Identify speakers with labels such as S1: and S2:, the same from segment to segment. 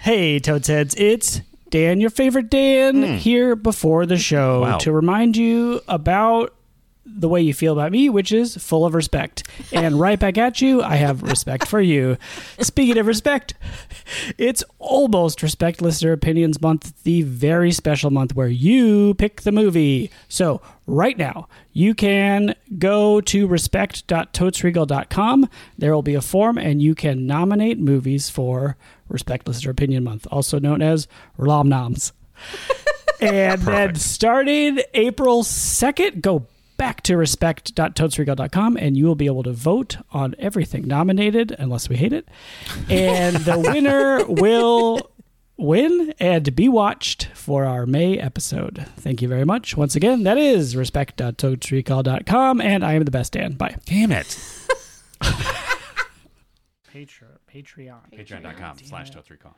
S1: Hey, Toad's Heads, it's Dan, your favorite Dan, here before the show
S2: Wow.
S1: to remind you about the way you feel about me, which is full of respect. And right back at you, I have respect for you. Speaking of respect, it's almost Respect Listener Opinions Month, the very special month where you pick the movie. So, right now, you can go to respect.totesregal.com. There will be a form, and you can nominate movies for Respect Listener Opinion Month, also known as Rom Noms. And then
S2: Perfect.
S1: starting April 2nd, go back to respect.toadsregal.com and you will be able to vote on everything nominated, unless we hate it. And the winner will win and be watched for our May episode. Thank you very much. Once again, that is respect.toadsregal.com. And I am the best Dan. Bye.
S2: Damn it.
S1: Patreon.
S2: Patreon.com slash totes recall.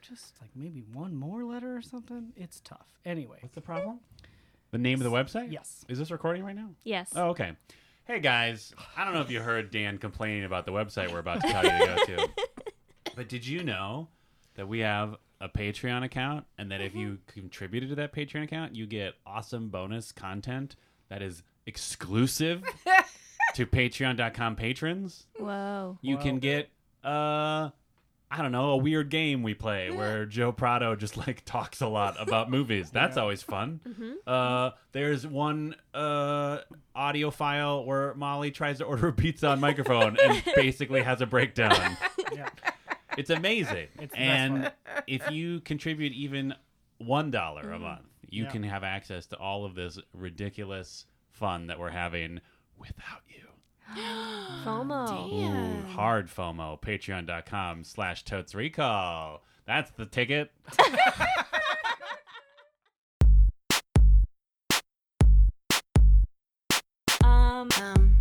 S1: Just like maybe one more letter or something. It's tough. Anyway.
S2: What's the problem? The name of the website?
S1: Yes.
S2: Is this recording right now?
S3: Yes.
S2: Oh, okay. Hey guys, I don't know if you heard Dan complaining about the website we're about to tell you to go to. But did you know that we have a Patreon account and that if you contributed to that Patreon account, you get awesome bonus content that is exclusive to patreon.com patrons?
S3: Whoa.
S2: You can get uh I don't know, a weird game we play where Joe Prado just like talks a lot about movies. That's always fun.
S1: Mm-hmm.
S2: Uh there's one uh audio file where Molly tries to order a pizza on microphone and basically has a breakdown.
S1: Yeah.
S2: It's amazing.
S1: It's the best
S2: and if you contribute even one dollar a month, you
S1: Mm-hmm. Yeah.
S2: can have access to all of this ridiculous fun that we're having without you.
S4: Um,
S3: FOMO.
S2: Ooh, hard FOMO. Patreon.com slash totes recall. That's the ticket.
S3: Um.
S4: Um,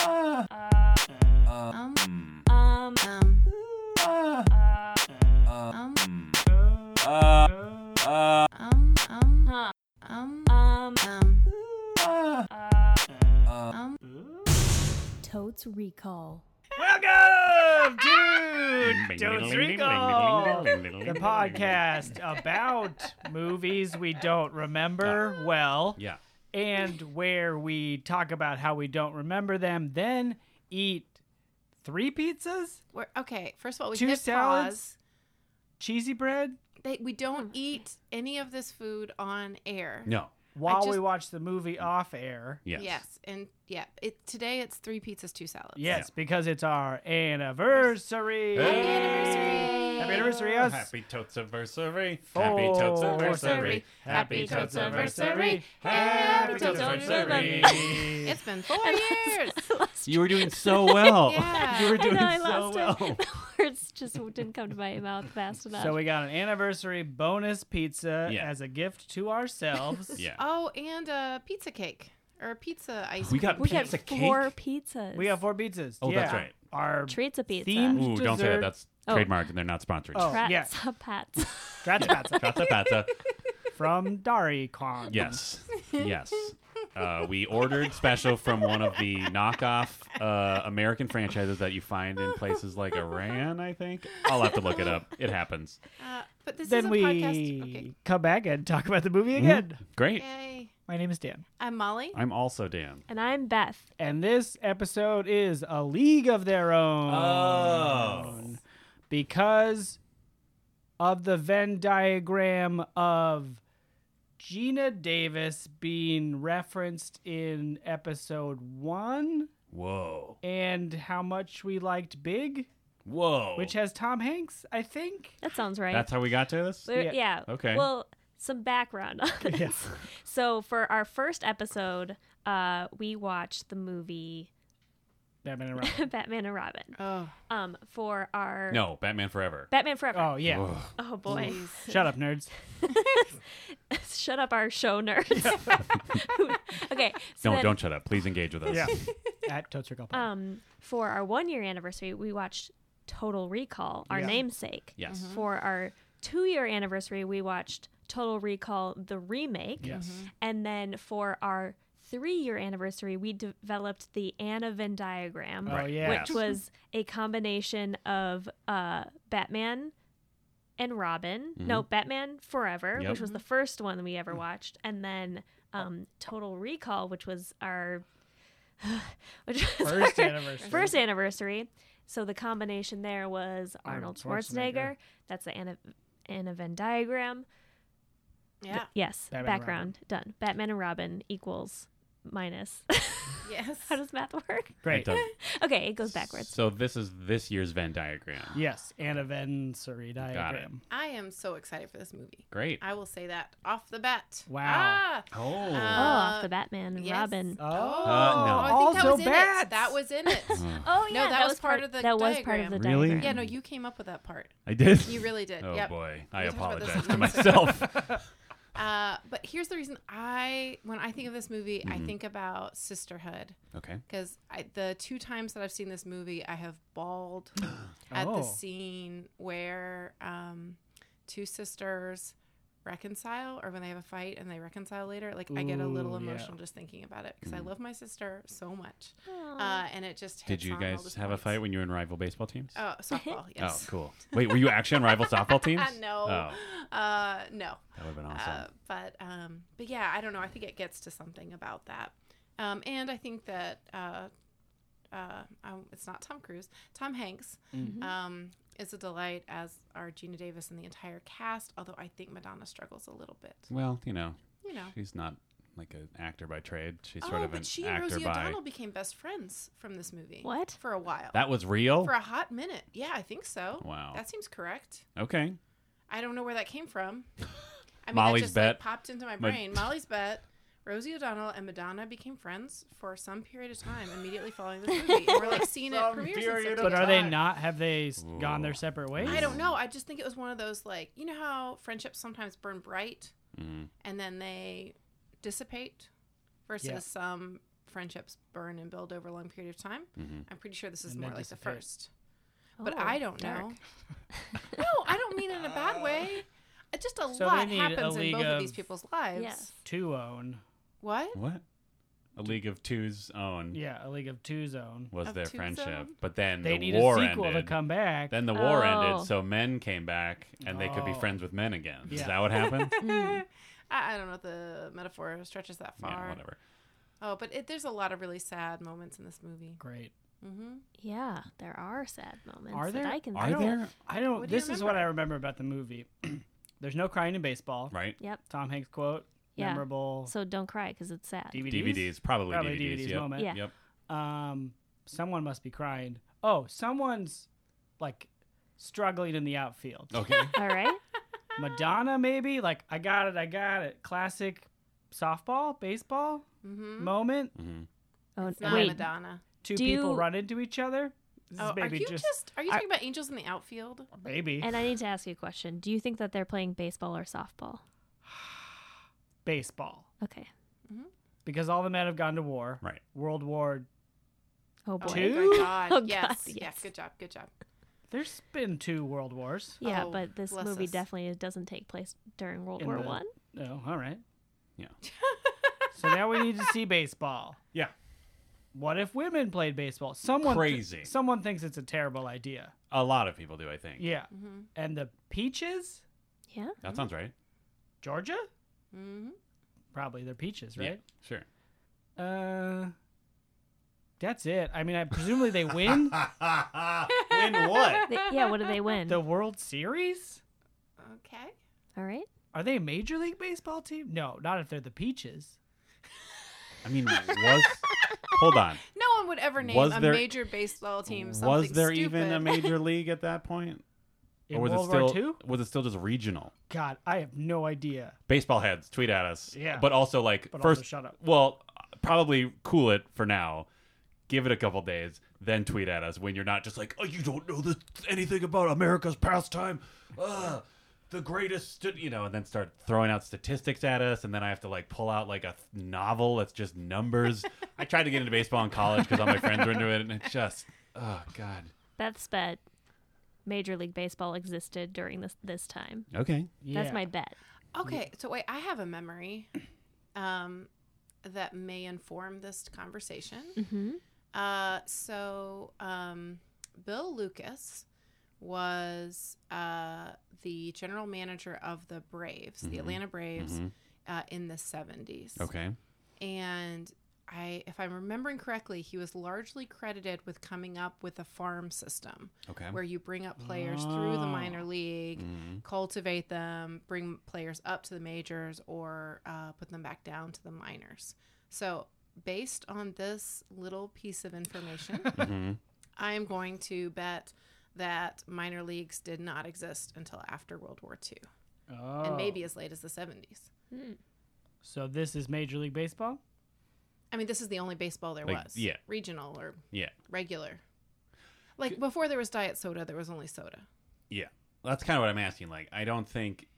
S3: Uh,
S4: um,
S2: Hmm.
S3: um.
S4: um,
S3: Uh,
S4: um, um, um,
S3: huh.
S4: um,
S3: Um.
S4: um,
S3: Uh,
S4: um.
S3: Totes recall.
S1: Welcome to Totes Recall, the
S2: The
S1: podcast about movies we don't remember well
S2: Yeah.
S1: and where we talk about how we don't remember them, then eat three pizzas,
S5: We're, okay, first of all, we
S1: Two
S5: hit
S1: salads?
S5: pause.
S1: cheesy bread
S5: They, we don't eat any of this food on air.
S2: No.
S1: while we
S5: just-
S1: watch the movie off air.
S2: Yes.
S5: Yes, and yeah, it, today it's three pizzas, two salads.
S1: Yes, because it's our anniversary.
S2: Hey!
S1: Happy anniversary, us.
S2: Happy totes anniversary. Happy
S1: Oh.
S2: totes anniversary. Happy totes anniversary. Happy totes anniversary.
S5: It's been four years.
S2: You were doing so well.
S5: Yeah.
S2: You were doing
S3: I
S2: so
S3: know, I lost
S2: well.
S3: it. The words just didn't come to my mouth fast
S5: Uh,
S3: enough.
S1: So we got an anniversary bonus pizza
S2: Yeah.
S1: as a gift to ourselves.
S2: Yeah.
S5: Oh, and a pizza cake or a pizza ice
S2: We
S5: cream.
S2: got
S3: We got
S2: pizza cake.
S3: four pizzas.
S1: We have four pizzas.
S2: Oh,
S1: yeah.
S2: that's right.
S1: Our
S3: treats a pizza.
S1: Themed-
S2: Ooh, don't say
S1: dessert.
S2: that. That's
S3: Oh.
S2: trademarked and they're not sponsored.
S1: Oh.
S3: Rats
S1: yeah.
S3: a pats.
S1: That's Patsa
S2: Pizza, pizza.
S1: from DariCon.
S2: Yes. Yes. Uh, we ordered special from one of the knockoff uh, American franchises that you find in places like Iran, I think. I'll have to look it up. It happens.
S5: Uh, but this is
S1: Then
S5: a
S1: we
S5: podcast. Okay.
S1: come back and talk about the
S2: Mm-hmm.
S1: movie again.
S2: Great.
S5: Yay.
S1: My name is Dan.
S5: I'm Molly.
S2: I'm also Dan.
S3: and I'm Beth.
S1: And this episode is A League of Their Own.
S2: Oh.
S1: Because of the Venn diagram of Gina Davis being referenced in episode one
S2: Whoa.
S1: and how much we liked Big,
S2: Whoa.
S1: which has Tom Hanks, I think.
S3: That sounds right.
S2: That's how we got to this?
S3: We're-
S1: Yeah.
S3: yeah.
S2: Okay.
S3: Well, some background on this. So for our first episode, uh, we watched the movie
S1: Batman and Robin.
S3: Batman and Robin.
S5: Oh,
S3: Um, for our
S2: No, Batman Forever.
S3: Batman Forever.
S1: Oh, yeah.
S2: Ugh.
S3: Oh, boy.
S1: Shut up, nerds.
S3: Shut up, our show nerds. okay. So
S2: Don't
S3: then,
S2: don't shut up. Please engage with us.
S1: Yeah. At Totes Recall Pod.
S3: Um, for our one year anniversary, we watched Total Recall, our
S1: Yeah.
S3: namesake.
S2: Yes.
S3: For our two year anniversary, we watched Total Recall, the remake.
S1: Yes.
S5: Mm-hmm.
S3: And then for our three year anniversary, we developed the Anna Venn diagram,
S1: Oh, yeah.
S3: which was a combination of uh, Batman, and Robin. No, Batman Forever,
S2: Yep.
S3: which was the first one we ever watched, and then um, Total Recall, which was our which was
S6: First
S3: our
S6: anniversary.
S3: first anniversary. So the combination there was
S6: Arnold
S3: Arnold
S6: Schwarzenegger.
S3: Schwarzenegger. That's the Anna, Anna Venn diagram.
S5: Yeah.
S3: Yes,
S6: Batman and
S3: background done. Batman and Robin equals minus.
S5: Yes.
S3: How does math work?
S2: It
S6: Great.
S2: does.
S3: Okay, it goes backwards.
S2: So this is this year's Venn diagram.
S6: Yes, anniversary diagram.
S5: I am so excited for this movie.
S2: Great.
S5: I will say that off the bat.
S6: Wow.
S5: Ah,
S2: Oh.
S3: oh,
S5: Uh,
S3: off the Batman and
S5: yes.
S3: Robin.
S6: Oh,
S2: Uh,
S5: I think that
S6: Also
S5: was in
S6: bats.
S5: it. That was in it.
S3: Oh yeah,
S5: that was part of the
S3: that was part of the
S5: diagram.
S2: Really?
S3: diagram.
S5: yeah, no, you came up with that part.
S2: I did.
S5: You really did.
S2: Oh
S5: Uh, yep.
S2: boy, I
S5: We talked about this
S2: apologize to
S5: on Wednesday.
S2: myself.
S5: Uh, but here's the reason I, when I think of this movie,
S2: Mm-hmm.
S5: I think about sisterhood
S2: okay.
S5: because the two times that I've seen this movie, I have bawled at
S6: Oh.
S5: the scene where um, two sisters reconcile or when they have a fight and they reconcile later. Like I get a little
S6: Ooh, yeah.
S5: emotional just thinking about it because I love my sister so much,
S3: Aw.
S5: uh, and it just
S2: Mm. Did
S5: hits
S2: you
S5: on all
S2: guys
S5: those
S2: have a
S5: points.
S2: fight when you were in rival baseball teams?
S5: Oh, softball. Yes.
S2: Oh, cool. Wait, were you actually on rival softball teams?
S5: Uh, no.
S2: Oh,
S5: Uh, no.
S2: that would have been awesome.
S5: Uh, but um, but yeah, I don't know. I think it gets to something about that, um, and I think that uh, uh, um, it's not Tom Cruise, Tom Hanks um, is a delight as are Gina Davis and the entire cast. Although I think Madonna struggles a little bit,
S2: well, you know,
S5: you know.
S2: she's not like an actor by trade. She's
S5: oh,
S2: sort of an
S5: but she and
S2: actor
S5: Rosie
S2: by.
S5: O'Donnell became best friends from this movie.
S3: What?
S5: for a while?
S2: That was real.
S5: for a hot minute. Yeah, I think so.
S2: Wow.
S5: that seems correct.
S2: okay.
S5: I don't know where that came from. I mean,
S2: Molly's
S5: that just,
S2: bet.
S5: Like, popped into my
S2: Ma-
S5: brain. Molly's bet. Rosie O'Donnell and Madonna became friends for some period of time immediately following the movie. And we're like seeing it
S2: Some
S5: premieres
S2: period
S5: and
S2: of
S5: stuff.
S6: But are they
S2: Time.
S6: not? Have they s- gone
S2: Ooh.
S6: their separate ways?
S5: I don't know. I just think it was one of those like you know how friendships sometimes burn bright
S2: Mhm.
S5: and then they dissipate, versus
S6: Yeah.
S5: some friendships burn and build over a long period of time.
S2: Mm-hmm.
S5: I'm pretty sure this is
S6: And
S5: more
S6: then
S5: like
S6: dissipate.
S5: the first. But
S3: Oh,
S5: I don't
S3: dark.
S5: know. no, I don't mean in a bad way. Uh, Just a
S6: So we
S5: lot
S6: need a
S5: happens in
S6: league
S5: both
S6: of-
S5: of these people's lives.
S3: Yes.
S6: Two own.
S5: What?
S2: What? A League of Two's own
S6: Yeah, a league of two's own.
S2: was
S5: Of
S2: their
S5: Two's
S2: friendship,
S5: Own?
S2: but then
S6: They
S2: the
S6: need
S2: war
S6: a sequel
S2: ended.
S6: to come back.
S2: Then the war
S3: Oh.
S2: ended, so men came back and they could be
S6: Oh.
S2: friends with men again. Is
S6: Yeah.
S2: that what happened?
S5: I, I don't know if the metaphor stretches that far.
S2: yeah, whatever.
S5: Oh, but it, there's a lot of really sad moments in this movie.
S6: Great.
S3: Mm-hmm. Yeah, there are sad moments
S6: Are there?
S3: that I can
S2: Are
S3: think of.
S2: there?
S6: I don't.
S5: What do you
S6: this is what I remember about the movie. There's no crying in baseball.
S2: Right?
S3: Yep.
S6: Tom Hanks quote.
S3: Yeah.
S6: Memorable.
S3: So don't cry because it's sad.
S6: DVDs.
S2: DVDs, probably,
S6: Probably
S2: DVDs.
S6: DVDs
S2: yep.
S6: moment.
S3: Yeah.
S2: Yep.
S6: Um, someone must be crying. Oh, someone's like struggling in the outfield.
S2: Okay.
S3: All right.
S6: Madonna, maybe. Like, I got it, I got it. Classic softball, baseball
S5: Mm-hmm.
S6: moment.
S2: Mhm.
S3: Oh,
S5: It's not
S3: wait.
S5: Madonna.
S6: Two
S3: Do
S6: people
S3: you-
S6: run into each other. This
S5: Oh,
S6: is
S5: are
S6: maybe
S5: you
S6: just,
S5: just, are you
S6: I-
S5: talking about angels in the outfield?
S6: maybe
S3: And I need to ask you a question. Do you think that they're playing baseball or softball?
S6: baseball
S3: Okay.
S6: because all the men have gone to war.
S2: Right.
S6: World War.
S3: Oh
S5: Oh
S3: boy.
S6: Two?
S5: my God.
S3: Oh, God,
S5: yes.
S3: yes.
S5: Yeah. Good job. Good job.
S6: There's been two world wars.
S3: Yeah,
S5: Oh,
S3: but this
S5: bless
S3: movie
S5: us.
S3: definitely doesn't take place during World
S6: In
S3: War
S6: the-
S3: One.
S6: Oh, all right.
S2: Yeah.
S6: So now we need to see baseball.
S2: Yeah.
S6: What if women played baseball? Someone
S2: Crazy.
S6: someone thinks it's a terrible idea.
S2: A lot of people do, I think.
S6: Yeah.
S3: Mm-hmm.
S6: And the peaches,
S3: Yeah.
S2: That sounds right.
S6: Georgia,
S3: Mm-hmm.
S5: hmm
S6: probably they're peaches,
S2: Yeah,
S6: right?
S2: sure.
S6: Uh, that's it. I mean, I presumably they win
S2: Win what?
S3: They- yeah. What do they win?
S6: the World Series.
S5: Okay.
S3: All right.
S6: Are they a Major League Baseball team? No, not if they're the peaches.
S2: I mean, was hold on.
S5: No one would ever name
S2: Was
S5: a
S2: there-
S5: major baseball team something
S2: was there even
S5: stupid.
S2: a major league at that point,
S6: In
S2: was
S6: World
S2: it still
S6: War Two?
S2: was it still just regional?
S6: God, I have no idea.
S2: Baseball heads, tweet at us.
S6: Yeah.
S2: but also like
S6: But
S2: first,
S6: also shut up.
S2: Well, probably cool it for now. Give it a couple days, then tweet at us when you're not just like, oh, you don't know this, anything about America's pastime. Ugh, the greatest, st-" you know, and then start throwing out statistics at us, and then I have to like pull out like a th- novel that's just numbers. I tried to get into baseball in college because all my friends were into it, and it just, oh god.
S3: That's bet. Major League Baseball existed during this this time.
S2: Okay.
S6: Yeah.
S3: That's my bet.
S5: Okay, so wait, I have a memory um, that may inform this conversation. Uh, so, um, Bill Lucas was uh, the general manager of the Braves, the Atlanta Braves,
S2: Mhm.
S5: uh, in the 70s.
S2: Okay.
S5: And I, if I'm remembering correctly, he was largely credited with coming up with a farm system
S2: Okay.
S5: where you bring up players through the
S2: Oh.
S5: minor league,
S2: Mhm.
S5: cultivate them, bring players up to the majors, or uh, put them back down to the minors. So, based on this little piece of information,
S2: Mhm.
S5: I am going to bet that minor leagues did not exist until after World War II
S1: Oh.
S5: and maybe as late as the 70s.
S1: So this is Major League Baseball.
S5: I mean, this is the only baseball there
S2: Like,
S5: was.
S2: yeah.
S5: Regional or
S2: Yeah.
S5: regular. Like before there was diet soda, there was only soda.
S2: Yeah. That's kind of what I'm asking. Like, I don't think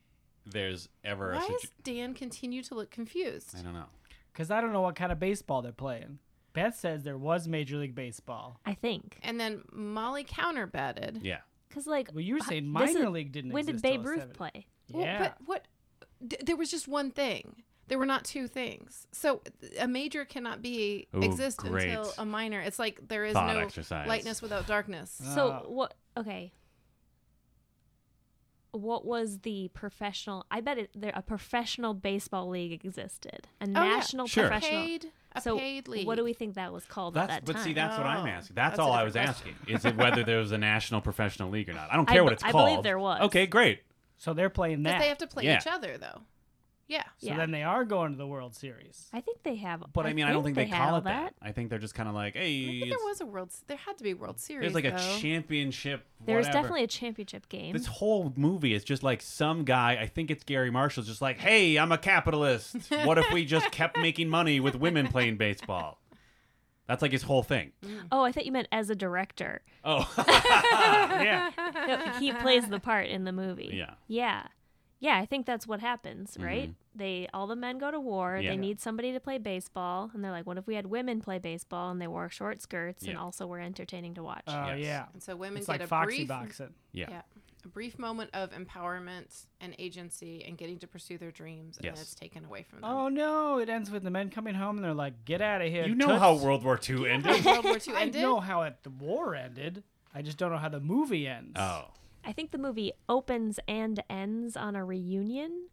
S2: there's ever
S5: Why
S2: a
S5: does
S2: situ-
S5: Dan continue to look confused?
S2: I don't know.
S1: Because I don't know what kind of baseball they're playing. Beth says there was Major League Baseball.
S3: I think
S5: And then Molly counterbetted.
S2: Yeah.
S3: because like
S1: Well, you were
S3: uh,
S1: saying
S3: this
S1: minor
S3: is-
S1: league didn't
S3: When did
S1: exist till
S3: Babe
S1: the
S3: Ruth
S1: 70s.
S3: play?
S5: Well,
S1: Yeah.
S5: but what? d- there was just one thing. There were not two things. So a major cannot be
S2: Ooh,
S5: exist
S2: great.
S5: until a minor. It's like there is
S2: Thought
S5: no
S2: exercise.
S5: lightness without darkness.
S1: Ah.
S3: So what? Okay. What was the professional? I bet it, there a professional baseball league existed, a
S5: Oh, yeah.
S3: national
S2: Sure.
S3: professional.
S5: Paid a
S3: so
S5: paid league.
S3: what do we think that was called
S2: That's
S3: at that
S2: but
S3: time?
S2: see that's what I'm
S5: Oh,
S2: asking. That's,
S5: that's a
S2: all I was
S5: different
S2: asking. Is it whether there was a national professional league or not? I don't
S3: I
S2: care
S3: be-
S2: what it's
S3: I
S2: called.
S3: believe there was.
S2: Okay, great.
S1: So they're playing that.
S5: Because they have to play
S2: Yeah.
S5: each other though. Yeah.
S1: so
S3: Yeah.
S1: then they are going to the World Series.
S3: I think they have.
S2: But I, mean, I don't think they,
S3: had
S2: call
S3: all
S2: it that. I think they're just kind of like, hey,
S5: I think
S2: it's-
S5: there was a world. There had to be World Series.
S2: there's like a
S5: though.
S2: championship.
S3: There's
S2: whatever.
S3: definitely a championship game.
S2: This whole movie is just like some guy. I think it's Gary Marshall's just like, hey, I'm a capitalist. What if we just kept making money with women playing baseball? That's like his whole thing.
S3: oh, I thought you meant as a director.
S2: Oh,
S1: yeah.
S3: No, he plays the part in the movie.
S2: Yeah. Mm-hmm.
S3: Yeah. Yeah, I think that's what happens, right? They all the men go to war,
S2: Yeah.
S3: they need somebody to play baseball, and they're like, What if we had women play baseball and they wore short skirts and
S2: Yeah. Uh,
S3: also were entertaining to watch?
S1: Oh
S2: Yes.
S1: yeah.
S5: And so women
S1: It's
S5: get
S1: like
S5: a
S1: Foxy
S5: brief.
S1: boxing.
S2: yeah.
S5: Yeah. A brief moment of empowerment and agency and getting to pursue their dreams, and
S2: Yes.
S5: then it's taken away from them.
S1: Oh no! It ends with the men coming home and they're like, "Get out of here!"
S2: You know
S1: toots."
S2: how World War II ended?
S5: World War II
S1: I
S5: ended.
S1: know how it, the war ended. I just don't know how the movie ends.
S2: oh,
S3: I think the movie opens and ends on a reunion.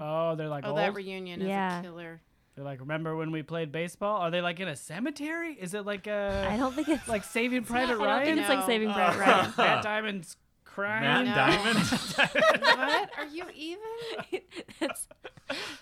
S1: Oh, they're like
S5: Oh,
S1: old.
S5: that reunion is
S3: Yeah.
S5: a killer.
S1: they're like, "Remember when we played baseball?" Are they like in a cemetery? Is it like
S2: Uh,
S1: a
S3: I don't think it's
S1: like Saving Private
S5: I don't
S1: Ryan?
S5: think
S3: it's like
S5: No.
S3: saving Private Ryan.
S1: Matt Diamond's
S2: Matt
S1: crying.
S5: No.
S2: Diamond?
S5: what are you even?
S3: It's-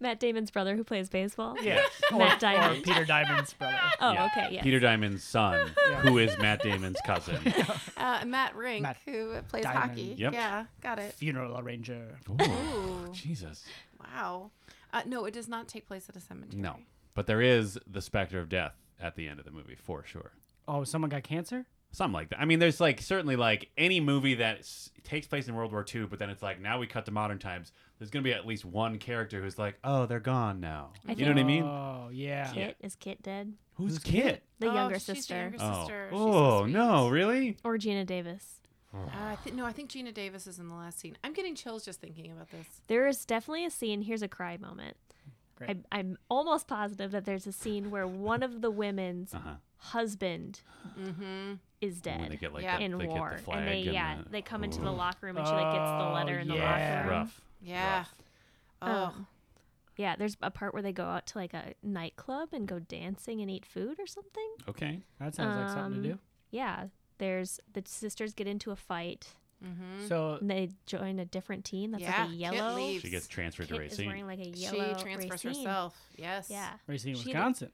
S3: Matt Damon's brother who plays baseball.
S1: Yeah.
S3: Matt
S1: or, or
S3: Diamond.
S1: Peter Diamond's brother.
S3: Oh,
S2: Yeah.
S3: okay, yeah.
S2: Peter Diamond's son, who is Matt Damon's cousin.
S5: Uh, Matt Rink,
S1: Matt
S5: who plays
S1: Diamond.
S5: hockey.
S2: Yep.
S5: Yeah, got it.
S1: Funeral arranger.
S2: Ooh,
S5: Ooh.
S2: Jesus.
S5: Wow. Uh, no, it does not take place at a cemetery.
S2: No. But there is the specter of death at the end of the movie, for sure.
S1: Oh, someone got cancer.
S2: Something like that. I mean, there's like certainly like any movie that s- takes place in World War II, but then it's like now we cut to modern times. There's going to be at least one character who's like, oh, they're gone now.
S3: I
S2: you know what I mean?
S1: Oh yeah.
S3: Kit is Kit dead?
S2: Who's Kit?
S3: The
S5: Oh,
S3: younger
S5: she's the
S3: sister.
S5: younger
S2: Oh,
S5: sister. She's so
S2: oh
S5: sweet.
S2: no, really?
S3: Or Gina Davis.
S5: Uh, I thi- no, I think Gina Davis is in the last scene. I'm getting chills just thinking about this.
S3: There is definitely a scene. Here's a cry moment.
S1: Great.
S3: I'm, I'm almost positive that there's a scene where one of the women's
S2: Uh-huh.
S3: husband
S5: Mm-hmm.
S3: is dead
S2: When they get like
S5: Yeah.
S2: the,
S3: in
S2: they
S3: war,
S2: get the flag
S3: and they yeah
S2: the-
S3: they come into the locker room and she like gets the
S1: Oh,
S3: letter in the
S1: yeah.
S3: locker room.
S2: rough.
S5: Yeah.
S2: Rough.
S5: Oh,
S3: Yeah, there's a part where they go out to like a nightclub and go dancing and eat food or something.
S2: Okay.
S1: That sounds like something to do.
S3: Um, Yeah, there's the sisters get into a fight
S5: Mm-hmm. Um,
S1: So
S3: and they join a different team that's
S5: Yeah,
S3: like a
S5: Kit
S3: yellow.
S5: leaves.
S2: She gets transferred to
S3: Kit is
S2: Racine.
S3: wearing like a
S5: she
S3: yellow.
S5: transfers
S3: Racine.
S5: herself. Yes.
S3: Yeah,
S1: Racine,
S3: She-
S1: Wisconsin.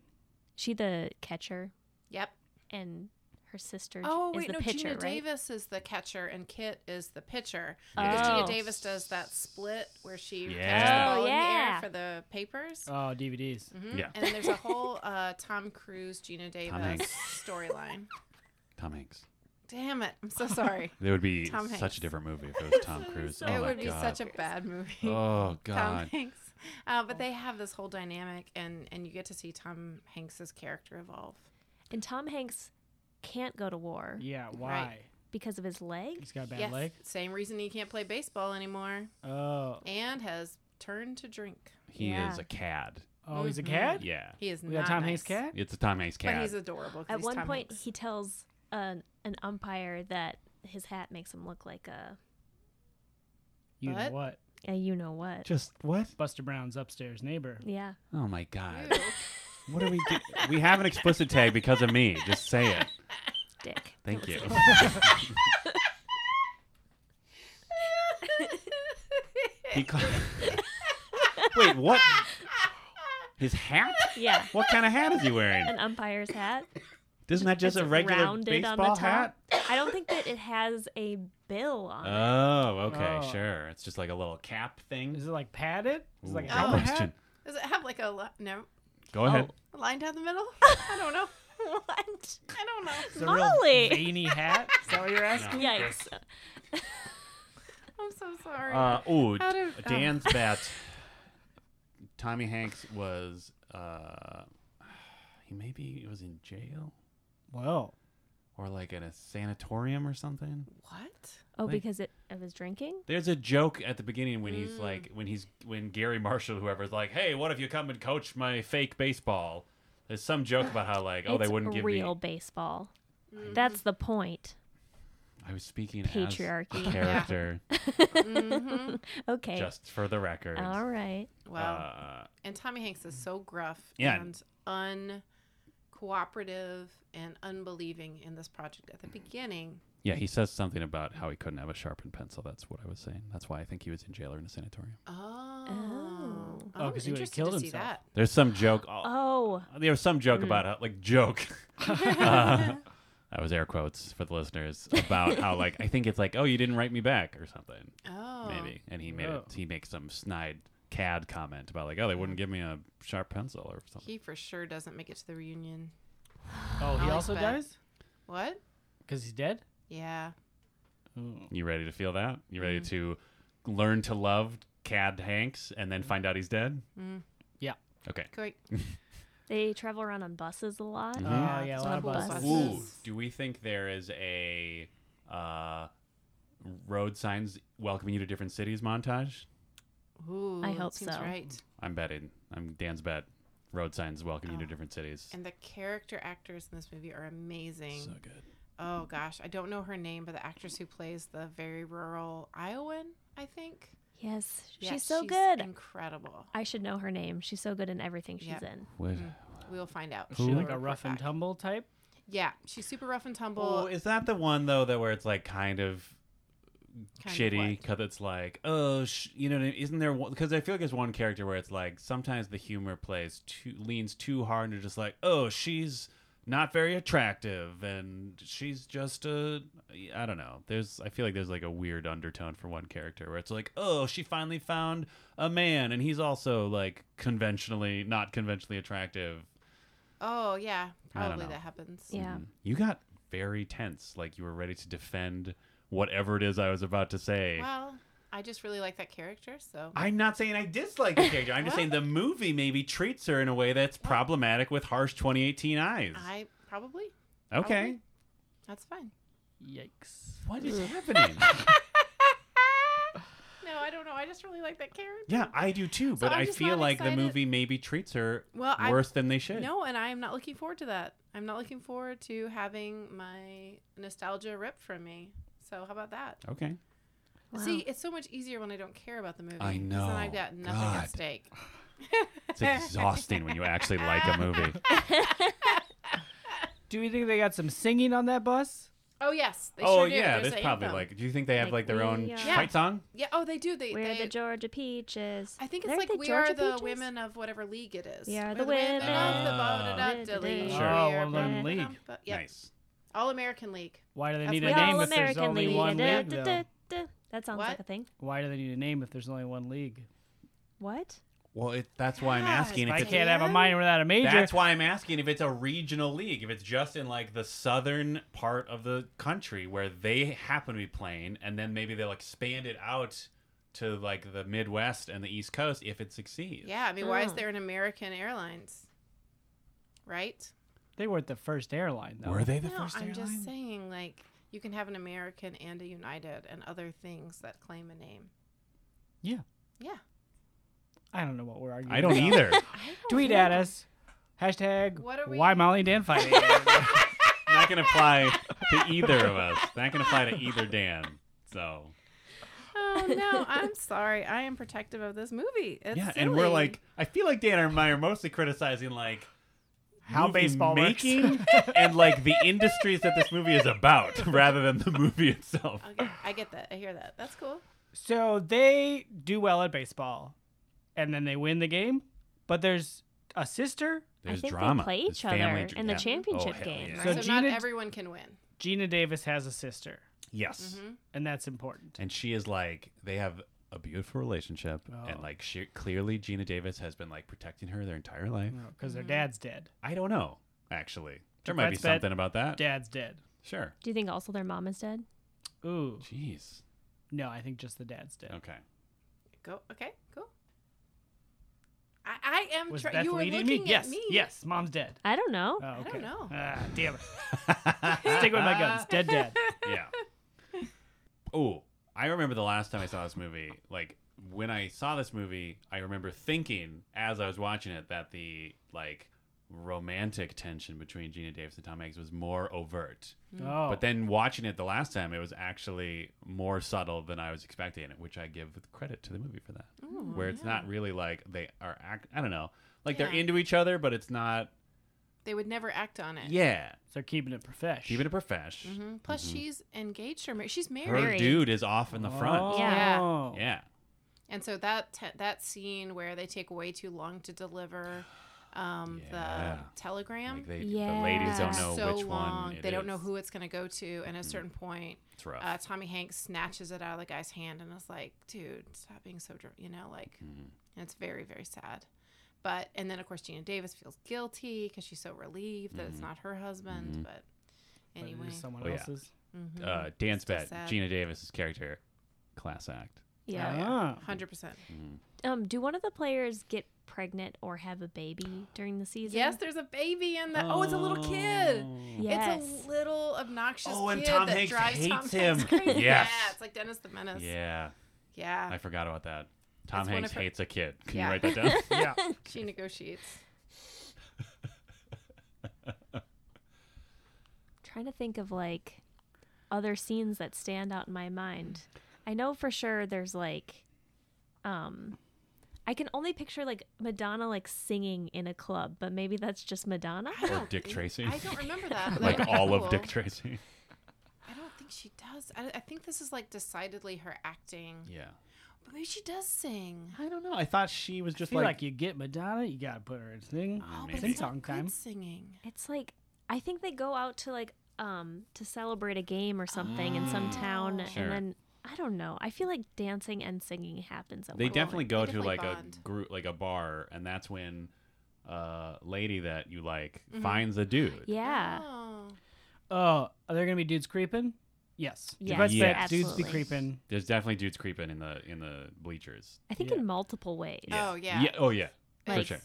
S3: she the catcher
S5: Yep.
S3: and her sister
S5: Oh
S3: is
S5: wait,
S3: the
S5: no.
S3: pitcher,
S5: Gina
S3: right?
S5: Davis is the catcher, and Kit is the pitcher.
S2: Yeah.
S5: Because Gina
S3: Oh.
S5: Davis does that split where she
S2: Yeah.
S5: catches the ball
S3: Oh,
S5: in the air
S3: yeah.
S5: for the papers.
S1: Oh, DVDs.
S5: Mhm.
S2: Yeah.
S5: And there's a whole uh, Tom Cruise, Gina Davis
S2: Hanks.
S5: storyline.
S2: Tom Hanks.
S5: Damn it! I'm so sorry.
S2: There would be
S5: Tom
S2: such
S5: Hanks.
S2: a different movie if it was Tom Cruise. oh,
S5: it
S2: my
S5: would be
S2: God.
S5: such a bad movie.
S2: Oh
S5: Tom
S2: God.
S5: Hanks. Uh, but
S3: Oh.
S5: they have this whole dynamic, and and you get to see Tom Hanks's character evolve.
S3: And Tom Hanks can't go to war
S1: Yeah. Why?
S3: because of his leg.
S1: He's got a bad
S5: yes.
S1: leg.
S5: Same reason he can't play baseball anymore,
S1: Oh.
S5: and has turned to drink.
S2: He
S3: Yeah.
S2: is a cad.
S1: Oh, he's a cat.
S2: Yeah.
S5: He is
S1: We
S5: not
S1: got Tom
S5: nice.
S1: Hanks cat.
S2: It's a Tom Hanks
S5: But
S2: cad.
S5: he's adorable. 'cause
S3: At
S5: he's
S3: one
S5: Tom
S3: point,
S5: Hanks.
S3: he tells an, an umpire that his hat makes him look like a
S1: You know
S5: What?
S1: what?
S3: a you know what.
S2: Just what?
S1: Buster Brown's upstairs neighbor.
S3: yeah.
S2: Oh my god.
S5: Ew.
S2: What are we do- We have an explicit tag because of me. Just say it.
S3: Dick.
S2: Thank you. he cla- Wait, what? His hat?
S3: Yeah.
S2: What kind of hat is he wearing?
S3: An umpire's hat.
S2: Isn't that just
S3: It's
S2: a regular
S3: rounded on the
S2: baseball
S3: top.
S2: hat?
S3: I don't think that it has a bill on it.
S2: Oh, okay,
S1: Oh.
S2: sure. It's just like a little cap thing.
S1: Is it like padded? Is it like
S2: Ooh,
S1: a
S2: good
S1: helmet hat?
S2: question.
S5: Does it have like a li- no
S2: Go ahead.
S3: Oh.
S5: a line down the middle? I don't know.
S3: What?
S5: I don't know.
S1: It's a real
S3: Molly!
S1: veiny hat. Is that what you're
S2: Uh.
S1: asking?
S3: Yikes.
S5: I'm so sorry.
S2: Uh, ooh,
S5: How do- oh.
S2: Dan's bet. Tommy Hanks was. Uh, he maybe was in jail
S1: Whoa. Oh,
S2: or like in a sanatorium or something.
S5: what?
S3: Oh,
S2: Like-
S3: because it, of his drinking?
S2: There's a joke at the beginning when he's like, when he's when Gary Marshall, whoever's like, "Hey, what if you come and coach my fake baseball?" There's some joke about how like, oh, they
S3: It's
S2: wouldn't give
S3: real
S2: me.
S3: baseball.
S5: Mm-hmm.
S3: That's the point.
S2: I was speaking as
S3: Patriarchy.
S2: a character,
S3: Okay.
S2: just for the record.
S3: All right.
S5: Well,
S2: Uh,
S5: and Tommy Hanks is so gruff
S2: Yeah.
S5: and uncooperative and unbelieving in this project at the beginning.
S2: Yeah, he says something about how he couldn't have a sharpened pencil. That's what I was saying. That's why I think he was in jail or in a sanatorium.
S5: Oh,
S3: Oh.
S1: Oh, 'cause he would've
S5: interested
S1: killed
S5: to see
S1: himself.
S5: that.
S2: There's some joke. Oh,
S3: Oh,
S2: there was some joke about how, like joke. uh, that was air quotes for the listeners about how like I think it's like oh you didn't write me back or something
S5: Oh,
S2: maybe, and he made
S1: Oh.
S2: it. He makes some snide cad comment about like oh they wouldn't give me a sharp pencil or something.
S5: He for sure doesn't make it to the reunion.
S1: Oh, he
S5: Molly's
S1: also
S5: bet.
S1: dies?
S5: What?
S1: Because he's dead?
S5: Yeah.
S1: Ooh.
S2: You ready to feel that? You ready to learn to love Cad Hanks and then find out he's dead?
S1: Yeah.
S2: Okay.
S5: Great.
S3: they travel around on buses a lot.
S2: Mm.
S1: Oh,
S5: Yeah,
S1: yeah, a
S5: it's
S1: lot
S5: on
S1: of
S5: a bus.
S1: buses.
S2: Ooh,
S5: Buses.
S2: do we think there is a uh, road signs welcoming you to different cities montage?
S5: Ooh,
S3: I
S5: that
S3: hope
S5: seems
S3: so.
S5: Right.
S2: I'm betting. I'm Dan's bet. Road signs welcoming you to different cities.
S5: And the character actors in this movie are amazing.
S2: so good.
S5: oh gosh, I don't know her name, but the actress who plays the very rural Iowan, I think.
S3: Yes.
S5: Yeah,
S3: she's so good.
S5: Incredible.
S3: I should know her name. She's so good in everything she's
S5: Yep.
S3: in.
S2: Wait,
S5: We'll find out.
S1: Is she
S5: She'll
S1: like a
S5: report
S1: rough and
S5: back.
S1: tumble type?
S5: Yeah, she's super rough and tumble.
S2: oh, is that the one though that where it's like kind of
S5: Kind of
S2: shitty
S5: what?
S2: because it's like oh sh-, you know what I mean? isn't there because I feel like there's one character where it's like sometimes the humor plays too leans too hard into just like oh she's not very attractive and she's just a I don't know there's I feel like there's like a weird undertone for one character where it's like oh she finally found a man and he's also like conventionally not conventionally attractive
S5: Oh yeah,
S2: I don't
S5: probably
S2: know.
S5: that happens.
S2: Mm-hmm.
S3: Yeah.
S2: Mm. you got very tense like you were ready to defend whatever it is I was about to say
S5: Well, I just really like that character, so
S2: I'm not saying I dislike the character. I'm just saying the movie maybe treats her in a way that's problematic with harsh 2018 eyes.
S5: I probably
S2: okay.
S5: that's fine.
S1: Yikes.
S2: What is happening?
S5: No, I don't know. I just really like that character.
S2: yeah, I do too, but
S5: I'm
S2: I
S5: just
S2: feel
S5: not
S2: like the
S5: excited.
S2: movie maybe treats her
S5: Well, I'm-
S2: worse than they should.
S5: No, and I am not looking forward to that. I'm not looking forward to having my nostalgia ripped from me. So how about that?
S2: Okay.
S5: See, it's so much easier when I don't care about the movie.
S2: I
S5: 'cause
S2: know.
S5: Then I've got nothing
S2: God.
S5: at stake.
S2: It's exhausting when you actually like a movie.
S1: Do we think they got some singing on that bus?
S5: Oh yes, they
S2: oh
S5: sure do.
S2: yeah,
S5: There's
S2: there's
S5: an
S2: probably
S5: anthem. uh,
S2: like do you think they have like,
S3: Like,
S2: their
S3: we
S2: own
S3: are-
S2: fight song?
S5: yeah. Oh, they do. They
S3: We're
S5: they.
S3: the Georgia Peaches.
S5: I think it's
S3: They're
S5: like
S3: the
S5: we
S3: Georgia
S5: are the
S3: Peaches?
S5: women of whatever league it is.
S3: We are
S5: We're
S3: the women
S5: of the
S2: of
S5: Ba-da-da-da
S3: the
S5: league.
S3: league.
S5: We
S1: Sure,
S5: are
S1: well, then
S5: ba-da-da-da-da-
S1: league.
S5: ba- Yep.
S2: Nice.
S5: All American League.
S1: Why do they
S5: That's
S1: need a
S5: what-
S1: name
S5: All
S1: if there's
S5: American
S1: only
S5: League.
S1: one
S3: Da,
S1: league,
S3: da,
S1: though?
S3: da, da. That sounds like
S5: What?
S3: a thing.
S1: Why do they need a name if there's only one league?
S3: What?
S2: Well, it, that's why I'm
S5: Yes,
S2: asking
S1: I
S2: if it's
S1: can't have a minor without a major.
S2: That's why I'm asking if it's a regional league, if it's just in like the southern part of the country where they happen to be playing, and then maybe they'll expand it out to like the Midwest and the East Coast if it succeeds.
S5: Yeah, I mean, why is
S3: Oh.
S5: there an American Airlines? Right?
S1: they weren't the first airline, though.
S2: Were they the
S5: no,
S2: 1st
S5: I'm
S2: airline?
S5: just saying, like, you can have an American and a United and other things that claim a name.
S1: Yeah.
S5: Yeah.
S1: I don't know what we're arguing.
S2: I don't
S1: about.
S2: either.
S1: Tweet at us. Hashtag
S5: What are we-
S1: why Molly and Dan fighting.
S2: Not gonna apply to either of us. That can apply to either Dan. So
S5: Oh no, I'm sorry. I am protective of this movie. It's
S2: yeah, and we're
S5: silly.
S2: like, I feel like Dan and I are mostly criticizing like
S6: How
S2: movie
S6: baseball works.
S2: making and like the industries that this movie is about, rather than the movie itself.
S5: Okay, I get that. I hear that. That's cool.
S6: So they do well at baseball, and then they win the game. But there's a sister,
S2: There's
S3: think they
S2: drama.
S3: play
S2: There's
S3: each other
S2: family dra-
S3: in the
S2: yeah.
S3: championship
S2: Oh, hell
S3: game,
S2: yeah.
S3: right?
S5: So,
S6: So
S5: not
S6: Gina-
S5: everyone can win. Mm-hmm.
S6: Gina Davis, has a sister,
S2: Yes,
S3: Mm-hmm.
S6: and that's important.
S2: and she is like they have a beautiful relationship,
S6: Oh.
S2: and like she clearly Gina Davis has been like protecting her their entire life.
S1: Oh,
S6: because
S5: Mm-hmm.
S6: their dad's dead.
S2: I don't know actually. There
S6: Your
S2: might be
S6: best bet-
S2: something about that.
S6: Dad's dead.
S2: Sure.
S3: Do you think also their mom is dead?
S6: Ooh,
S2: Jeez.
S6: no, I think just the dad's dead.
S2: Okay.
S5: Go. Okay. Cool. I, I am.
S6: Was
S5: Try-
S6: Beth
S5: you were
S6: leading
S5: looking
S6: me?
S5: at
S6: yes,
S5: me.
S6: yes. Mom's dead.
S3: I don't know.
S2: Uh,
S6: Oh, okay.
S5: don't know.
S6: Ah, damn it. Stick with my guns. Dead, dead.
S2: yeah. Oh, I remember the last time I saw this movie. Like when I saw this movie, I remember thinking as I was watching it that the like romantic tension between Gina Davis and Tom Hanks was more overt.
S6: Oh,
S2: But then watching it the last time, it was actually more subtle than I was expecting, which I give credit to the movie for that. Where it's not really like they are act. I don't know. Like they're
S5: Yeah.
S2: into each other, but it's not.
S5: They would never act on it.
S2: Yeah.
S6: so keeping it profesh.
S2: Keep it a profesh.
S5: hmm Plus, she's engaged or married. She's
S2: Her
S5: married,
S2: dude is off in the
S6: Oh.
S2: front.
S6: Yeah.
S2: Yeah.
S5: and so that te- that scene where they take way too long to deliver um,
S2: Yeah.
S5: the telegram.
S2: Like they,
S3: Yeah.
S2: the ladies don't
S5: took
S2: know
S5: so
S2: which
S5: long.
S2: one. it
S5: they don't know
S2: is.
S5: who it's going to go to. And at a certain point,
S2: It's rough.
S5: uh, Tommy Hanks snatches it out of the guy's hand and is like, dude, stop being so, dr-, you know, like,
S2: Mm-hmm.
S5: and it's very, very sad. But, and then of course, Gina Davis feels guilty because she's so relieved that
S2: Mm-hmm.
S5: it's not her husband. But
S6: But it
S5: anyway, Mm-hmm.
S6: is someone
S2: Oh, yeah.
S6: else's.
S2: uh, Dan's
S5: still
S2: bet.
S5: sad.
S2: Gina Davis's character, class act. Mm-hmm.
S3: Yeah.
S6: Ah.
S5: 100%.
S3: Um, do one of the players get pregnant or have a baby during the season?
S5: Yes, there's a baby in the, oh, it's a little kid.
S3: Yes.
S5: It's a little obnoxious
S2: Oh, and
S5: kid
S2: Tom
S5: that
S2: Hanks
S5: drives Tom
S2: hates
S5: Hanks
S2: him.
S5: crazy.
S2: Yes.
S5: Yeah, it's like Dennis the Menace. Yeah.
S2: Yeah, I forgot about that. Tom
S5: It's one
S2: Hanks
S5: of her-
S2: hates a kid. Can
S5: Yeah.
S2: you write that down?
S6: yeah.
S5: She negotiates.
S3: trying to think of like other scenes that stand out in my mind. I know for sure there's like um I can only picture like Madonna like singing in a club, but maybe that's just Madonna.
S5: I
S2: or
S5: don't
S2: Dick
S5: think-
S2: Tracy.
S5: I don't remember that. but
S2: like
S5: that'd be
S2: all of
S5: cool.
S2: Dick Tracy.
S5: I don't think she does. I, I think this is like decidedly her acting.
S2: Yeah.
S5: But maybe she does sing.
S2: I don't know. I thought she was just
S6: feel like, you get Madonna, you gotta put her in sing.
S2: Uh-huh.
S5: Oh, but
S6: Sing
S5: it's not
S6: song
S5: good
S6: time.
S5: singing.
S3: It's like I think they go out to like um to celebrate a game or something in some town
S2: Mm, Sure.
S3: and then I don't know. I feel like dancing and singing happens at
S2: they
S3: once.
S2: definitely go
S5: They
S2: to like
S5: definitely bond.
S2: a group, like a bar, and that's when a lady that you like
S5: Mm-hmm.
S2: finds a dude.
S3: Yeah.
S5: Oh.
S6: Oh, are there gonna be dudes creeping? Yes.
S3: Yes,
S6: Let's bet
S2: Yes.
S6: dudes be
S3: absolutely.
S6: creeping.
S2: There's definitely dudes creeping in the in the bleachers.
S3: I think
S6: Yeah.
S3: in multiple ways.
S5: Oh, yeah.
S2: Oh yeah.
S3: Like-
S2: For sure.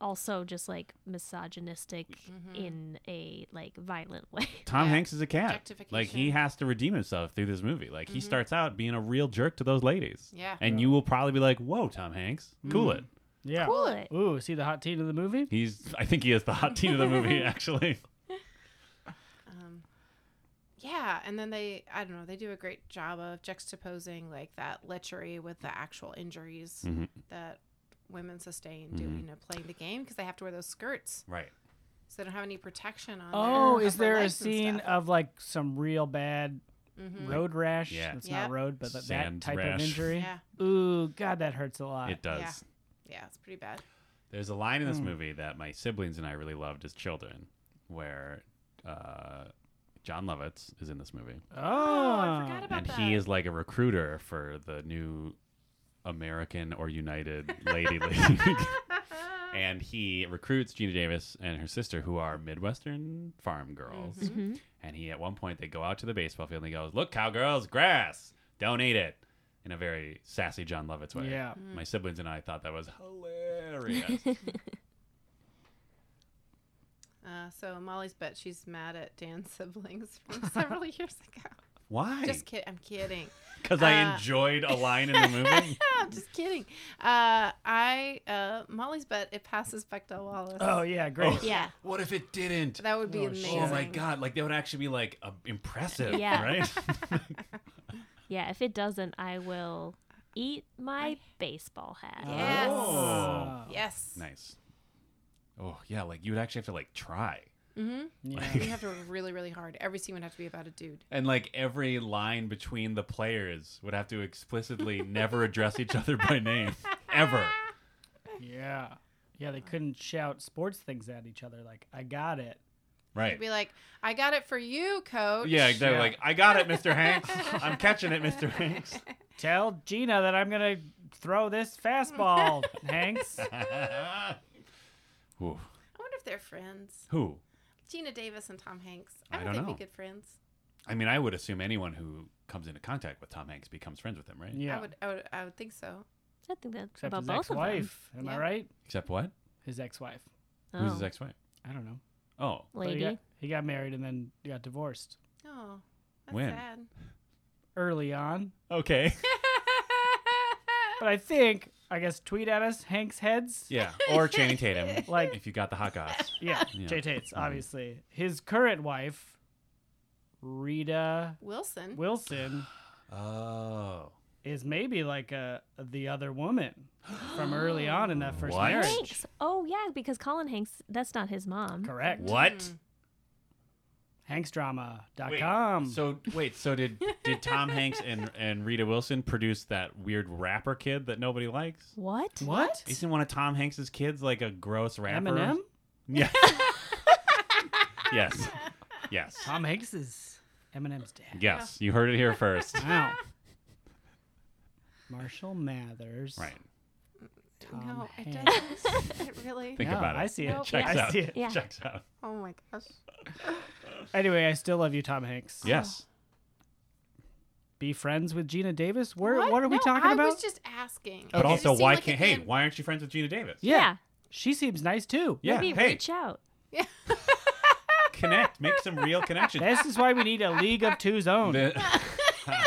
S3: also just like misogynistic in a like violent way.
S2: Tom
S5: Mm-hmm. Yeah.
S2: Hanks is a cat. Like he
S5: Objectification. Mm-hmm.
S2: has to redeem himself through this movie. Like he starts out being a real jerk to those ladies.
S5: Yeah.
S2: And you will probably be like, "Whoa, Tom Hanks, cool
S6: Mm.
S2: it."
S6: Yeah.
S3: Cool it.
S6: Ooh, see the hot teen of the movie?
S2: He's. I think he is the hot teen of the movie. Actually,
S5: Um, Yeah, and then they, I don't know, they do a great job of juxtaposing like that lechery with the actual injuries that women sustain doing, you know, playing the game because they have to wear those skirts.
S2: right.
S5: So they don't have any protection on
S6: Oh,
S5: their
S6: is
S5: upper
S6: there a
S5: legs and
S6: scene
S5: stuff. Mm-hmm.
S6: of like some real bad road rash?
S2: Yeah.
S6: It's
S5: Yep.
S6: not road, but that, that
S2: Sand
S6: type
S2: rash.
S6: of injury.
S5: Yeah.
S6: Ooh, God, that hurts a lot.
S2: It does.
S5: Yeah. Yeah, it's pretty bad.
S2: There's a line in this
S6: Mm.
S2: movie that my siblings and I really loved as children, where uh, John Lovitz is in this movie,
S5: Oh,
S6: Oh,
S5: I forgot about
S2: and
S5: that.
S2: he is like a recruiter for the new American or United Lady League. and he recruits Gina Davis and her sister, who are Midwestern farm girls.
S5: Mm-hmm.
S2: And he, at one point, they go out to the baseball field and he goes, "Look, cowgirls, grass. Don't eat it." In a very sassy John Lovitz way.
S6: Yeah.
S5: Mm.
S2: My siblings and I thought that was hilarious.
S5: Uh, so Molly's bet she's mad at Dan's siblings from several years ago.
S2: Why?
S5: Just kid. I'm kidding.
S2: Because I
S5: uh,
S2: enjoyed a line in the movie.
S5: I'm just kidding. Uh, I uh, Molly's bet it passes Bechdel Wallace.
S6: Oh yeah, great.
S2: Oh.
S3: Yeah.
S2: what if it didn't?
S5: That would be
S6: Oh,
S5: amazing.
S6: shit.
S2: Oh my god! Like that would actually be like uh, impressive,
S3: Yeah.
S2: right?
S3: Yeah. If it doesn't, I will eat my baseball hat.
S5: Yes.
S2: Oh.
S5: Yes.
S2: nice. Oh yeah, like you would actually have to like try,
S5: You Mm-hmm. have to work really, really hard. Every scene would have to be about a dude.
S2: and like every line between the players would have to explicitly never address each other by name ever.
S6: Yeah. Yeah, they couldn't shout sports things at each other like, I got it.
S2: Right?
S5: It'd be like, I got it for you, coach.
S2: Yeah, they're
S6: Yeah.
S2: like, I got it, Mr. Hanks. I'm catching it, Mr. Hanks.
S6: Tell Gina that I'm gonna throw this fastball, Hanks.
S2: Ooh.
S5: I wonder if they're friends.
S2: Who?
S5: Gina Davis and Tom Hanks.
S2: I
S5: I would
S2: don't
S5: think
S2: know.
S5: be good friends.
S2: I mean, I would assume anyone who comes into contact with Tom Hanks becomes friends with him, right?
S6: Yeah.
S5: I would, I would, I would think so.
S3: I think that's
S6: Except
S3: about
S6: his
S3: both of them.
S6: ex-wife. Am I
S5: Yeah.
S6: right?
S2: Except what?
S6: His ex-wife.
S2: Who's
S3: Oh,
S2: his ex-wife?
S6: I don't know.
S2: Oh,
S6: But
S3: lady.
S6: He got, he got married and then got divorced
S5: Oh, that's
S2: When?
S5: sad.
S6: early on.
S2: okay.
S6: But I think, I guess, tweet at us, Hanks heads.
S2: Yeah, or Channing Tatum.
S6: Like-
S2: if you got the hot goss.
S6: Yeah,
S2: Yeah. Mm-hmm. Hmm.
S6: Jay Tate's, obviously. His current wife, Rita
S3: Mm-hmm.
S5: Wilson.
S6: Wilson,
S2: Oh,
S6: is maybe like a the other woman from early on in that first
S2: What?
S6: marriage.
S3: Hanks. Oh yeah, because Colin Hanks. That's not his mom.
S6: Correct.
S2: what?
S6: Hanksdrama.com.
S2: So wait, so did did Tom Hanks and and Rita Wilson produce that weird rapper kid that nobody likes?
S3: What?
S6: what?
S2: Isn't one of Tom Hanks's kids like a gross rapper?
S6: Eminem?
S2: Yeah. yes. Yes.
S6: Tom Hanks is Eminem's dad.
S2: Yes. You heard it here first.
S6: Wow. Marshall Mathers.
S2: Right.
S6: Tom
S5: No, it
S6: Hanks.
S5: doesn't. it really.
S2: Think
S6: No,
S2: about it.
S6: I see it.
S5: Nope.
S2: Checks
S6: I
S2: out.
S6: see it.
S3: Yeah.
S2: Checks out.
S5: Oh my gosh.
S6: Anyway, I still love you, Tom Hanks.
S2: Yes.
S6: Be friends with Gina Davis. Where, what?
S5: What?
S6: are we
S5: No,
S6: talking
S5: I
S6: about?
S5: was just asking.
S2: But
S5: It
S2: also,
S5: just seemed
S2: why
S5: like
S2: can't?
S5: an
S2: Hey,
S5: in-
S2: why aren't you friends with Gina Davis?
S6: yeah.
S3: Yeah.
S6: She seems nice too.
S2: Yeah.
S3: Maybe
S2: Hey,
S3: reach out.
S2: connect. Make some real connections.
S6: This is why we need a League of Two's own.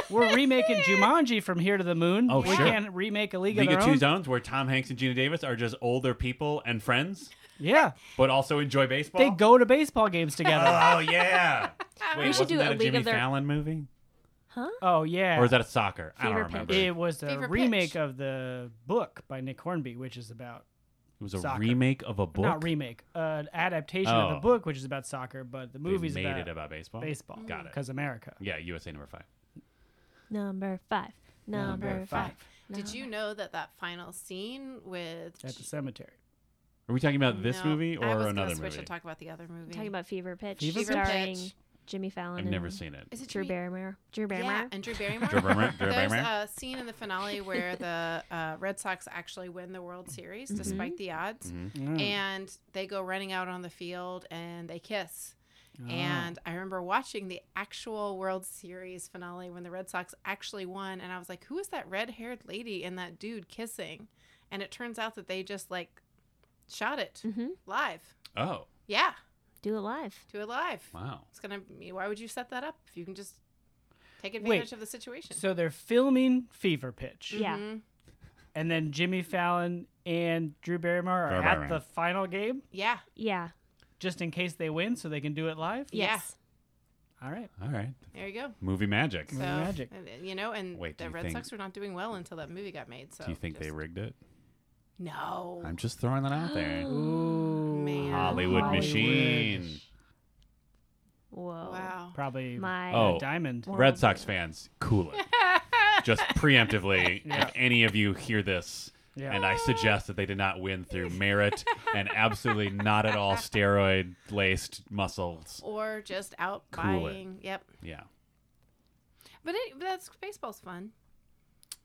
S2: The-
S6: We're remaking Jumanji from here to the moon.
S2: Oh,
S6: we
S2: sure.
S6: can't remake a League,
S2: League
S6: of
S2: of
S6: Their
S2: Two
S6: Own.
S2: Zones, where Tom Hanks and Gina Davis are just older people and friends,
S6: Yeah.
S2: but also enjoy baseball.
S6: They go to baseball games together.
S2: Oh yeah. Wait,
S3: We should
S2: wasn't
S3: do
S2: that a,
S3: a League
S2: Jimmy
S3: of Their-
S2: Fallon movie,
S6: oh, yeah.
S2: or is that a soccer? I don't
S3: Fever Pitch.
S2: remember. It
S6: It was the
S5: Fever
S6: remake
S5: Pitch.
S6: of the book by Nick Hornby, which is about
S2: was a
S6: Soccer.
S2: remake of a book.
S6: not remake, uh, adaptation of the
S2: Oh.
S6: book, which is about soccer, but the
S2: They
S6: movie's
S2: made
S6: about,
S2: it about baseball.
S6: baseball.
S2: Got it.
S6: Because America.
S2: Yeah, USA number five.
S3: Number five. Number, five.
S5: Did you know that that final scene with
S6: At the cemetery.
S2: Are we talking about this
S5: No,
S2: movie
S5: I
S2: or
S5: was
S2: another
S5: gonna switch
S2: movie?
S5: and talk about the other movie.
S3: Talking about Fever Pitch,
S6: Fever Pitch.
S3: starring Jimmy Fallon.
S2: I've never
S3: and
S2: seen it.
S5: is it
S3: Drew
S5: Drew Barrymore?
S3: Barrymore. Drew Barrymore.
S5: e- Yeah, and Drew Barrymore.
S2: Drew Barrymore? Drew
S5: There's
S2: Barrymore?
S5: a scene in the finale where the uh, Red Sox actually win the World Series
S3: Mm-hmm.
S5: despite the odds,
S2: Mm-hmm. Mm.
S5: and they go running out on the field and they kiss.
S2: Oh.
S6: Mm. Ah.
S5: And I remember watching the actual World Series finale when the Red Sox actually won, and I was like, "Who is that red-haired lady and that dude kissing?" And it turns out that they just like shot it live.
S2: Oh
S5: Yeah,
S3: Mm-hmm. Do it live.
S5: do it live.
S2: wow.
S5: It's gonna. be- Why would you set that up if you can just take advantage
S6: Wait,
S5: of the situation? Mm-hmm.
S6: So they're filming Fever Pitch.
S3: Yeah.
S6: And then Jimmy Fallon and Drew Barrymore are
S2: Drew
S6: at
S2: Barrymore.
S6: the final game
S5: yeah.
S3: Yeah.
S6: just in case they win so they can do it live.
S5: Yeah.
S3: Yes.
S6: All right.
S2: All right,
S5: There you go.
S2: movie magic.
S5: So,
S6: magic.
S5: and, uh, you know, and
S2: Wait, do
S5: the
S2: you
S5: Red
S2: think-
S5: Sox were not doing well until that movie got made. So
S2: Do you think they
S5: just- Oh.
S2: rigged it?
S5: No,
S2: I'm just throwing that out there.
S5: man.
S2: Hollywood,
S3: Hollywood.
S2: machine.
S3: Whoa.
S5: Wow.
S6: Probably
S3: My.
S2: Oh.
S6: Diamond.
S2: Red Sox fans, cool it. Just preemptively,
S6: Yeah.
S2: if any of you hear this,
S6: Yeah.
S2: and I suggest that they did not win through merit and absolutely not at all steroid laced muscles.
S5: Or just out
S2: Cool it.
S5: buying. Yep.
S2: Yeah.
S5: But it, but that's baseball's fun.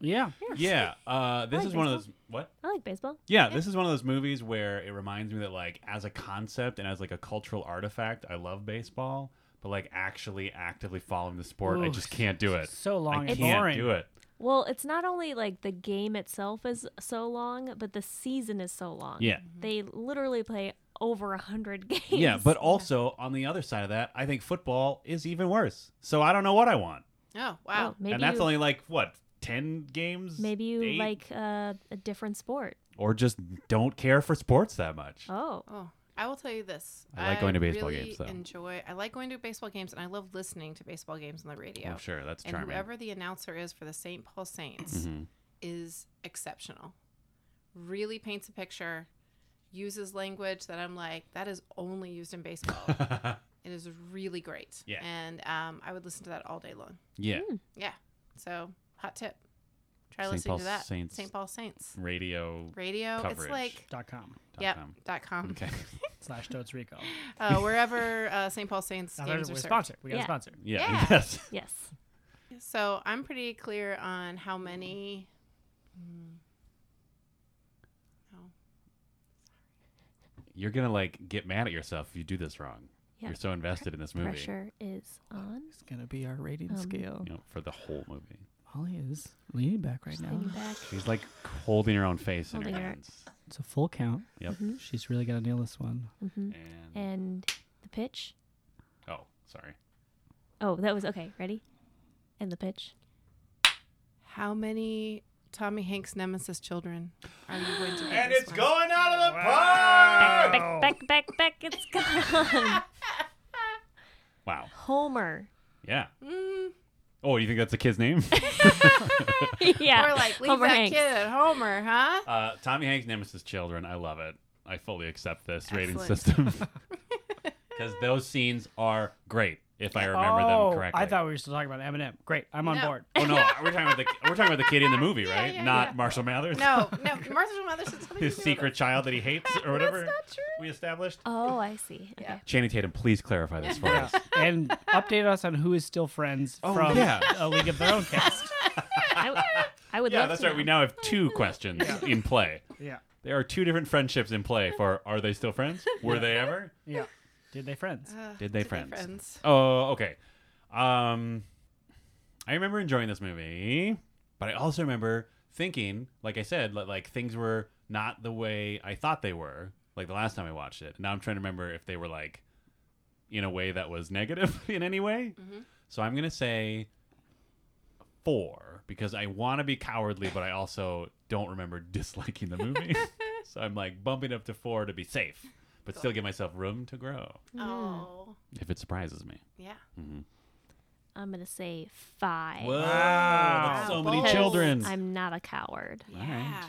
S6: Yeah.
S2: Yeah. Uh, this
S3: like
S2: is one of those. What?
S3: I like baseball.
S2: Yeah, this is one of those movies where it reminds me that, like, as a concept and as like a cultural artifact, I love baseball, but like actually actively following the sport, I
S6: Ooh,
S2: just can't do it.
S6: So long
S2: I
S6: and
S2: can't
S6: boring.
S2: do it.
S3: Well, it's not only like the game itself is so long, but the season is so long.
S2: Yeah.
S3: They literally play over a hundred games.
S2: Yeah, but also on the other side of that, I think football is even worse. So I don't know what I want.
S5: Oh wow.
S3: Oh, maybe
S2: and that's
S3: you,
S2: only like what ten games.
S3: maybe you
S2: Eight?
S3: like uh, a different sport.
S2: or just don't care for sports that much.
S3: Oh,
S5: Oh, I will tell you this.
S2: I like going to baseball
S5: really
S2: games, though.
S5: Enjoy. I like going to baseball games, and I love listening to baseball games on the radio.
S2: I'm Oh, sure that's
S5: and
S2: charming.
S5: whoever the announcer is for the St. Paul Saints
S2: Mhm.
S5: is exceptional. Really paints a picture, uses language that I'm like that is only used in baseball.
S2: Mm-hmm.
S5: it is really great.
S2: Yeah.
S5: And um, I would listen to that all day long.
S2: yeah,
S5: Yeah. So hot tip. Try
S2: St.
S5: listening
S2: Paul
S5: to that.
S2: Saints.
S5: St. Paul Saints
S2: radio.
S5: radio.
S2: Coverage.
S5: It's like
S6: dot com
S5: yep Um,
S2: com.
S5: dot com.
S2: Okay.
S6: slash Totes Rico.
S5: uh, wherever uh, St. Paul Saints
S6: Now
S5: games
S6: there's
S5: are
S6: a
S5: served.
S6: sponsor. We got a
S3: Yeah.
S6: sponsor.
S2: Yeah.
S5: Yeah.
S2: Yes.
S3: yes.
S5: So I'm pretty clear on how many.
S2: You're gonna like get mad at yourself if you do this wrong.
S3: Yeah.
S2: You're so invested in this movie.
S3: Pressure is on.
S1: It's gonna be our rating
S3: Um,
S1: scale.
S2: You know, for the whole movie.
S1: Holly is leaning back right
S3: Just
S1: now.
S3: leaning back.
S2: She's like holding her own face in her
S3: Holding her-
S2: hands.
S1: It's a full count.
S2: Yep.
S3: Mhm.
S1: She's really got to nail this one.
S3: hmm
S2: And
S3: And the pitch.
S2: oh, sorry.
S3: Oh, that was okay. Ready? And the pitch.
S5: How many Tommy Hanks nemesis children are you going to?
S2: And it's going out of the park.
S3: Back, back, back, back. It's gone.
S2: Wow.
S3: Homer.
S2: Yeah.
S5: Mm,
S2: Oh, you think that's a kid's name?
S3: yeah.
S5: Or like leave
S3: Homer
S5: that
S3: Hanks.
S5: kid at Homer, huh?
S2: uh, Tommy Hanks' Nemesis Children. I love it. I fully accept this rating
S5: Excellent.
S2: system because those scenes are great. If I remember
S6: oh,
S2: them correctly.
S6: I thought we were still talking about Eminem. Great, I'm on
S5: No.
S6: board.
S2: Oh no, we're talking about the we're talking about the kid in the movie,
S5: Yeah,
S2: right?
S5: yeah,
S2: Not
S5: yeah.
S2: Marshall Mathers.
S5: No, no, Martha's mother said something.
S2: His secret child that he hates or whatever.
S5: That's not
S2: We established.
S3: Oh, I see. Okay.
S5: Yeah.
S2: Channing Tatum, please clarify this for us.
S6: and update us on who is still friends
S2: Oh,
S6: from
S2: yeah.
S6: a League of Their Own cast.
S3: I, w- I would
S2: Yeah,
S3: love
S2: that's
S3: to
S2: right.
S3: know.
S2: We now have two questions in play.
S6: Yeah,
S2: There are two different friendships in play for are they still friends? Were they ever?
S6: yeah. Did they friends?
S5: true. Ugh,
S2: Did they
S5: did
S2: friends? Oh, okay. Um, I remember enjoying this movie, but I also remember thinking, like I said, li- like things were not the way I thought they were, like the last time I watched it. Now I'm trying to remember if they were like in a way that was negative in any way. So I'm gonna say four because I want to be cowardly, but I also don't remember disliking the movie. so I'm like bumping up to four to be safe, but still give myself room to grow
S5: Oh,
S2: if it surprises me.
S5: yeah.
S3: I'm going to say five.
S2: Whoa, that's so many
S5: Balls.
S2: children.
S3: I'm not a coward.
S5: Yeah.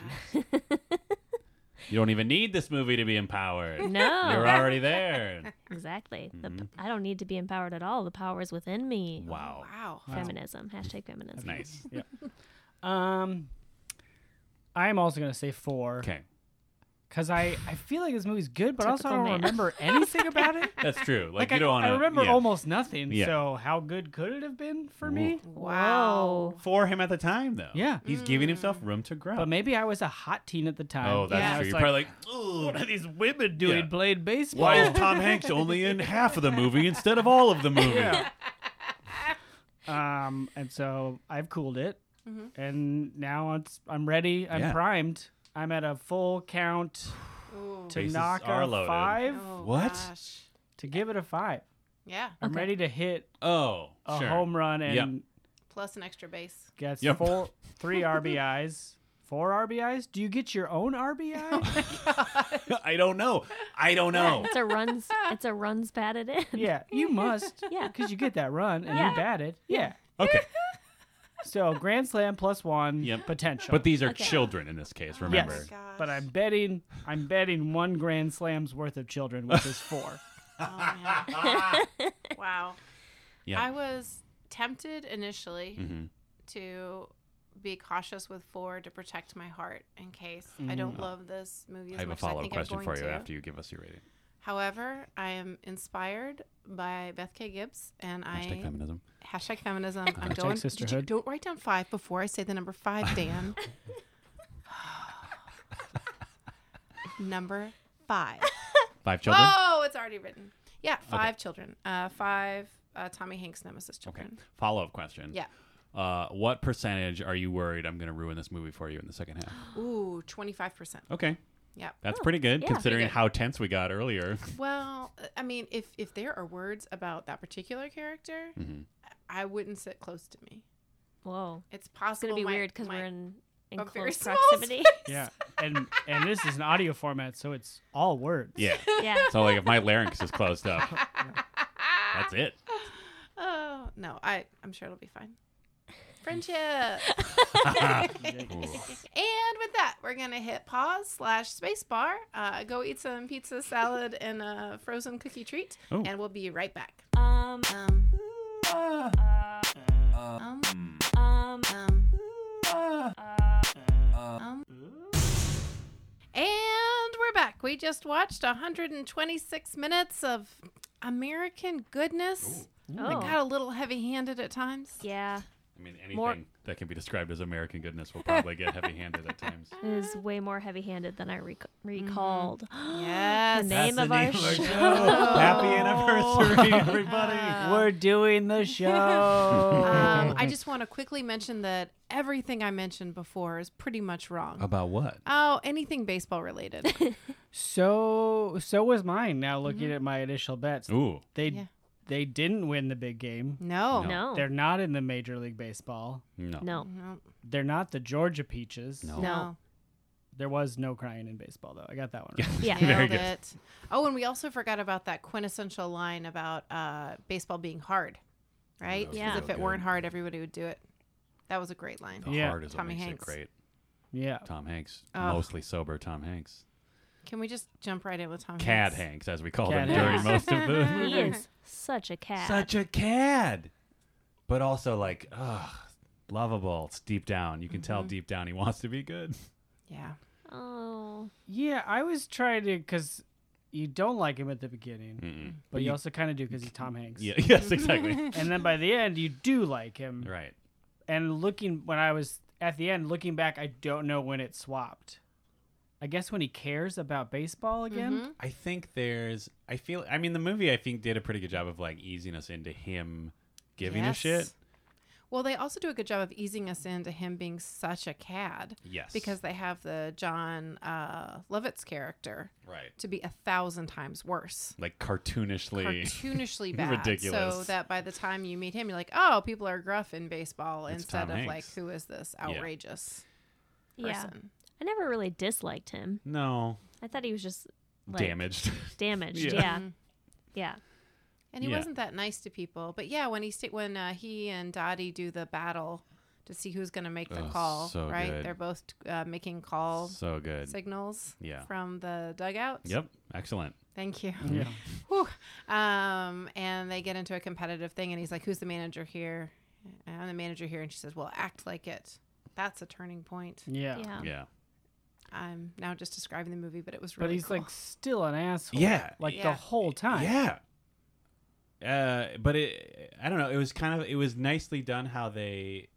S2: You don't even need this movie to be empowered.
S3: No.
S2: You're Mm-hmm. already there.
S3: Exactly. The p- I don't need to be empowered at all. The power is within me.
S2: Wow.
S5: Wow.
S3: Feminism. Hashtag feminism.
S2: Nice. Uh,
S6: Um, I'm also gonna say four
S2: Okay.
S6: because I I feel like this movie's good, but also I
S3: Typical
S6: don't
S3: man.
S6: remember anything about it.
S2: That's true. Like,
S6: Like,
S2: you don't want
S6: I,
S2: to
S6: I remember
S2: yeah.
S6: almost nothing.
S2: Yeah.
S6: So how good could it have been for me?
S5: Wow.
S2: for him at the time though.
S6: Yeah.
S2: He's giving himself
S3: Mm.
S2: room to grow.
S6: But maybe I was a hot teen at the time.
S2: oh, that's
S5: Yeah.
S6: I
S2: true.
S6: was
S2: You're
S6: like,
S2: probably like, ooh,
S6: what are these women doing
S2: Yeah.
S6: playing baseball?
S2: why is Tom Hanks only in half of the movie instead of all of the movie?
S6: Yeah. um, and so I've cooled it,
S3: Mm-hmm.
S6: and now it's, I'm ready. I'm
S2: Yeah.
S6: primed. I'm at a full count
S5: Ooh.
S6: to
S2: Bases
S6: knock
S2: are
S6: a
S2: loaded.
S6: five
S5: Oh,
S2: What?
S5: Gosh.
S6: to give it a five.
S5: Yeah.
S6: I'm
S3: Okay.
S6: ready to hit
S2: Oh,
S6: a
S2: sure.
S6: home run and
S2: Yep.
S5: Plus an extra base.
S6: gets
S2: Yep.
S6: four, three RBIs, four RBIs. Do you get your own RBI?
S2: I don't know. I don't know.
S3: It's a runs. It's a runs batted in.
S6: yeah, you must.
S3: Yeah.
S6: because you get that run and
S3: Yeah.
S6: you batted. Yeah.
S2: Okay.
S6: So grand slam plus one
S2: Yep.
S6: potential.
S2: But these are
S3: Okay.
S2: children in this case, remember.
S6: Yes.
S5: Oh Gosh.
S6: But I'm betting I'm betting one grand slam's worth of children, which is four.
S5: Oh, man. wow.
S2: Yeah. Mm-hmm.
S5: I was tempted initially to be cautious with four to protect my heart in case I don't love this movie as
S2: Mm. I have a
S5: much as I
S2: follow up
S5: think
S2: question
S5: I'm
S2: for
S5: going
S2: you
S5: to.
S2: after you give us your rating.
S5: However, I am inspired by Beth K. Gibbs and
S2: Hashtag
S5: I
S2: feminism.
S5: hashtag feminism. I'm
S6: Hashtag
S5: going. did you-
S6: sisterhood.
S5: don't write down five before I say the number five, Dan. number five.
S2: Five children.
S5: Oh, it's already written. Yeah, five children. Uh, five uh, Tommy Hanks nemesis
S2: Okay.
S5: children.
S2: Follow up question.
S5: Yeah.
S2: Uh, what percentage are you worried I'm going to ruin this movie for you in the second half?
S5: Ooh, 25%.
S2: Okay.
S5: Yep.
S2: That's
S3: Oh,
S2: pretty good
S3: yeah.
S2: considering
S5: Pretty good.
S2: how tense we got earlier.
S5: Well, uh, I mean, if if there are words about that particular character,
S2: Mm-hmm.
S5: I wouldn't sit close to me.
S3: Whoa.
S5: It's
S3: It's
S5: possible
S3: going to be
S5: my-
S3: weird because
S5: my-
S3: we're in, in
S5: a very
S3: close
S5: small
S3: proximity.
S6: Yeah, and and this is an audio format, so it's all words.
S2: Yeah.
S3: yeah.
S2: So like if my larynx is closed up, that's it.
S5: Oh no, I I'm sure it'll be fine. Friendship.
S2: Cool.
S5: And with that, we're gonna hit pause slash space bar. Uh, go eat some pizza, salad, and a frozen cookie treat,
S2: Oh.
S5: and we'll be right back.
S3: Um,
S5: Um,
S4: um,
S3: um,
S5: um, um. And we're back. We just watched 126 minutes of American goodness. I
S3: Oh.
S5: got a little heavy-handed at times.
S3: yeah.
S2: I mean, anything
S3: More-
S2: that can be described as American goodness will probably get heavy-handed at times.
S3: It is way more heavy handed than I rec-
S5: Mm-hmm.
S3: recalled.
S5: Yes.
S3: The name of our show.
S2: Happy anniversary, everybody!
S6: We're doing the show.
S5: Um, I just want to quickly mention that everything I mentioned before is pretty much wrong.
S2: About what?
S5: Oh, anything baseball related.
S6: so so was mine. Now looking at my initial bets,
S2: Ooh,
S6: they
S5: Yeah.
S6: they didn't win the big game.
S5: No.
S3: No.
S2: Oh.
S6: They're not in the Major League Baseball.
S2: no.
S3: no.
S5: No.
S6: They're not the Georgia Peaches.
S2: No.
S5: No.
S6: There was no crying in baseball though. I got that one.
S2: Yeah.
S6: Right.
S3: Yeah.
S2: Very
S5: Nailed
S2: good.
S5: it. Oh, and we also forgot about that quintessential line about uh, baseball being hard, right?
S2: that
S5: Because
S2: was
S5: if
S2: so
S5: it weren't
S2: good. Oh.
S5: hard, everybody would do it. That was a great line.
S2: The
S6: Yeah.
S2: heart is
S5: Tommy
S2: what makes
S5: Hanks.
S2: it great.
S6: Yeah.
S2: Tom Hanks,
S5: Oh.
S2: mostly sober Tom Hanks.
S5: Can we just jump right in with Tom
S2: Cad
S5: Hanks?
S2: Hanks, as we called
S6: Cad
S2: him during most of the
S3: He
S2: movie.
S3: is such a cat.
S2: Such a cad, but also like, ugh, lovable. It's deep down. You can tell
S5: Mm-hmm.
S2: deep down he wants to be good.
S5: Yeah.
S3: oh.
S6: Yeah, I was trying to because you don't like him at the beginning, but you, also kind of do because he's Tom Hanks.
S2: Mm. Yeah. Yes. Exactly.
S6: And then by the end, you do like him.
S2: right.
S6: And looking when I was at the end, looking back, I don't know when it swapped. I guess when he cares about baseball again.
S2: I think there's. I feel. I mean, the movie I think did a pretty good job of like easing us into him giving
S5: Yes.
S2: a shit.
S5: Well, they also do a good job of easing us into him being such a cad
S2: Yes.
S5: because they have the John uh, Lovitz character
S2: right.
S5: to be a thousand times worse.
S2: Like cartoonishly.
S5: cartoonishly bad. So
S2: Ridiculous.
S5: that by the time you meet him, you're like, oh, people are gruff in baseball
S2: It's
S5: instead
S2: Tom
S5: of
S2: Hanks.
S5: like, who is this outrageous
S3: Yeah.
S5: person?
S3: I never really disliked him.
S2: no.
S3: I thought he was just like,
S2: damaged.
S3: Damaged.
S2: Yeah.
S3: Yeah. Yeah. yeah.
S5: Mm-hmm. And he
S2: Yeah.
S5: wasn't that nice to people. But yeah, when he sta- when uh, he and Dottie do the battle to see who's going to make the
S2: Oh,
S5: call,
S2: so
S5: right?
S2: good.
S5: They're both uh, making call
S2: so good.
S5: signals
S2: Yeah.
S5: from the dugout.
S2: Yep. Excellent.
S5: Thank you.
S6: Yeah.
S2: Mm-hmm.
S5: Whew. Um, and they get into a competitive thing, and he's like, "Who's the manager here?" And I'm the manager here, and she says, "Well, act like it." That's a turning point.
S6: Yeah.
S3: Um,
S2: Yeah.
S5: I'm now just describing the movie, but it was
S6: But
S5: really
S6: he's
S5: cool.
S6: like still an asshole.
S2: Yeah.
S6: Like the
S5: Yeah.
S6: whole time.
S2: Yeah. Uh, but it, I don't know. It was kind of, it was nicely done how they,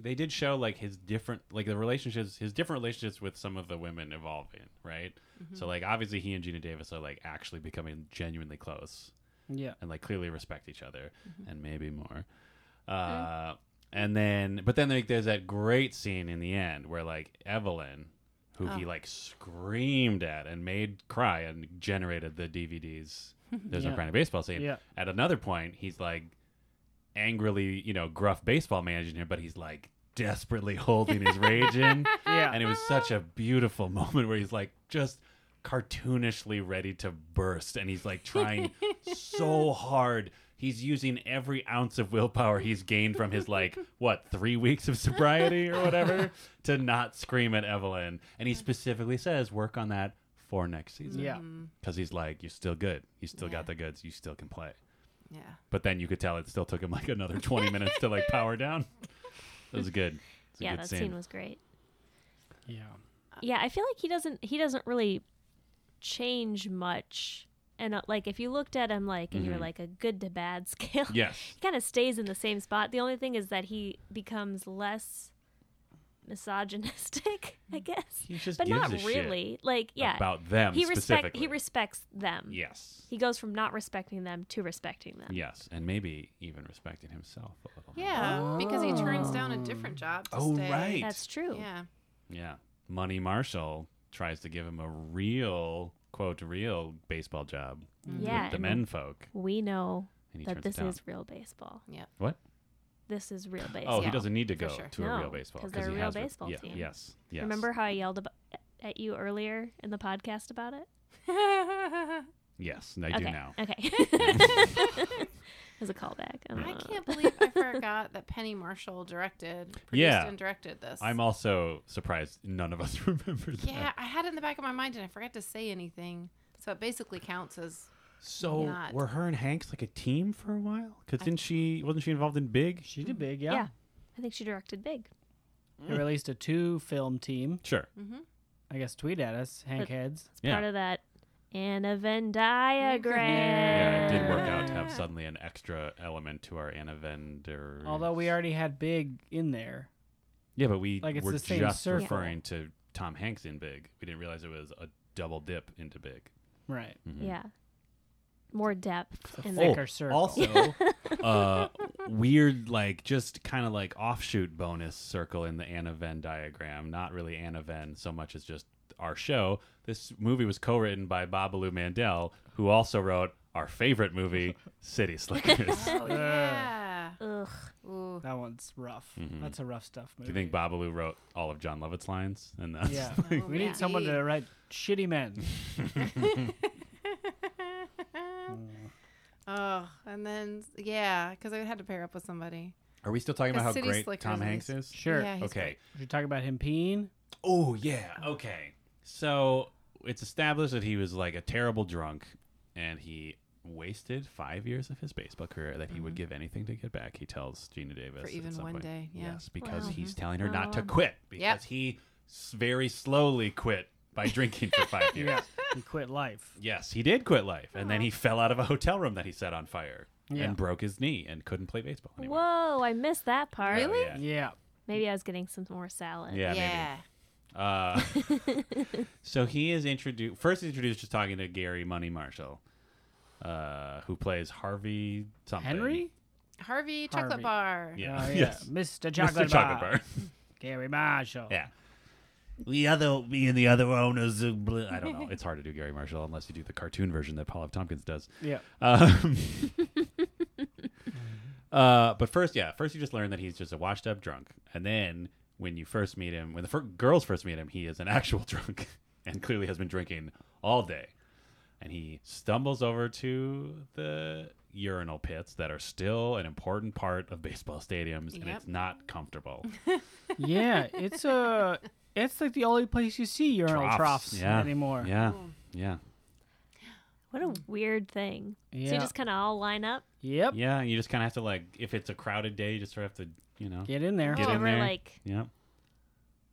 S2: they did show like his different, like the relationships, his different relationships with some of the women evolving, right? So like obviously he and Gina Davis are like actually becoming genuinely close
S6: Yeah.
S2: and like clearly respect each other and maybe more. Uh, and then, but then like there's that great scene in the end where like Evelyn, who he like screamed at and made cry and generated the DVDs. There's
S6: Yeah.
S2: no crying in baseball scene.
S6: Yeah.
S2: At another point, he's like angrily, you know, gruff baseball managing her, but he's like desperately holding his rage in.
S6: Yeah.
S2: And it was such a beautiful moment where he's like just cartoonishly ready to burst and he's like trying so hard. He's using every ounce of willpower he's gained from his like what, 3 weeks of sobriety or whatever to not scream at Evelyn. And he specifically says work on that for next season.
S6: Yeah.
S5: Mm-hmm.
S2: Cuz he's like you're still good. You still
S5: Yeah.
S2: got the goods. You still can play.
S5: Mm-hmm. yeah,
S2: But then you could tell it still took him like another 20 minutes to like power down. It was good. It's a good
S3: that
S2: scene.
S3: scene was great.
S6: Yeah.
S3: yeah i feel like he doesn't he doesn't really change much and uh, like if you looked at him like
S2: Mm-hmm.
S3: and you're like a good to bad scale
S2: yes.
S3: he kind of stays in the same spot the only thing is that he becomes less misogynistic i guess
S2: Mm. He just
S3: but
S2: gives
S3: not
S2: a shit
S3: really like yeah
S2: about them
S3: he respect
S2: specifically.
S3: he respects them
S2: yes,
S3: he goes from not respecting them to respecting them
S2: yes, and maybe even respecting himself a little.
S5: yeah, because he turns down a different job. To
S2: Oh,
S5: stay.
S2: right.
S3: that's true
S5: Yeah,
S2: yeah. Money Marshall tries to give him a real quote real baseball job
S5: Mm-hmm.
S3: Yeah,
S2: with the
S3: and
S2: men folk,
S3: we know
S2: and he
S3: that
S2: turns it
S3: this
S2: down.
S3: is real baseball.
S5: Yep.
S2: What?
S3: This is real baseball.
S2: Oh, he doesn't need to go
S5: for sure.
S2: to a
S3: No,
S2: real baseball
S3: 'cause they're a
S2: he
S3: real
S2: has re-
S3: baseball
S2: yeah,
S3: team.
S2: Yes, yes.
S3: Remember how I yelled ab- at you earlier in the podcast about it?
S2: Yes, I
S3: okay.
S2: do now.
S3: Okay. it was a callback.
S5: I
S3: Uh,
S5: can't believe I forgot that Penny Marshall directed, produced,
S2: Yeah.
S5: and directed this.
S2: I'm also surprised none of us remembered
S5: yeah,
S2: that.
S5: I had it in the back of my mind and I forgot to say anything. So it basically counts as
S2: So
S5: Not.
S2: were her and Hanks like a team for a while? Because didn't she wasn't she involved in Big?
S6: She did big,
S3: yeah.
S6: yeah.
S3: I think she directed Big.
S6: They released a two film team.
S2: Sure.
S5: mm-hmm.
S6: I guess tweet at us, Hank
S3: But-
S6: Heads.
S3: It's
S2: Yeah.
S3: part of that and a Venn diagram.
S2: Yeah, it did work out to have suddenly an extra element to our Anna Vendor.
S6: Although we already had big in there.
S2: yeah, but we
S6: like, it's
S2: were
S6: the same
S2: just
S6: circle.
S2: referring to Tom Hanks in Big. We didn't realize it was a double dip into Big.
S6: Right.
S2: Mm-hmm.
S3: Yeah. More depth in
S6: full-
S3: there.
S6: thicker circle.
S2: Oh, Also, uh, weird, like just kind of like offshoot bonus circle in the Anna Venn diagram. Not really Anna Venn so much as just our show. This movie was co-written by Babalu Mandel, who also wrote our favorite movie, City Slickers.
S5: Oh, yeah.
S3: Ugh.
S5: Ooh.
S6: That one's rough. That's a rough stuff
S2: Mm-hmm. Do
S6: movie.
S2: you think Babalu wrote all of John Lovett's lines? And that's
S6: Yeah.
S5: Oh,
S6: we need
S5: yeah.
S6: someone to write shitty men.
S5: Oh, and then yeah, because I had to pair up with somebody.
S2: Are we still talking about
S5: The
S2: how
S5: City
S2: great
S5: Slickers
S2: Tom
S5: is-
S2: Hanks is?
S6: Sure.
S5: Yeah, he's
S2: Okay.
S6: We should talk about him peeing.
S2: Oh yeah. Okay. So it's established that he was like a terrible drunk, and he wasted five years of his baseball career that he would give anything to get back. He tells Gina Davis
S5: Mm-hmm. For
S2: at
S5: even
S2: some
S5: one
S2: point.
S5: day, yeah. Mm-hmm. Oh.
S2: Yes, because
S3: Wow.
S2: he's telling her not to quit because he s- very slowly quit by drinking for five years.
S6: He quit life.
S2: Yes, he did quit life, and then he fell out of a hotel room that he set on fire
S6: Uh-huh. Yeah.
S2: and broke his knee and couldn't play baseball anymore.
S3: Whoa, I missed that part.
S2: So, yeah.
S6: Yeah.
S3: Maybe I was getting some more salad.
S2: Yeah, maybe.
S5: yeah.
S2: Uh, so he is introduced. First, he's introduced just talking to Gary Money Marshall, uh, who plays Harvey something.
S6: Henry?
S5: Harvey
S6: Harvey.
S5: Chocolate Bar.
S2: Yeah.
S6: Oh, yeah.
S2: Yes.
S6: Mr.
S2: Mr.
S6: Chocolate,
S2: Chocolate
S6: Bar.
S2: Bar.
S6: Gary Marshall.
S2: yeah. The other, me and the other owners. Of bl- I don't know. It's hard to do Gary Marshall unless you do the cartoon version that Paul F. Tompkins does.
S6: Yeah.
S2: Um, uh, but first, yeah, first you just learn that he's just a washed up drunk, and then when you first meet him, when the fir- girls first meet him, he is an actual drunk and clearly has been drinking all day, and he stumbles over to the urinal pits that are still an important part of baseball stadiums, and
S5: Yep.
S2: it's not comfortable.
S6: Yeah, it's a it's like the only place you see urinal troughs,
S2: yeah,
S6: anymore.
S2: yeah, yeah,
S3: What a
S2: Mm.
S3: weird thing. So
S6: Yeah.
S3: you just kind of all line up.
S6: Yep.
S2: yeah. And you just kind of have to like, if it's a crowded day, you just sort of have to, you know,
S6: Get in there.
S2: Get
S3: oh,
S2: in
S3: we're
S2: there.
S3: like
S2: yeah.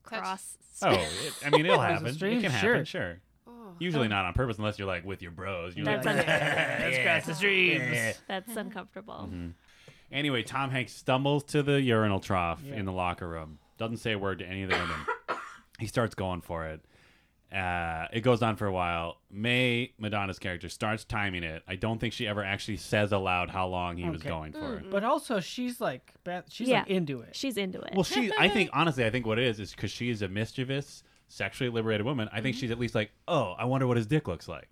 S3: cross.
S2: Oh, it, I mean, it'll
S6: Cross the
S2: happen. It
S6: street,
S2: can happen,
S6: sure.
S2: sure.
S5: Oh.
S2: Usually not on purpose, unless you're like with your bros. You're
S3: That's
S2: like,
S3: un-
S6: Let's cross the streams.
S3: That's uncomfortable.
S2: Mm-hmm. Anyway, Tom Hanks stumbles to the urinal trough
S6: Yeah.
S2: in the locker room. Doesn't say a word to any of the women. he starts going for it. Uh, it goes on for a while. May Madonna's character starts timing it. I don't think she ever actually says aloud how long he was
S6: Okay. Mm-hmm.
S2: going for it.
S5: Mm.
S6: But also, she's like, Beth, she's like
S3: Yeah.
S6: into it.
S3: She's into it.
S2: Well, she. I think honestly, I think what it is is because she is a mischievous, sexually liberated woman. I
S6: Mm-hmm.
S2: think she's at least like, oh, I wonder what his dick looks like.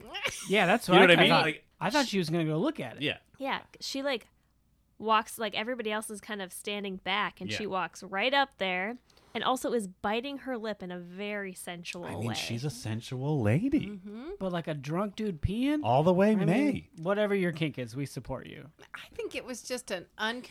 S6: Yeah, that's
S2: You know
S6: what, Mm-hmm. I,
S2: what I
S6: kinda
S2: mean?
S6: Thought.
S2: Like-
S6: I thought she was gonna go look at it.
S2: Yeah.
S3: yeah, she like walks like everybody else is kind of standing back, and
S2: Yeah.
S3: she walks right up there, and also is biting her lip in a very sensual
S2: I mean,
S3: way.
S2: she's a sensual lady
S5: Mm-hmm.
S6: But like a drunk dude peeing.
S2: all the way
S6: I
S2: May.
S6: mean, whatever your kink is, we support you.
S5: I think it was just an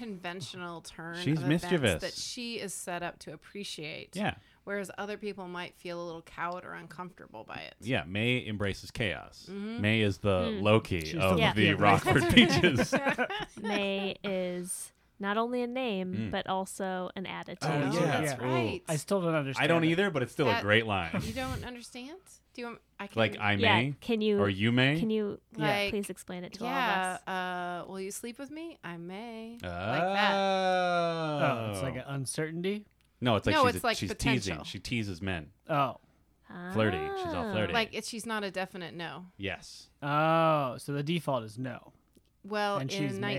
S5: unconventional turn.
S2: She's
S5: of events
S2: mischievous.
S5: that she is set up to appreciate.
S2: Yeah.
S5: Whereas other people might feel a little cowed or uncomfortable by it.
S2: Yeah, May embraces chaos.
S5: Mm-hmm.
S2: May is the
S5: Mm.
S2: Loki
S6: the
S2: of
S3: Yeah.
S2: the
S6: Loki of
S2: Rockford Peaches.
S3: May is not only a name but also an attitude.
S2: Mm. Oh, yeah.
S5: that's
S6: Yeah.
S5: right.
S6: I still don't understand.
S2: I don't
S6: it.
S2: either, but it's still a
S5: That-
S2: great line.
S5: You don't understand? Do you? want- I can.
S2: Like I
S3: Yeah,
S2: may
S3: can you-
S2: or you may.
S3: Can you
S5: Like,
S3: please explain it to all of
S5: Yeah.
S3: us?
S5: Uh, will you sleep with me? I may.
S2: Oh.
S5: Like that.
S6: Oh, it's like an uncertainty.
S2: no, it's like
S5: No,
S2: she's,
S5: it's like
S2: she's teasing.
S5: potential.
S2: She teases men.
S6: Oh,
S2: Flirty. She's all
S3: Ah.
S2: flirty.
S5: Like it's she's not a definite no.
S2: Yes,
S6: oh, so the default is no.
S5: Well,
S6: And she's
S5: in
S6: May.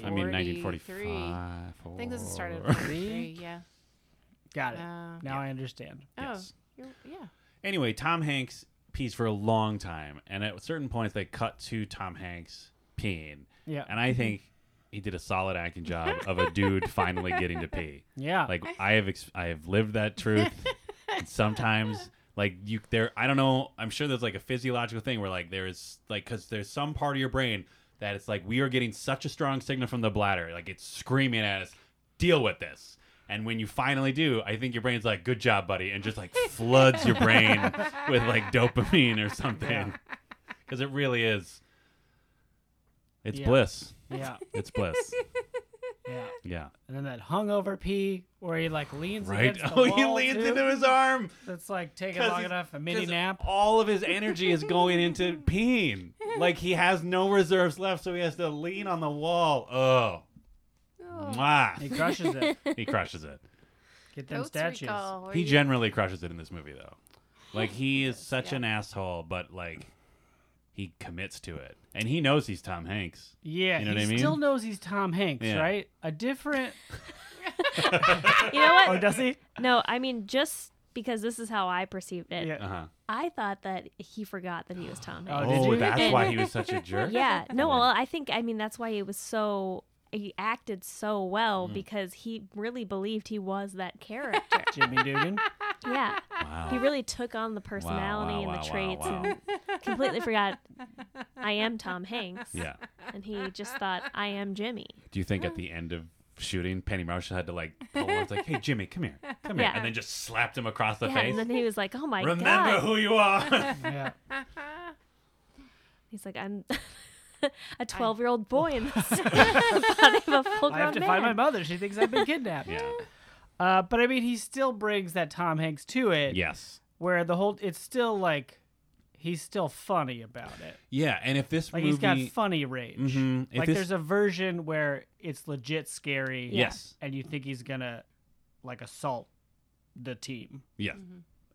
S5: nineteen,
S2: I mean 1945.
S5: I think this is started.
S2: four.
S5: in 43, yeah.
S6: Got it.
S5: Uh,
S6: now I understand.
S5: Oh,
S2: Yes.
S5: you're, yeah.
S2: Anyway, Tom Hanks pees for a long time, and at certain points they cut to Tom Hanks peeing.
S6: Yeah.
S2: And I think he did a solid acting job of a dude finally getting to pee.
S6: Yeah.
S2: Like I have ex- I have lived that truth. And sometimes like you there I don't know, I'm sure there's like a physiological thing where like there is like cuz there's some part of your brain that it's like we are getting such a strong signal from the bladder, like it's screaming at us, deal with this. And when you finally do, I think your brain's like, "Good job, buddy," and just like floods your brain with like dopamine or something, because it really is. It's
S6: Yeah.
S2: bliss.
S6: yeah.
S2: It's bliss.
S6: Yeah.
S2: Yeah.
S6: And then that hungover pee where he like leans
S2: Right.
S6: against the
S2: Oh,
S6: wall.
S2: he leans
S6: too.
S2: into his arm.
S6: That's like taking
S2: 'Cause
S6: long
S2: he's-
S6: enough a mini
S2: 'Cause
S6: nap.
S2: All of his energy is going into peeing. Like he has no reserves left, so he has to lean on the wall. Oh.
S6: He
S3: Oh.
S2: Mwah.
S6: crushes it.
S2: He crushes it.
S6: Get them
S5: Totes
S6: statues.
S5: recall, where
S2: He
S5: you-
S2: generally crushes it in this movie though. Like he is such
S5: yeah.
S2: an asshole, but like he commits to it. And he knows he's Tom Hanks.
S6: Yeah,
S2: You know
S6: he
S2: what I mean?
S6: still knows he's Tom Hanks,
S2: Yeah.
S6: right? A different.
S3: Ah. You know what?
S6: Or does he?
S3: No, I mean just because this is how I perceived it.
S6: Yeah.
S2: Uh-huh.
S3: I thought that he forgot that he was Tom
S6: Oh,
S3: Hanks.
S6: did
S2: oh
S6: you?
S2: that's why he was such a jerk.
S3: yeah. No, well, I think I mean that's why he was so he acted so
S6: Mm-hmm.
S3: well because he really believed he was that character.
S6: Jimmy Dugan.
S3: yeah.
S2: Wow.
S3: He really took on the personality
S2: wow,
S3: and
S2: wow,
S3: the traits
S2: wow,
S3: and completely forgot I am Tom Hanks.
S2: Yeah.
S3: And he just thought I am Jimmy.
S2: Do you think at the end of shooting, Penny Marshall had to like pull him up, like, "Hey, Jimmy, come here, come here,"
S3: Yeah.
S2: and then just slapped him across the
S3: yeah,
S2: face?
S3: and then he was like, "Oh my
S2: Remember
S3: god."
S2: who you are.
S6: Yeah.
S3: He's like, "I'm a 12-year-old boy in this the body of a full-grown
S6: I have to
S3: man."
S6: find my mother. She thinks I've been kidnapped.
S2: yeah.
S6: Uh, but I mean, he still brings that Tom Hanks to it.
S2: Yes.
S6: Where the whole it's still like he's still funny about it.
S2: Yeah. And if this
S6: Like
S2: movie,
S6: he's got funny rage.
S2: Mhm. If
S6: Like
S2: this-
S6: there's a version where it's legit scary.
S2: Yes.
S6: And you think he's gonna like assault the team,
S2: yeah,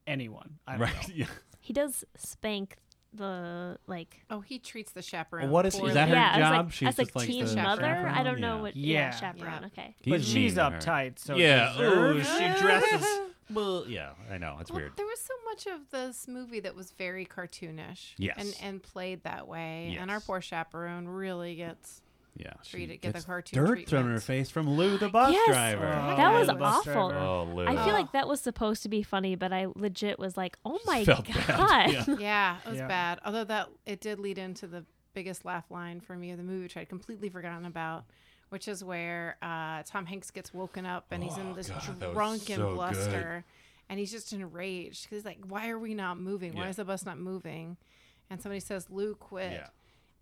S6: anyone. I don't
S2: right.
S6: know.
S2: Yeah.
S3: He does spank the like.
S5: Oh, he treats the chaperone.
S2: What is- is
S5: poorly.
S2: that her-
S3: yeah, I was
S2: job?
S3: like,
S2: She's
S3: I was like
S2: just like
S3: teen
S5: the
S3: mother.
S5: chaperone?
S3: I don't know
S2: Yeah.
S3: what. Yeah,
S6: Yeah.
S3: chaperone.
S5: Yeah.
S3: Okay.
S6: But
S2: He's
S6: she's
S2: mean to her.
S6: uptight, so
S2: yeah. Oh,
S6: deserves-
S2: she dresses. Well, yeah. I know. It's
S5: Well,
S2: weird.
S5: there was so much of this movie that was very cartoonish.
S2: Yes.
S5: And and played that way. And our
S2: Yes.
S5: poor chaperone really gets
S2: Yeah. She
S5: Treat it- get the
S2: gets
S5: cartoon
S2: dirt thrown in her
S5: treatment.
S2: face from Lou the bus
S3: Yes.
S2: driver.
S6: Oh,
S3: that
S6: yeah,
S3: was
S6: the bus
S3: awful.
S6: driver.
S2: Oh, Lou.
S3: I feel
S5: Oh.
S3: like that was supposed to be funny, but I legit was like, "Oh my
S2: felt
S3: god!"
S2: bad. Yeah.
S5: Yeah, it was
S6: Yeah.
S5: bad. Although that it did lead into the biggest laugh line for me of the movie, which I'd completely forgotten about, which is where uh, Tom Hanks gets woken up and he's in this
S2: Oh, God, that was
S5: drunken
S2: so good.
S5: bluster, and he's just enraged because he's like, "Why are we not moving? Why
S2: Yeah.
S5: is the bus not moving?" And somebody says, "Lou quit."
S2: Yeah.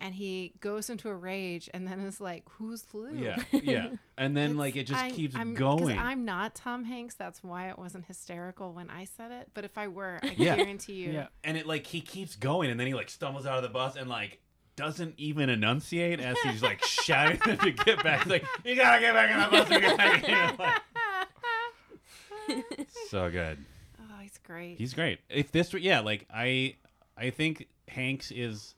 S5: And he goes into a rage, and then is like, "Who's Lou?"
S2: yeah. Yeah. And then like it just
S5: I-
S2: keeps
S5: I'm, 'cause
S2: going.
S5: I'm not Tom Hanks. That's why it wasn't hysterical when I said it. But if I were, I
S2: Yeah.
S5: guarantee you,
S6: Yeah.
S2: and it like he keeps going and then he like stumbles out of the bus and like doesn't even enunciate as he's like shouting at him to get back. He's like, you gotta get back on the bus. You gotta get back." so good.
S5: oh, he's great.
S2: He's great. If this were, yeah, like I, I think Hanks is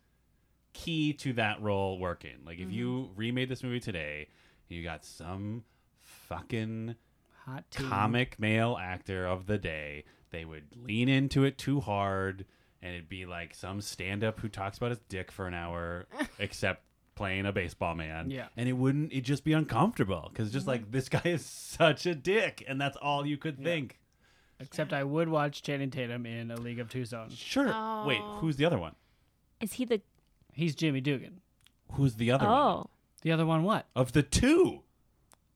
S2: key to that role working. Like if you remade this movie today, you got some fucking
S6: Hot tea.
S2: comic male actor of the day, they would lean into it too hard, and it'd be like some stand up who talks about his dick for an hour, except playing a baseball man.
S6: Yeah.
S2: And it wouldn't, it'd just be uncomfortable because just like this guy is such a dick, and that's all you could think.
S6: Except I would watch Channing Tatum in A League of Two Own.
S2: Sure. Wait,
S5: Oh.
S2: who's the other one?
S3: Is he the?
S6: He's Jimmy Dugan.
S2: Who's the other one?
S3: Oh,
S6: The other one, what?
S2: Of the two.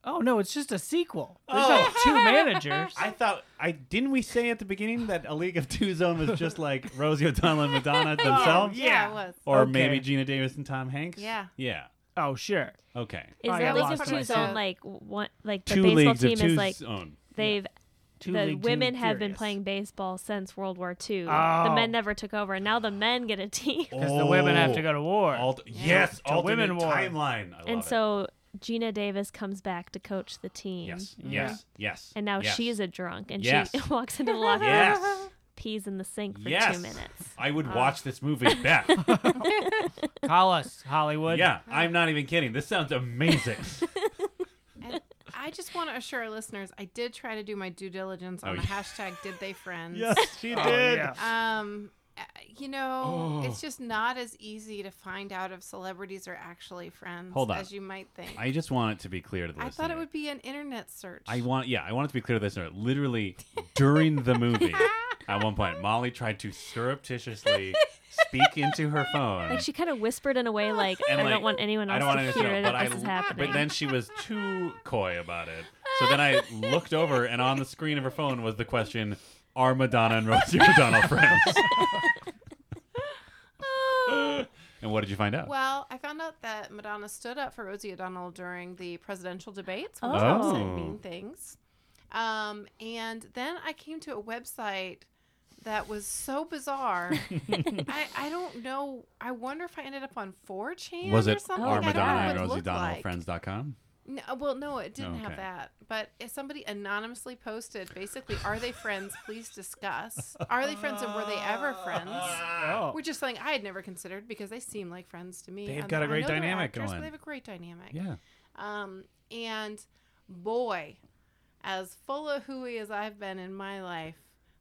S6: Oh no, it's just a sequel. There's
S2: Oh.
S6: no two managers.
S2: I thought I didn't we say at the beginning that a league of two zone was just like Rosie O'Donnell and Madonna themselves?
S5: Oh, yeah, it was.
S2: Or
S6: Okay.
S2: maybe Gina Davis and Tom Hanks?
S5: Yeah.
S2: Yeah.
S6: oh sure.
S2: Okay.
S3: is
S6: I
S3: the
S6: got
S3: League
S6: lost
S3: of
S6: in
S3: Two
S5: myself.
S3: Zone like one? Like the baseball team is like
S2: own.
S3: they've
S6: Two
S3: the
S6: League Two
S3: women have been
S6: Furious.
S3: playing baseball since World War II.
S6: Oh.
S3: The men never took over, and now the men get a team.
S6: because the women have to go to war.
S2: Yes,
S6: To
S2: alternate
S6: women war.
S2: timeline. I love
S3: and
S2: it.
S3: so Gina Davis comes back to coach the team.
S2: yes,
S6: Yeah.
S2: yes, yes.
S3: And now
S2: yes.
S3: she's a drunk, and
S2: Yes.
S3: she walks into the locker room,
S2: yes,
S3: pees in the sink for
S2: yes.
S3: two minutes. Uh,
S2: I would watch this movie back.
S6: Call us Hollywood.
S2: yeah, I'm not even kidding. This sounds amazing.
S5: And I just want to assure our listeners, I did try to do my due diligence on
S2: Oh, yeah.
S5: the hashtag Did They Friends.
S2: she
S6: Oh, yeah.
S5: Um, uh, you know,
S2: Oh.
S5: it's just not as easy to find out if celebrities are actually friends
S2: Hold on.
S5: as you might think. I,
S2: I just want it to be clear to the
S5: thought it
S2: listener.
S5: would be an internet search.
S2: I want, yeah, I want it to be clear to the listener. Literally during the movie, at one point, Molly tried to surreptitiously speak into her phone.
S3: Like she kind of whispered in a way like
S2: And,
S3: I
S2: like,
S3: don't want anyone
S2: I
S3: else
S2: don't want
S3: to
S2: anyone to
S3: hear
S2: know, but
S3: that
S2: I,
S3: this is happening.
S2: but then she was too coy about it. So then I looked over, and on the screen of her phone was the question: Are Madonna and Rosie O'Donnell friends? and what did you find out?
S5: well, I found out that Madonna stood up for Rosie O'Donnell during the presidential debates when
S3: Oh.
S5: Trump said
S2: Oh.
S5: mean things. Um, and then I came to a website that was so bizarre. I, I don't know. I wonder if I ended up on 4chan
S2: was
S5: or
S2: it
S5: something.
S2: Are
S5: I don't know
S2: Madonna and
S5: what it
S2: Rosie
S5: looked
S2: O'Donnell
S5: like.
S2: friends.com?
S5: No, uh, well, no, it didn't
S2: okay.
S5: have that. But if somebody anonymously posted, basically, are they friends? Please discuss. Are they friends, and were they ever friends?
S6: Oh.
S5: We're just something I had never considered because they seem like friends to me.
S2: They've
S5: Um,
S2: got a
S5: I
S2: great
S5: know they're
S2: dynamic
S5: actors,
S2: going.
S5: But they have a great dynamic.
S2: Yeah.
S5: Um, and boy, as full of hooey as I've been in my life,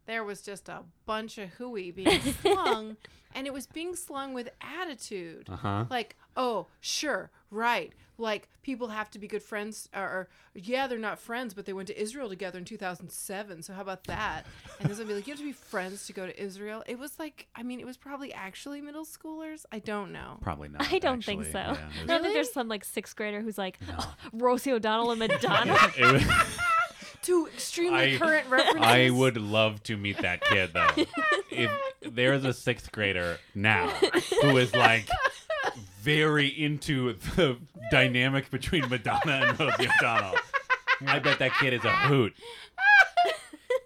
S5: there was just a bunch of hooey being slung, and it was being slung with attitude.
S2: Uh huh.
S5: Like, oh, sure, right. Like, people have to be good friends, or, or yeah, they're not friends, but they went to Israel together in 2007. So, how about that? And this would be like, you have to be friends to go to Israel. It was like, I mean, it was probably actually middle schoolers. I don't know.
S2: Probably not.
S3: I don't think
S2: actually.
S3: so.
S2: Yeah, it
S3: I
S2: was-
S3: don't think there's some like sixth grader who's like "Oh, Rosie O'Donnell and Madonna.
S2: it was-
S5: Two extremely
S2: I-
S5: current references.
S2: I would love to meet that kid though. if there's a sixth grader now who is like very into the dynamic between Madonna and Rosie O'Donnell, I bet that kid is a hoot.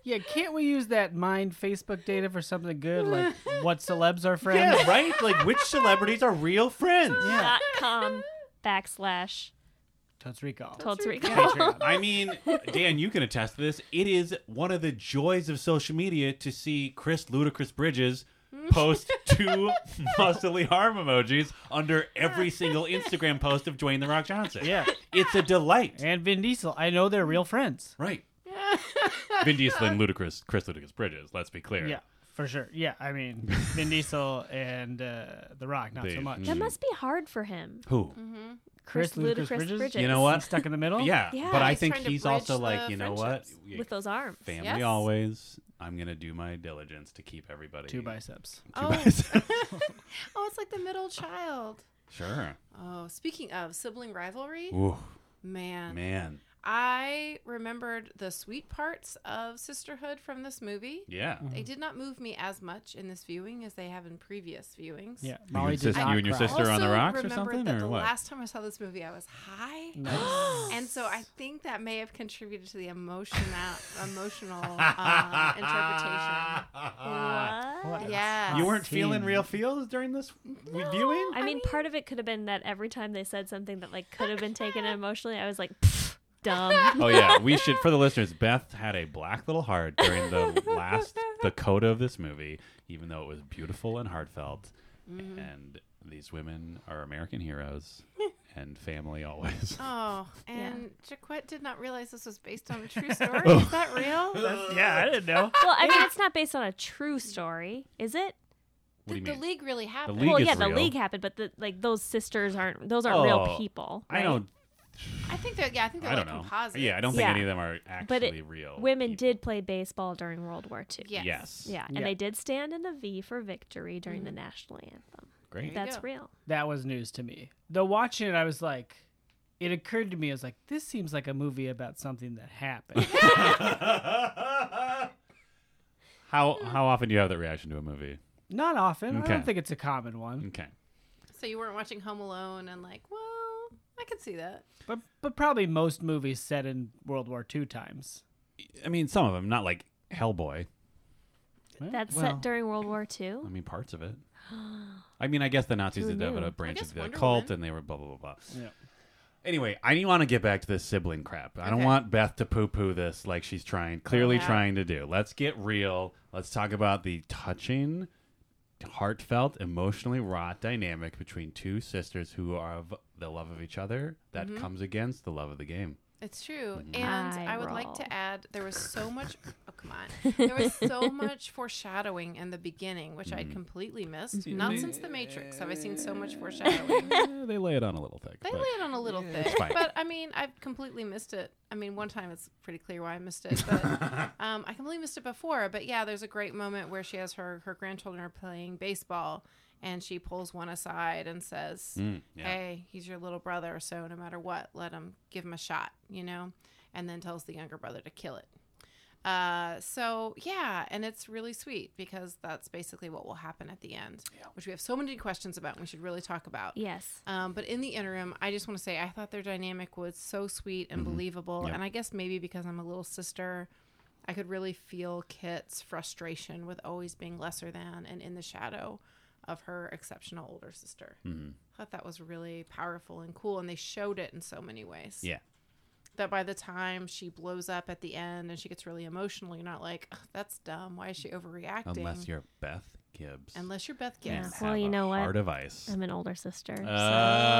S6: Yeah, can't we use that mind Facebook data for something good, like what celebs are friends?
S2: Yeah, right? Like which celebrities are real friends?
S3: dot com backslash
S6: Totes Recall.
S3: Totes Recall.
S6: Patreon.
S2: I mean, Dan, you can attest to this. It is one of the joys of social media to see Chris Ludacris Bridges post two muscly arm emojis under every single Instagram post of Dwayne the Rock Johnson.
S6: Yeah.
S2: It's a delight.
S6: And Vin Diesel. I know they're real friends.
S2: Right. Vin Diesel and Ludacris, Chris Ludacris Bridges, let's be clear.
S6: Yeah, for sure. Yeah, I mean, Vin Diesel and uh, The Rock, not
S2: They-
S6: so much.
S3: That must be hard for him.
S2: Who?
S5: Mm-hmm.
S3: Chris, Ludacris Bridges,
S2: You know what?
S6: He's stuck in the middle?
S2: Yeah,
S3: Yeah.
S2: but I
S5: Oh, He's
S2: think
S5: trying to
S2: he's
S5: bridge
S2: also
S5: the
S2: like, you know what?
S5: friendships.
S2: Yeah,
S3: with those arms.
S2: Family
S5: Yes.
S2: always. I'm going to do my diligence to keep everybody.
S6: Two biceps.
S2: Two
S5: Oh.
S2: biceps.
S5: Oh, it's like the middle child.
S2: sure.
S5: Oh, speaking of sibling rivalry,
S2: Ooh,
S5: man,
S2: man.
S5: I remembered the sweet parts of sisterhood from this movie.
S2: Yeah.
S5: They did not move me as much in this viewing as they have in previous viewings.
S6: Yeah.
S2: You
S6: Molly
S2: and,
S6: did
S2: sis-
S6: not
S2: you and your
S6: cry.
S2: sister are on the
S5: Also
S2: rocks or
S5: remembered
S2: something,
S5: that
S2: or
S5: the
S2: what?
S5: last time I saw this movie, I was high, and so I think that may have contributed to the emotional emotional uh, interpretation.
S3: What?
S5: Yeah,
S2: you weren't
S6: Teen.
S2: feeling real feels during this viewing?
S3: I mean, part of it could have been that every time they said something that like could have been taken emotionally, I was like, "Pfft, dumb.
S2: Oh yeah, we should for the listeners. Beth had a black little heart during the last the coda of this movie, even though it was beautiful and heartfelt. And these women are American heroes and family always.
S5: Oh, and Jaquette did not realize this was based on a true story.
S2: Oh.
S5: Is that real?
S6: Yeah, I didn't know.
S3: Well, I mean, it's not based on a true story, is it?
S2: What do you
S5: the
S2: mean?
S5: league really happened.
S2: League
S3: well,
S2: is
S3: yeah, the
S2: real.
S3: league happened, but the, like those sisters aren't; those aren't real
S2: Oh,
S3: people.
S2: I
S3: right?
S2: don't.
S5: I think they're yeah. I think they're
S2: I
S5: like
S2: don't know.
S5: composites.
S2: Yeah, I don't think
S3: Yeah.
S2: any of them are actually
S3: But it-
S2: real.
S3: Women
S2: people.
S3: did play baseball during World War II.
S5: Yes.
S2: Yes.
S3: Yeah, and
S6: Yeah.
S3: they did stand in a V for victory during the national anthem.
S2: Great.
S3: That's
S5: Mm-hmm. go.
S3: real.
S6: That was news to me. Though watching it, I was like, it occurred to me, I was like, this seems like a movie about something that happened.
S2: How how often do you have that reaction to a movie?
S6: not often. I
S2: Okay. Mm.
S6: don't think it's a common one,
S2: Okay.
S5: So you weren't watching Home Alone and like, well, I could see that.
S6: but but probably most movies set in World War II times.
S2: I mean, some of them, not like Hellboy.
S3: That's
S2: well-
S3: set during World War II.
S2: I mean, parts of it. I mean, I guess the Nazis
S3: Who
S2: did have
S3: knew?
S2: a branch
S5: guess
S2: of the
S5: Wonder
S2: cult,
S5: Woman.
S2: and they were blah blah blah blah.
S6: Yeah.
S2: Anyway, I do want to get back to this sibling crap. I don't
S5: Okay.
S2: want Beth to poo poo this like she's trying, clearly
S5: Yeah.
S2: trying to do. Let's get real. Let's talk about the touching, heartfelt, emotionally wrought
S5: Mm-hmm.
S2: dynamic between two sisters who are of the love of each other that comes against the love of the game.
S5: It's true. And
S3: Eye
S5: I would like
S3: roll.
S5: to add there was so much oh come on. There was so much foreshadowing in the beginning, which
S2: Mm-hmm.
S5: I completely missed. Not since The Matrix have I seen so much foreshadowing.
S2: Eh, they lay it on a little thick.
S5: They
S2: but-
S5: lay it on a little thick,
S2: fine.
S5: but I mean, I've completely missed it. I mean, one time it's pretty clear why I missed it, but um, I completely missed it before. But yeah, there's a great moment where she has her her grandchildren are playing baseball, and she pulls one aside and says,
S2: Mm, yeah.
S5: "Hey, he's your little brother, so no matter what, let him give him a shot," you know, and then tells the younger brother to kill it. Uh, so yeah, and it's really sweet because that's basically what will happen at the end, which we have so many questions about. and We should really talk about.
S3: Yes.
S5: Um, but in the interim, I just want to say I thought their dynamic was so sweet and believable.
S2: Mm-hmm. Yeah.
S5: And I guess maybe because I'm a little sister, I could really feel Kit's frustration with always being lesser than and in the shadow of her exceptional older sister.
S2: Mm-hmm.
S5: I thought that was really powerful and cool. And they showed it in so many ways.
S2: Yeah.
S5: That by the time she blows up at the end and she gets really emotional, you're not like, "Ugh, that's dumb. Why is she overreacting?
S2: Unless you're Beth Gibbs.
S5: Unless you're Beth
S2: and
S5: Gibbs.
S3: Yeah. Well,
S2: have
S3: you
S2: a
S3: know what?
S2: Heart of ice.
S3: I'm an older sister.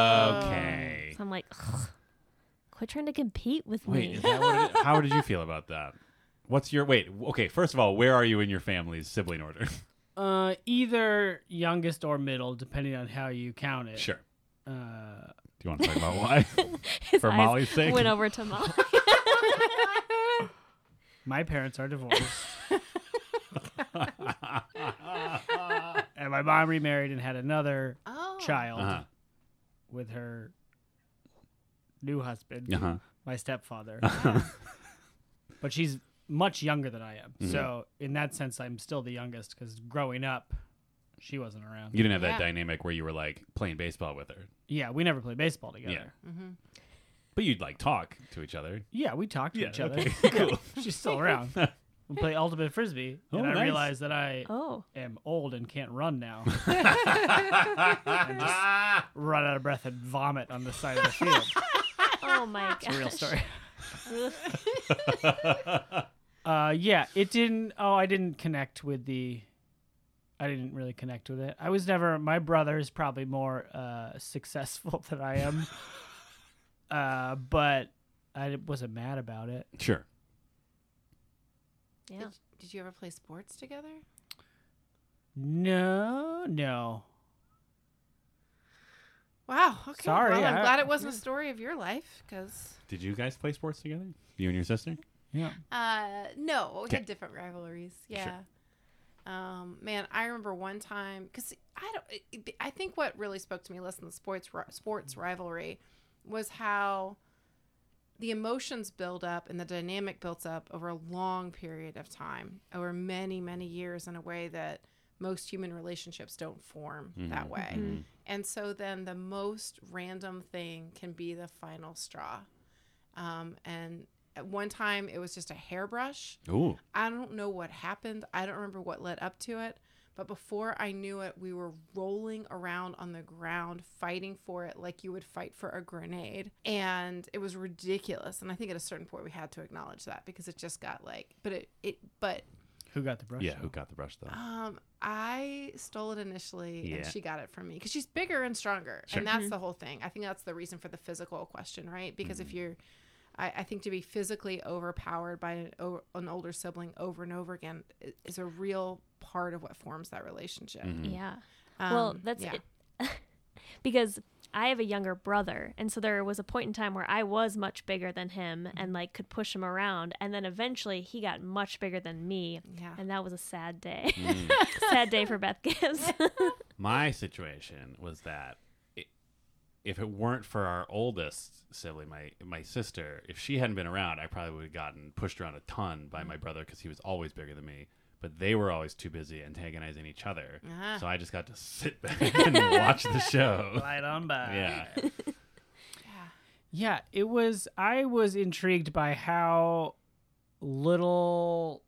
S2: Okay.
S3: So I'm like, "Ugh, quit trying to compete with
S2: Wait,
S3: me.
S2: is that what it is? how did you feel about that? What's your wait? Okay, first of all, where are you in your family's sibling order?
S6: Uh, either youngest or middle, depending on how you count it.
S2: sure.
S6: Uh,
S2: Do you want to talk about why?
S3: His
S2: For
S3: eyes
S2: Molly's sake?
S3: Went over to Molly.
S6: my parents are divorced,
S2: Uh-huh.
S6: and my mom remarried and had another
S5: Oh.
S6: child
S2: Uh-huh.
S6: with her new husband,
S2: Uh-huh.
S6: my stepfather.
S2: Uh.
S6: but she's much younger than I am.
S2: Mm-hmm.
S6: So in that sense, I'm still the youngest because growing up, she wasn't around.
S2: You didn't have that
S5: Yeah.
S2: dynamic where you were like playing baseball with her,
S6: Yeah, we never played baseball together.
S2: Yeah. but you'd like talk to each other.
S6: Yeah, we talked to
S2: Yeah,
S6: each other.
S2: okay,
S6: Yeah,
S2: cool.
S6: She's still around. We play ultimate frisbee,
S2: Oh,
S6: and I
S2: nice.
S6: realized that I
S3: Oh,
S6: am old and can't run now. and just run out of breath and vomit on the side of the field.
S3: oh my gosh.
S6: Real story.
S3: Ugh.
S6: Uh, yeah, it didn't. Oh, I didn't connect with the. I didn't really connect with it. I was never. My brother is probably more uh, successful than I am. uh, but I wasn't mad about it.
S2: Sure.
S3: Yeah.
S5: Did, Oh, did you ever play sports together?
S6: No, no.
S5: Wow. Okay.
S6: Sorry,
S5: Well,
S6: I-
S5: I'm glad it wasn't a story of your life because
S2: Did you guys play sports together? You and your sister?
S6: Yeah.
S5: uh, no, we
S2: Okay.
S5: had different rivalries. Yeah. Um, man, I remember one time because I don't. it- It, I think what really spoke to me less than the sports ri- sports rivalry was how the emotions build up and the dynamic built up over a long period of time, over many many years, in a way that most human relationships don't form
S2: Mm-hmm.
S6: Mm-hmm.
S5: that way. And so then the most random thing can be the final straw. Um, and at one time it was just a hairbrush.
S2: Ooh.
S5: I don't know what happened. I don't remember what led up to it. But before I knew it, we were rolling around on the ground fighting for it like you would fight for a grenade. And it was ridiculous. And I think at a certain point we had to acknowledge that because it just got like, but it, it but
S6: Who got the brush?
S2: Yeah, who got the brush
S3: Oh,
S2: though?
S5: um, I stole it initially, and
S2: Yeah.
S5: she got it from me because she's bigger and stronger,
S2: Sure.
S5: and
S3: Mm-hmm.
S5: that's the whole thing. I think that's the reason for the physical question, right? Because
S2: Mm-hmm.
S5: if you're, I, I think to be physically overpowered by an, o- an older sibling over and over again i- is a real part of what forms that relationship.
S2: Mm-hmm. Hmm.
S3: Yeah. well,
S5: Um,
S3: that's
S5: yeah.
S3: it. because I have a younger brother, and so there was a point in time where I was much bigger than him
S5: Mm-hmm.
S3: and like could push him around, and then eventually he got much bigger than me,
S5: Yeah.
S3: and that was a sad day.
S2: Mm-hmm.
S3: sad day for Beth Gibbs.
S2: My situation was that i if it weren't for our oldest sibling, my my sister, if she hadn't been around, I probably would have gotten pushed around a ton by
S5: Mm.
S2: my brother because he was always bigger than me. But they were always too busy antagonizing each other,
S5: Ah.
S2: so I just got to sit back and watch the show.
S6: Right on by.
S2: Yeah,
S6: Yeah, it was. I was intrigued by how little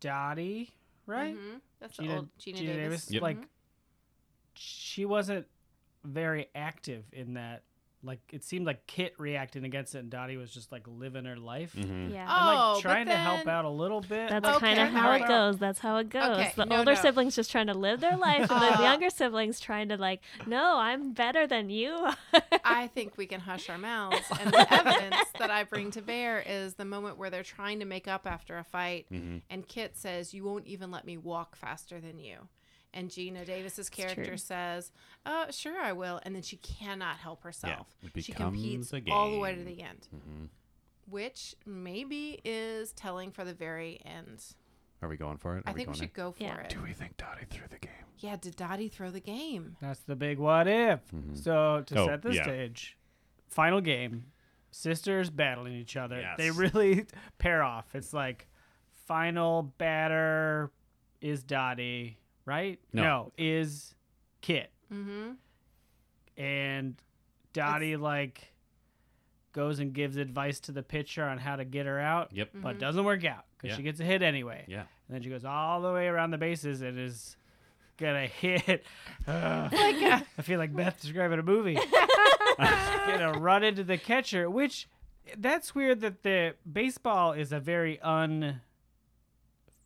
S6: Dottie, right?
S5: Mhm. That's
S6: Gina-
S5: the old Gina,
S6: Gina
S5: Davis. mm-hmm.
S6: Davis, Yep. like- she wasn't very active in that Like it seemed like Kit reacting against it, and Dottie was just like living her life.
S2: Mm-hmm.
S3: Yeah.
S5: Oh,
S6: I'm
S5: but
S6: like trying to help
S5: then-
S6: out a little bit.
S3: That's
S6: like,
S5: Okay,
S3: kind of how
S5: alright.
S3: it goes. That's how it goes.
S5: Okay,
S3: the
S5: no,
S3: older
S5: no.
S3: siblings just trying to live their life, and
S5: Uh,
S3: the younger siblings trying to like, no, I'm better than you. are."
S5: I think we can hush our mouths. And the evidence that I bring to bear is the moment where they're trying to make up after a fight,
S2: Mm-hmm.
S5: and Kit says, "You won't even let me walk faster than you." And Gina Davis's character
S3: true.
S5: says, "Uh, sure I will." And then she cannot help herself.
S2: it
S5: she competes
S2: becomes a
S5: all the way to
S2: game. Mm-hmm.
S5: the end, which maybe is telling for the very end.
S2: Are we going for it? Are
S5: I think we
S2: going
S5: should go for
S3: Yeah.
S5: it.
S2: Do we think Dottie threw the game?
S5: Yeah, did Dottie throw the game?
S6: That's the big what if. So to
S2: Oh,
S6: set the
S2: yeah.
S6: stage, final game, sisters battling each other. They
S2: Yes.
S6: really pair off. It's like final batter is Dottie, right?
S2: No.
S6: is Kit
S5: Mm-hmm.
S2: Oh.
S6: and Dottie like goes and gives advice to the pitcher on how to get her out,
S2: Yep.
S5: Mm.
S6: but doesn't work out because
S2: Yeah.
S6: she gets a hit anyway.
S2: Yeah.
S6: And then she goes all the way around the bases and is gonna hit. Ugh. I feel like Beth describing a movie. gonna run into the catcher, which that's weird that the baseball is a very un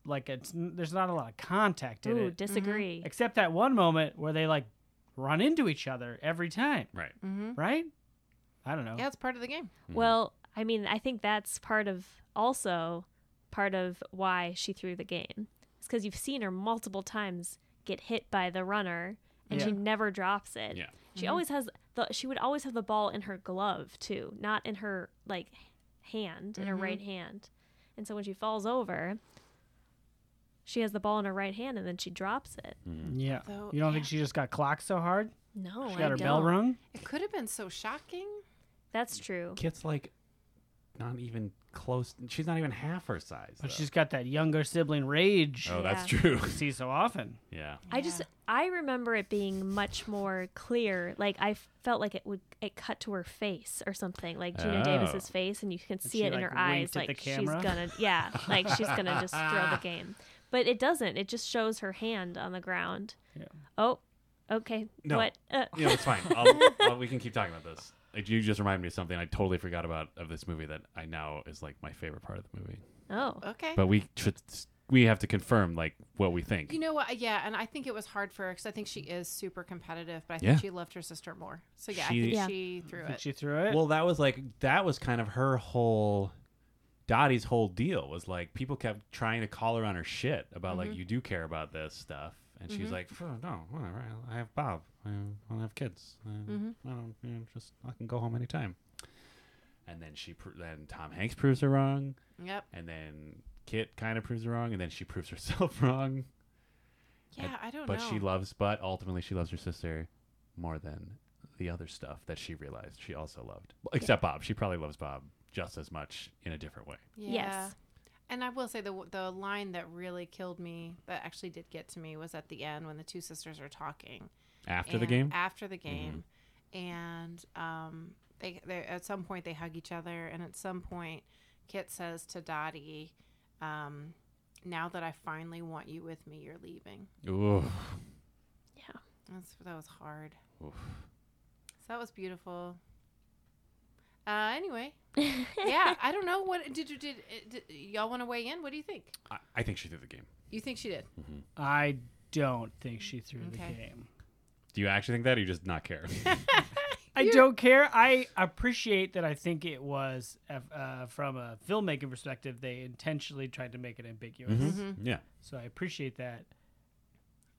S6: like it's there's not a lot of contact in
S5: Mm-hmm.
S3: Ooh,
S6: it,
S3: disagree.
S6: except that one moment where they like run into each other every time,
S2: Right.
S6: right? I don't know.
S5: Mm-hmm. Yeah, it's part of the game.
S6: Mm-hmm.
S3: Well, I mean, I think that's part of also part of why she threw the game. It's because you've seen her multiple times get hit by the runner, and she
S6: Yeah.
S3: never drops it.
S2: Yeah.
S3: She always has the. She would always have the ball in her glove too, not in her like hand, in her right hand. And so when she falls over, she has the ball in her right hand, and then she drops it.
S6: Yeah.
S5: Though-
S6: you don't think she just got clocked so hard?
S3: No,
S6: She
S3: Oh, I
S6: got her
S3: don't.
S6: bell rung?
S5: It could have been so shocking.
S3: That's true.
S2: Kit's like not even close. She's not even half her size.
S6: But
S2: though.
S6: she's got that younger sibling rage
S2: Oh, that's
S3: Yeah.
S2: true.
S6: you see so often.
S2: yeah.
S3: I just I remember it being much more clear. Like I f- felt like it would it cut to her face or something, like Gina
S2: Oh.
S3: Davis's face, and you can see
S6: she,
S3: it in
S6: like,
S3: her eyes,
S6: winked at
S3: like
S6: the
S3: she's
S6: camera?
S3: gonna yeah, like she's gonna just throw the game. But it doesn't. It just shows her hand on the ground.
S6: Yeah.
S3: Oh, okay.
S2: No.
S3: What? Uh,
S2: You know, it's fine. I'll, I'll, we can keep talking about this. Like, You just reminded me of something I totally forgot about of this movie that I now is like my favorite part of the movie.
S3: oh,
S5: Okay.
S2: But we should, we have to confirm like what we think.
S5: You know what? Yeah, and I think it was hard for her because I think she is super competitive, but I
S2: Yeah.
S5: think she loved her sister more. So yeah,
S2: She-
S5: I think
S3: Yeah.
S5: she threw
S6: Think
S5: it.
S6: she threw it?
S2: Well, that was like that was kind of her whole Dottie's whole deal was like people kept trying to call her on her shit about like you do care about this stuff, and she's like, "Phew, no, whatever. I- I have Bob. I don't have kids. I, I don't you know, just I can go home anytime." And then she pro- then Tom Hanks proves her wrong,
S5: Yep.
S2: and then Kit kind of proves her wrong, and then she proves herself wrong.
S5: Yeah, I
S3: Oh,
S5: don't
S2: But
S5: know.
S2: she loves, but ultimately she loves her sister more than the other stuff that she realized she also loved. Well, Except Bob. She probably loves Bob just as much in a different way.
S5: yeah.
S3: Yes.
S5: And I will say the the line that really killed me, that actually did get to me, was at the end when the two sisters are talking
S2: After the
S5: And-
S2: game? Mm-hmm.
S5: After the game, and um, they they at some point they hug each other, and at some point, Kit says to Dottie, um, "Now that I finally want you with me, you're leaving."
S2: Ooh.
S5: That's that was hard. So that was beautiful. Uh, anyway, yeah, I don't know what did you did, uh, did y'all want to weigh in? What do you think?
S2: I, I think she threw the game.
S5: You think she did?
S6: I don't think she threw
S5: Okay.
S6: the game.
S2: Do you actually think that or you just not care?
S6: I don't care. I appreciate that. I think it was uh, uh, from a filmmaking perspective. They intentionally tried to make it ambiguous,
S2: Mm-hmm.
S3: Mm-hmm.
S2: Yeah.
S6: so I appreciate that.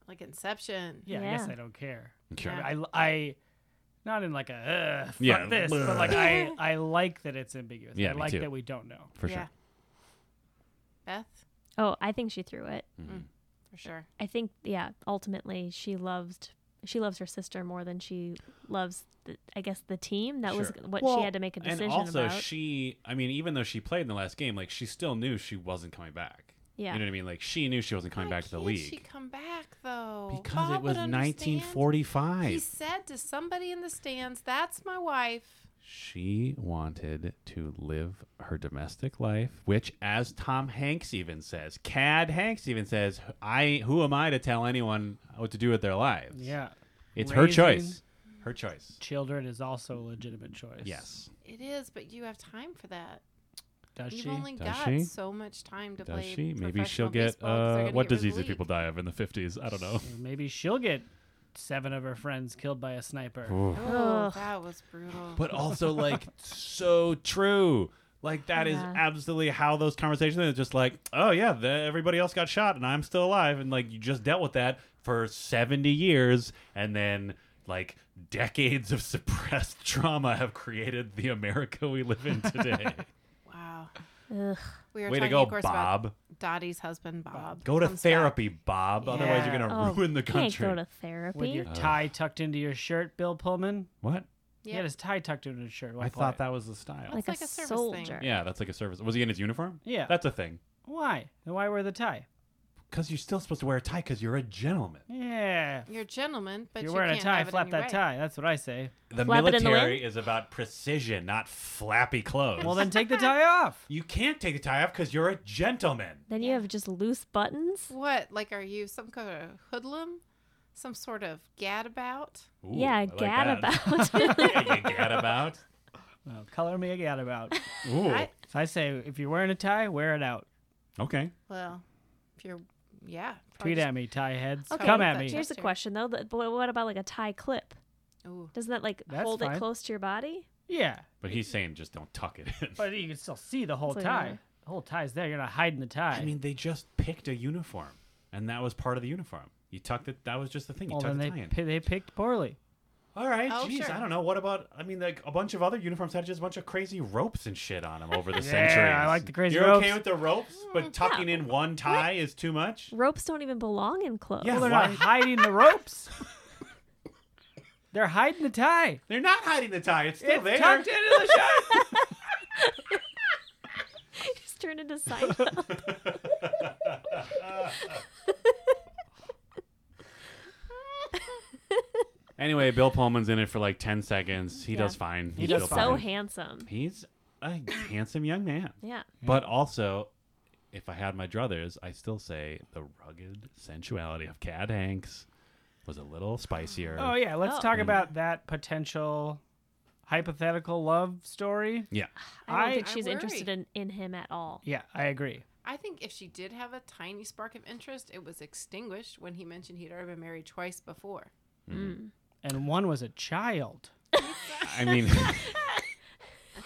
S5: Like Inception.
S6: Yeah, I guess
S3: Yeah.
S6: I don't care.
S2: Sure.
S5: Yeah.
S6: I, I not in like a uh, fuck
S2: Yeah.
S6: this, but like I I like that it's ambiguous.
S2: Yeah,
S6: I
S2: me
S6: like
S2: too.
S6: that we don't know.
S2: For
S5: Yeah.
S2: sure.
S5: Beth,
S3: oh, I think she threw it.
S2: Mm-hmm.
S5: for sure.
S3: I think yeah. Ultimately, she loved she loves her sister more than she loves. The, I guess the team. That was
S2: Sure.
S3: what
S2: Well,
S3: she had to make a decision
S2: And also,
S3: about.
S2: she, I mean, even though she played in the last game, like, she still knew she wasn't coming back.
S3: yeah.
S2: You know what I mean? Like, she knew she wasn't coming
S5: Why
S2: back to the
S5: can't
S2: league.
S5: She come back though
S2: because
S5: Bob
S2: it was
S5: would understand.
S2: 1945.
S5: He said to somebody in the stands, "That's my wife."
S2: She wanted to live her domestic life, which, as Tom Hanks even says, Cad Hanks even says, "I who am I to tell anyone what to do with their lives?
S6: Yeah,
S2: it's her
S6: Raising-
S2: choice. Her choice.
S6: Children is also a legitimate choice.
S2: Yes.
S5: It is, but you have time for that.
S6: Does
S5: You've
S6: she?
S5: only
S2: Does
S5: got
S2: she?
S5: so much time to
S2: Does
S5: play.
S2: she? Maybe she'll
S5: professional
S2: get
S5: baseball 'cause they're
S2: uh, what
S5: gonna get rid of
S2: disease
S5: the
S2: did people
S5: league.
S2: die of in the fifties? I don't know.
S6: Maybe she'll get seven of her friends killed by a sniper.
S5: Oh,
S3: Ugh.
S5: that was brutal.
S2: but also like so true. Like that is
S3: Yeah.
S2: absolutely how those conversations are. It's just like, oh yeah, the, everybody else got shot and I'm still alive, and like you just dealt with that for seventy years, and then like decades of suppressed trauma have created the America we live in today.
S5: wow.
S3: Ugh.
S5: We were
S2: Way to
S5: talking,
S2: go,
S5: of course, about
S2: Bob.
S5: Dottie's husband, Bob.
S2: Go to
S5: comes back.
S2: therapy, Bob. Otherwise, you're
S6: Yeah.
S2: gonna
S3: Oh,
S2: ruin the
S3: you can't
S2: country.
S3: go to
S6: With
S3: therapy.
S6: your
S2: Uh.
S6: tie tucked into your shirt, Bill Pullman.
S2: what?
S6: He had
S5: Yeah.
S6: his tie tucked into his shirt. at one
S2: I thought
S6: point.
S2: that was the style.
S3: Like,
S5: It's like
S3: a,
S5: a service thing.
S3: soldier.
S2: yeah, that's like a service. Was he in his uniform?
S6: Yeah.
S2: that's a thing.
S6: Why? And why wear the tie?
S2: Because you're still supposed to wear a tie because you're a gentleman.
S6: Yeah.
S5: You're a gentleman, but
S6: If you're
S5: you
S6: wearing
S5: can't
S6: a tie,
S5: have it
S6: flap
S5: any
S6: that
S5: way.
S6: tie. That's what I say.
S2: The
S3: Flap it in the
S2: military
S3: wind?
S2: is about precision, not flappy clothes.
S6: Well, then take the tie off.
S2: you can't take the tie off because you're a gentleman.
S3: Then you have just loose buttons.
S5: What? Like, are you some kind of hoodlum? Some sort of gadabout?
S2: Ooh, I
S3: yeah,
S2: like that.
S3: gadabout.
S2: yeah, you gad about.
S6: Well, color me again about.
S2: Ooh.
S5: I-
S6: So I say, if you're wearing a tie, wear it out.
S2: okay.
S5: Well, if you're, yeah.
S6: Tweet at me, tie heads.
S5: Okay,
S6: Come at
S5: that's-
S6: me.
S3: Here's a question though. that- but What about like a tie clip?
S5: Ooh.
S3: Doesn't that like
S6: That's
S3: hold
S6: fine.
S3: it close to your body?
S6: Yeah,
S2: But he's saying just don't tuck it in.
S6: but you can still see the whole
S3: It's like
S6: tie.
S5: uh,
S3: a-
S6: The whole tie's there. You're not hiding the tie.
S2: I mean, they just picked a uniform, and that was part of the uniform. You tucked it. That was just the thing. You
S6: well,
S2: tucked
S6: then
S2: the
S6: they
S2: tie in.
S6: pi- they picked poorly.
S2: All right.
S5: Oh,
S2: Jeez,
S5: sure.
S2: I don't know. What about? I mean, like a bunch of other uniforms had just a bunch of crazy ropes and shit on them over the centuries.
S6: I like the crazy
S2: You're okay
S6: ropes.
S2: with the ropes, but tucking in one tie is too much.
S3: Ropes don't even belong in clothes.
S2: Yeah.
S6: Well, they're
S2: Why-
S6: not hiding the ropes. they're hiding the tie.
S2: They're not hiding the tie. It's still
S6: It's
S2: there.
S6: tucked into the shirt.
S3: just turn into Seinfeld.
S2: Anyway, Bill Pullman's in it for like ten seconds. He
S3: Yeah.
S2: does fine.
S6: He
S2: He's
S6: does
S3: He's
S2: still
S3: so
S2: fine.
S3: handsome.
S2: He's a handsome young man.
S3: Yeah.
S2: But also, if I had my druthers, I still say the rugged sensuality of Cad Hanks was a little spicier.
S6: Oh yeah, let's
S3: Oh.
S6: talk
S2: Mm.
S6: about that potential hypothetical love story.
S2: yeah.
S3: I don't
S6: I-
S3: think
S5: I
S3: she's interested
S5: worry.
S3: in, in him at all.
S6: Yeah, I agree.
S5: I think if she did have a tiny spark of interest, it was extinguished when he mentioned he'd already been married twice before.
S3: Mm.
S6: And one was a child.
S2: Mm. I mean,
S5: I,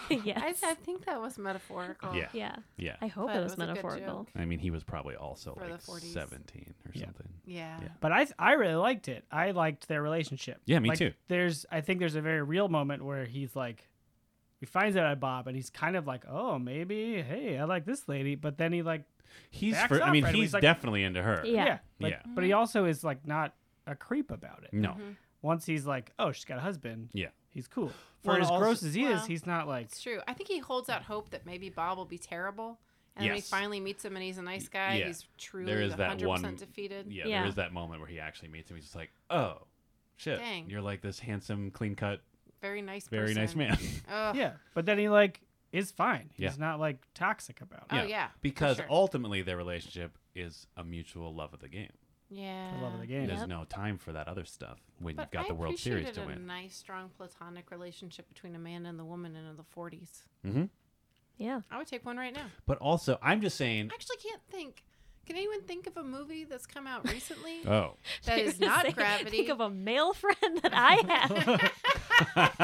S3: Mm. yes.
S5: I think that was metaphorical.
S2: yeah,
S3: yeah.
S2: yeah.
S3: I hope
S5: But
S3: it
S5: it
S3: was,
S5: was a good
S3: metaphorical.
S5: joke.
S2: I mean, he was probably also
S5: For
S2: like
S5: the 40s.
S2: seventeen or
S6: Yeah.
S2: something.
S5: Yeah. Mm-hmm.
S2: Yeah.
S6: But I I really liked it. I liked their relationship.
S2: Yeah, me
S6: Like,
S2: too.
S6: There's I think there's a very real moment where he's like he finds out about Bob and he's kind of like, "Oh, maybe hey, I like this lady." But then he like
S2: He's
S6: Backs
S2: for, I
S6: off
S2: mean,
S6: right away.
S2: he's
S6: He's like-
S2: definitely into her.
S3: Yeah.
S6: like,
S2: Yeah. Mm.
S6: But he
S5: Mm-hmm.
S6: also is like not a creep about it.
S2: No.
S6: Once he's like, "Oh, she's got a husband."
S2: Yeah.
S6: He's cool.
S2: Well,
S6: For
S2: and
S6: as
S2: also-
S6: gross as he is,
S5: Well,
S6: he's not like
S5: It's true. I think he holds out hope that maybe Bob will be terrible. And then he
S2: Yes.
S5: finally meets him and he's a nice guy.
S2: yeah.
S5: He's truly
S2: There is that
S5: 100%
S2: one-
S5: defeated.
S2: yeah,
S3: Yeah.
S2: There is that moment where he actually meets him. He's just like, oh, shit.
S5: Dang.
S2: You're like this handsome, clean cut,
S5: Very nice
S2: very nice
S5: person.
S2: man.
S5: Ugh.
S6: Yeah, but then he like is fine.
S2: Yeah.
S6: He's not like toxic about
S5: Oh,
S6: it.
S5: yeah. for
S2: Because
S5: sure.
S2: ultimately, their relationship is a mutual love of the game.
S5: Yeah.
S6: For love of the game.
S2: There's
S3: Yep.
S2: no time for that other stuff when
S5: But
S2: you've got
S5: I
S2: the World Series
S5: appreciated
S2: to win.
S5: a nice, strong platonic relationship between a man and the woman in the 40s.
S3: Yeah.
S5: I would take one right now.
S2: Mm-hmm. But also, I'm just saying.
S5: I actually can't think. Can anyone think of a movie that's come out recently
S2: Oh.
S5: that is not
S3: Say-
S5: Gravity?
S3: Think of a male friend that I have.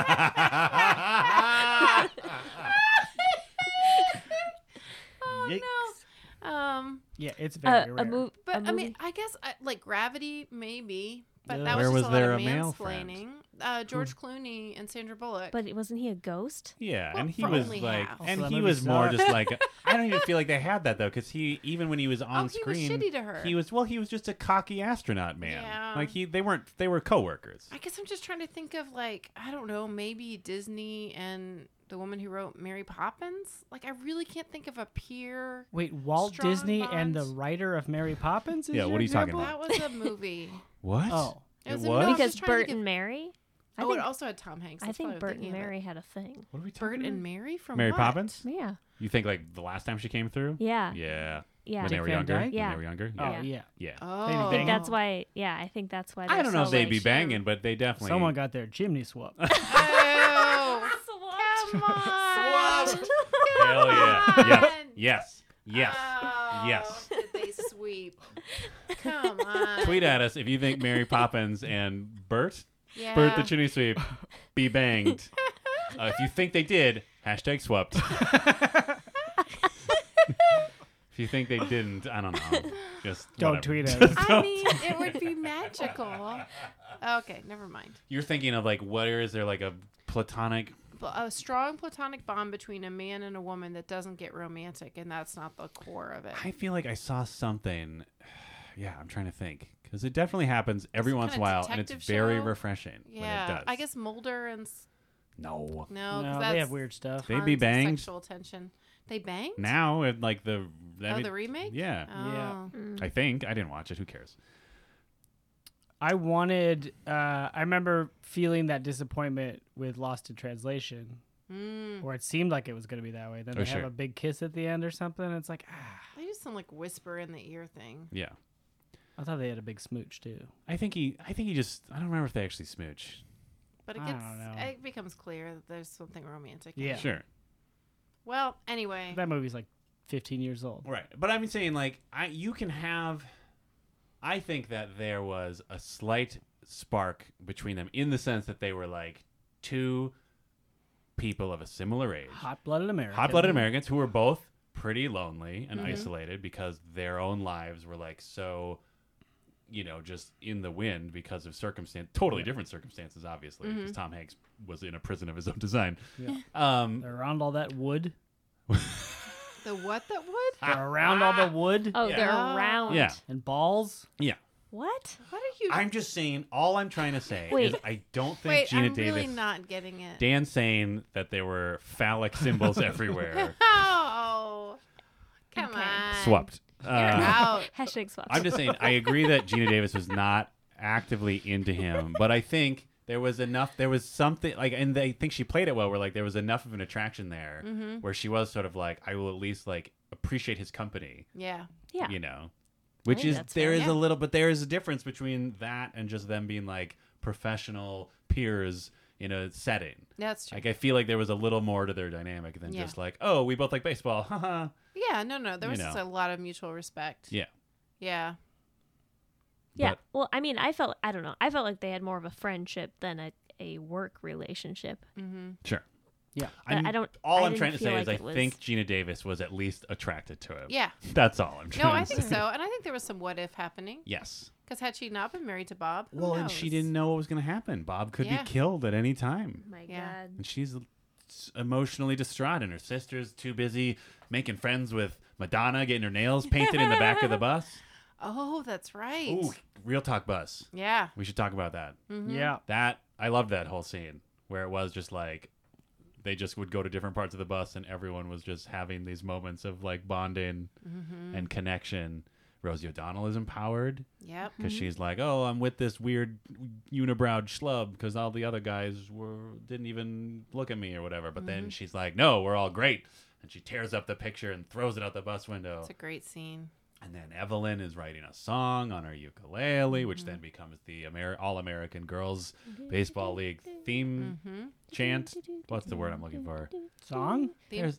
S5: oh, no. Um,
S6: Yeah, it's very
S3: a,
S6: rare.
S3: a, move,
S5: but
S3: a
S5: I mean,
S3: movie-
S5: I guess I, like Gravity, maybe. But
S6: Yeah.
S5: that
S2: Where was
S5: was, just a
S2: there
S5: lot
S2: a
S5: of
S2: male friend? Hmm.
S5: mansplaining. Uh, George Clooney and Sandra Bullock.
S3: but wasn't he a ghost?
S2: Yeah,
S5: Well,
S2: and he
S5: for
S2: was
S5: only
S2: like,
S5: half.
S2: and
S6: Also, that
S2: he
S6: movie
S2: was more
S6: sucked.
S2: just like, I don't even feel like they had that though, because he even when he was on
S5: Oh, he was
S2: screen,
S5: shitty to her.
S2: he was- well, he was just a cocky astronaut man.
S5: Yeah.
S2: Like he, they weren't, they were coworkers.
S5: I guess I'm just trying to think of like I don't know, maybe Disney and the woman who wrote Mary Poppins. Like I really can't think of a peer.
S6: Wait, Walt
S5: Strong
S6: Disney and
S5: bond.
S6: the writer of Mary Poppins? Is
S2: Yeah,
S6: your
S2: what are you talking
S6: example?
S5: That was a movie.
S2: What?
S6: Oh,
S5: It was,
S2: It
S5: a- no, I'm
S2: was?
S3: Because
S5: just trying to
S3: Bert
S5: get-
S3: and Mary? I
S5: oh,
S3: think,
S5: it also had Tom Hanks.
S3: I
S5: That's what
S3: think
S5: was
S3: Bert and
S5: thinking of it.
S3: Mary Mm-hmm. had a thing.
S2: What are we talking
S5: Bert
S2: about?
S5: and Mary from
S2: Mary
S5: what?
S2: Poppins.
S3: Yeah.
S2: You think like the last time she came through?
S3: Yeah.
S2: Yeah.
S3: Yeah.
S2: when they were
S6: Van
S2: younger.
S6: Dyke?
S2: When
S3: Yeah.
S2: they were younger.
S6: Oh
S2: Yeah.
S6: yeah.
S3: Yeah.
S2: Yeah.
S5: Oh,
S6: bang.
S3: That's why. Yeah, I think that's why.
S2: I
S3: they're
S2: don't know
S3: so,
S2: if they'd
S3: like,
S2: be banging, but they definitely.
S6: Someone got their chimney swept.
S5: Oh,
S3: Swapped.
S5: come on.
S2: Hell yeah. Yes. Yes. Yes.
S5: Oh,
S2: Yes.
S5: Did they sweep? Come on.
S2: Tweet at us if you think Mary Poppins and Bert,
S5: Yeah.
S2: Bert the Chimney Sweep, be banged. Uh, if you think they did, hashtag swept. if you think they didn't, I don't know. Just
S6: Don't
S2: whatever.
S6: tweet at
S2: Just
S6: us.
S5: I
S2: don't.
S5: mean, it would be magical. Okay, never mind.
S2: You're thinking of like, what is there like a platonic?
S5: But A strong platonic bond between a man and a woman that doesn't get romantic, and that's not the core of it.
S2: I feel like I saw something. Yeah, I'm trying to think because it definitely happens every
S5: Some
S2: once in a
S5: kinda
S2: while, and it's
S5: detective
S2: very
S5: show?
S2: refreshing when it
S5: yeah,
S2: does.
S5: I guess Mulder and s-
S2: no.
S5: no, 'cause
S6: no,
S5: that's
S6: they have weird stuff.
S2: They'd be
S5: tons of
S2: banged.
S5: Sexual tension. They banged.
S2: Now, it, like the I
S5: oh,
S2: mean,
S5: the remake.
S2: Yeah,
S6: Yeah.
S5: Oh.
S3: Mm.
S2: I think I didn't watch it. Who cares?
S6: I wanted. Uh, I remember feeling that disappointment with Lost in Translation,
S5: Mm.
S6: where it seemed like it was going to be that way. Then
S2: Oh,
S6: they
S2: sure.
S6: have a big kiss at the end or something. and it's like, ah,
S5: They do some like whisper in the ear thing.
S2: Yeah,
S6: I thought they had a big smooch too.
S2: I think he. I think he just. I don't remember if they actually smooch.
S5: But it
S6: I
S5: gets
S6: don't know.
S5: it becomes clear that there's something romantic. in
S6: Yeah.
S5: it.
S2: Sure.
S5: Well, anyway.
S6: That movie's like 15 years old.
S2: Right, but I'm saying like I. You can have. I think that there was a slight spark between them in the sense that they were like two people of a similar age.
S6: Hot blooded America.
S2: hot blooded Americans who were both pretty lonely and isolated because their own lives were like so, you know, just in the wind because of circumstance, totally different circumstances, obviously, because Tom Hanks was in a prison of his own design. Um,
S6: They're around all that wood.
S5: The what that would?
S6: They're around all the wood
S3: Oh,
S2: Yeah.
S3: they're
S5: Ah.
S3: round.
S2: yeah,
S6: and balls.
S2: yeah.
S3: What?
S5: What are you?
S2: I'm just saying. All I'm trying to say is
S3: Wait.
S2: I don't think
S5: Wait,
S2: Gina
S5: I'm
S2: Davis.
S5: really not getting it.
S2: Dan's saying that there were phallic symbols everywhere.
S5: oh, come
S3: Okay.
S5: on.
S2: Swept. Uh,
S5: Out.
S3: Hashtag swapped.
S2: I'm just saying, I agree that Gina Davis was not actively into him, but I think there was enough, there was something, like, and I think she played it well, where, like, there was enough of an attraction there
S5: Mm-hmm.
S2: where she was sort of like, I will at least, like, appreciate his company,
S5: Yeah.
S3: yeah.
S2: you know? Which
S3: think
S2: is,
S3: that's
S2: there
S5: fair.
S2: is
S5: Yeah.
S2: a little, but there is a difference between that and just them being, like, professional peers in a setting.
S5: That's true.
S2: Like, I feel like there was a little more to their dynamic than
S5: Yeah.
S2: just, like, oh, we both like baseball. Haha.
S5: Yeah, no, no. There
S2: You
S5: was just
S2: know.
S5: a lot of mutual respect.
S2: yeah.
S5: Yeah.
S3: Yeah.
S2: But-
S3: well, I mean, I felt I don't know. I felt like they had more of a friendship than a, a work relationship.
S5: mm-hmm.
S2: Sure.
S6: Yeah.
S3: But
S2: I'm-
S3: I don't-
S2: Mm, All
S3: I
S2: am
S3: didn't
S2: trying to
S3: feel
S2: say
S3: like
S2: is, I
S3: it was-
S2: think Gina Davis was at least attracted to him.
S5: Yeah.
S2: That's all I'm trying.
S5: No, I
S2: to
S5: think
S2: say.
S5: so. And I think there was some what if happening.
S2: Yes.
S5: Because had she not been married to Bob, who
S2: Well, and she
S5: knows?
S2: didn't know what was going to happen. Bob could
S5: Yeah.
S2: be killed at any time,
S3: My
S5: Yeah.
S3: God.
S2: and she's s- emotionally distraught. And her sister's too busy making friends with Madonna, getting her nails painted in the back of the bus.
S5: Oh, that's right.
S2: Ooh, real talk bus.
S5: Yeah.
S2: We should talk about that.
S6: Yeah.
S2: That I loved that whole scene where it was just like they just would go to different parts of the bus and everyone was just having these moments of like bonding and connection. Rosie O'Donnell is empowered
S5: Yep.
S2: because she's like, "Oh, I'm with this weird unibrowed schlub because all the other guys were didn't even look at me or whatever." But
S5: Mm-hmm.
S2: then she's like, "No, we're all great." And she tears up the picture and throws it out the bus window.
S5: It's a great scene.
S2: And then Evelyn is writing a song on her ukulele,
S5: Mm-hmm.
S2: which then becomes the Amer- All American Girls Baseball League theme
S5: Mm-hmm. Mm.
S2: chant. What's the word I'm looking for?
S6: Song?
S2: There's-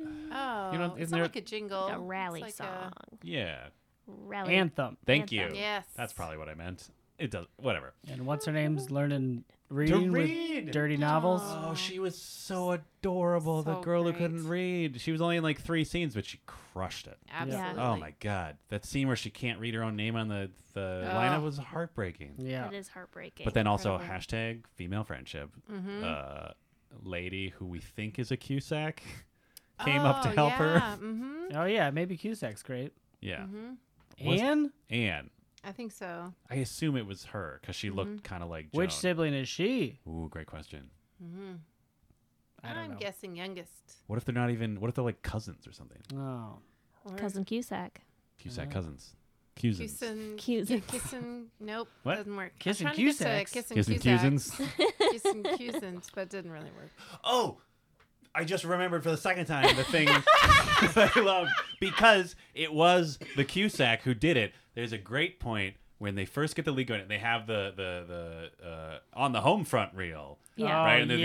S5: Oh,
S2: You know, isn't
S5: it's not
S2: there-
S5: like a jingle.
S3: A rally
S5: It's like
S3: song.
S5: a-
S2: Yeah.
S3: Rally.
S6: Anthem.
S2: Thank you.
S3: Anthem.
S5: Yes.
S2: That's probably what I meant. It does, whatever.
S6: And what's her name's learning reading
S2: read.
S6: with dirty novels.
S2: Oh, she was so adorable. the
S5: So
S2: girl who
S5: great.
S2: couldn't read. She was only in like three scenes, but she crushed it.
S5: Absolutely.
S2: Oh my God. That scene where she can't read her own name on the, the lineup was heartbreaking.
S6: Yeah.
S3: It is heartbreaking.
S2: But then also hashtag female friendship.
S5: Mm-hmm.
S2: Uh, lady who we think is a Cusack came up to
S5: Oh,
S2: help
S5: yeah.
S2: her.
S5: hmm
S6: Oh yeah, maybe Cusack's great.
S2: Yeah.
S5: Mm-hmm.
S2: Was-
S6: And
S2: And
S5: I think so.
S2: I assume it was her because she looked
S5: Mm-hmm.
S2: kind of like Joan.
S6: which sibling is she?
S2: Ooh, great question.
S6: I don't
S5: Mm-hmm. I'm
S6: know.
S5: guessing youngest.
S2: What if they're not even? What if they're like cousins or something?
S6: Oh.
S5: Or
S3: cousin Cusack.
S2: Cusack
S5: Uh-huh.
S2: cousins. Cousins.
S5: Kissing.
S3: Cusack.
S5: Kissing. Nope.
S2: What?
S5: Doesn't work. I'm
S6: Kissin'
S5: trying to get to
S6: Cusacks.
S5: Kissing
S2: Cousin
S5: Cusacks.
S2: cousins.
S5: Kissing Cusins, but it didn't really work.
S2: oh, I just remembered for the second time the thing that I love because it was the Cusack who did it. There's a great point when they first get the league going. They have the the the uh, on the home front reel,
S3: Yeah.
S2: right? And there's
S6: Oh,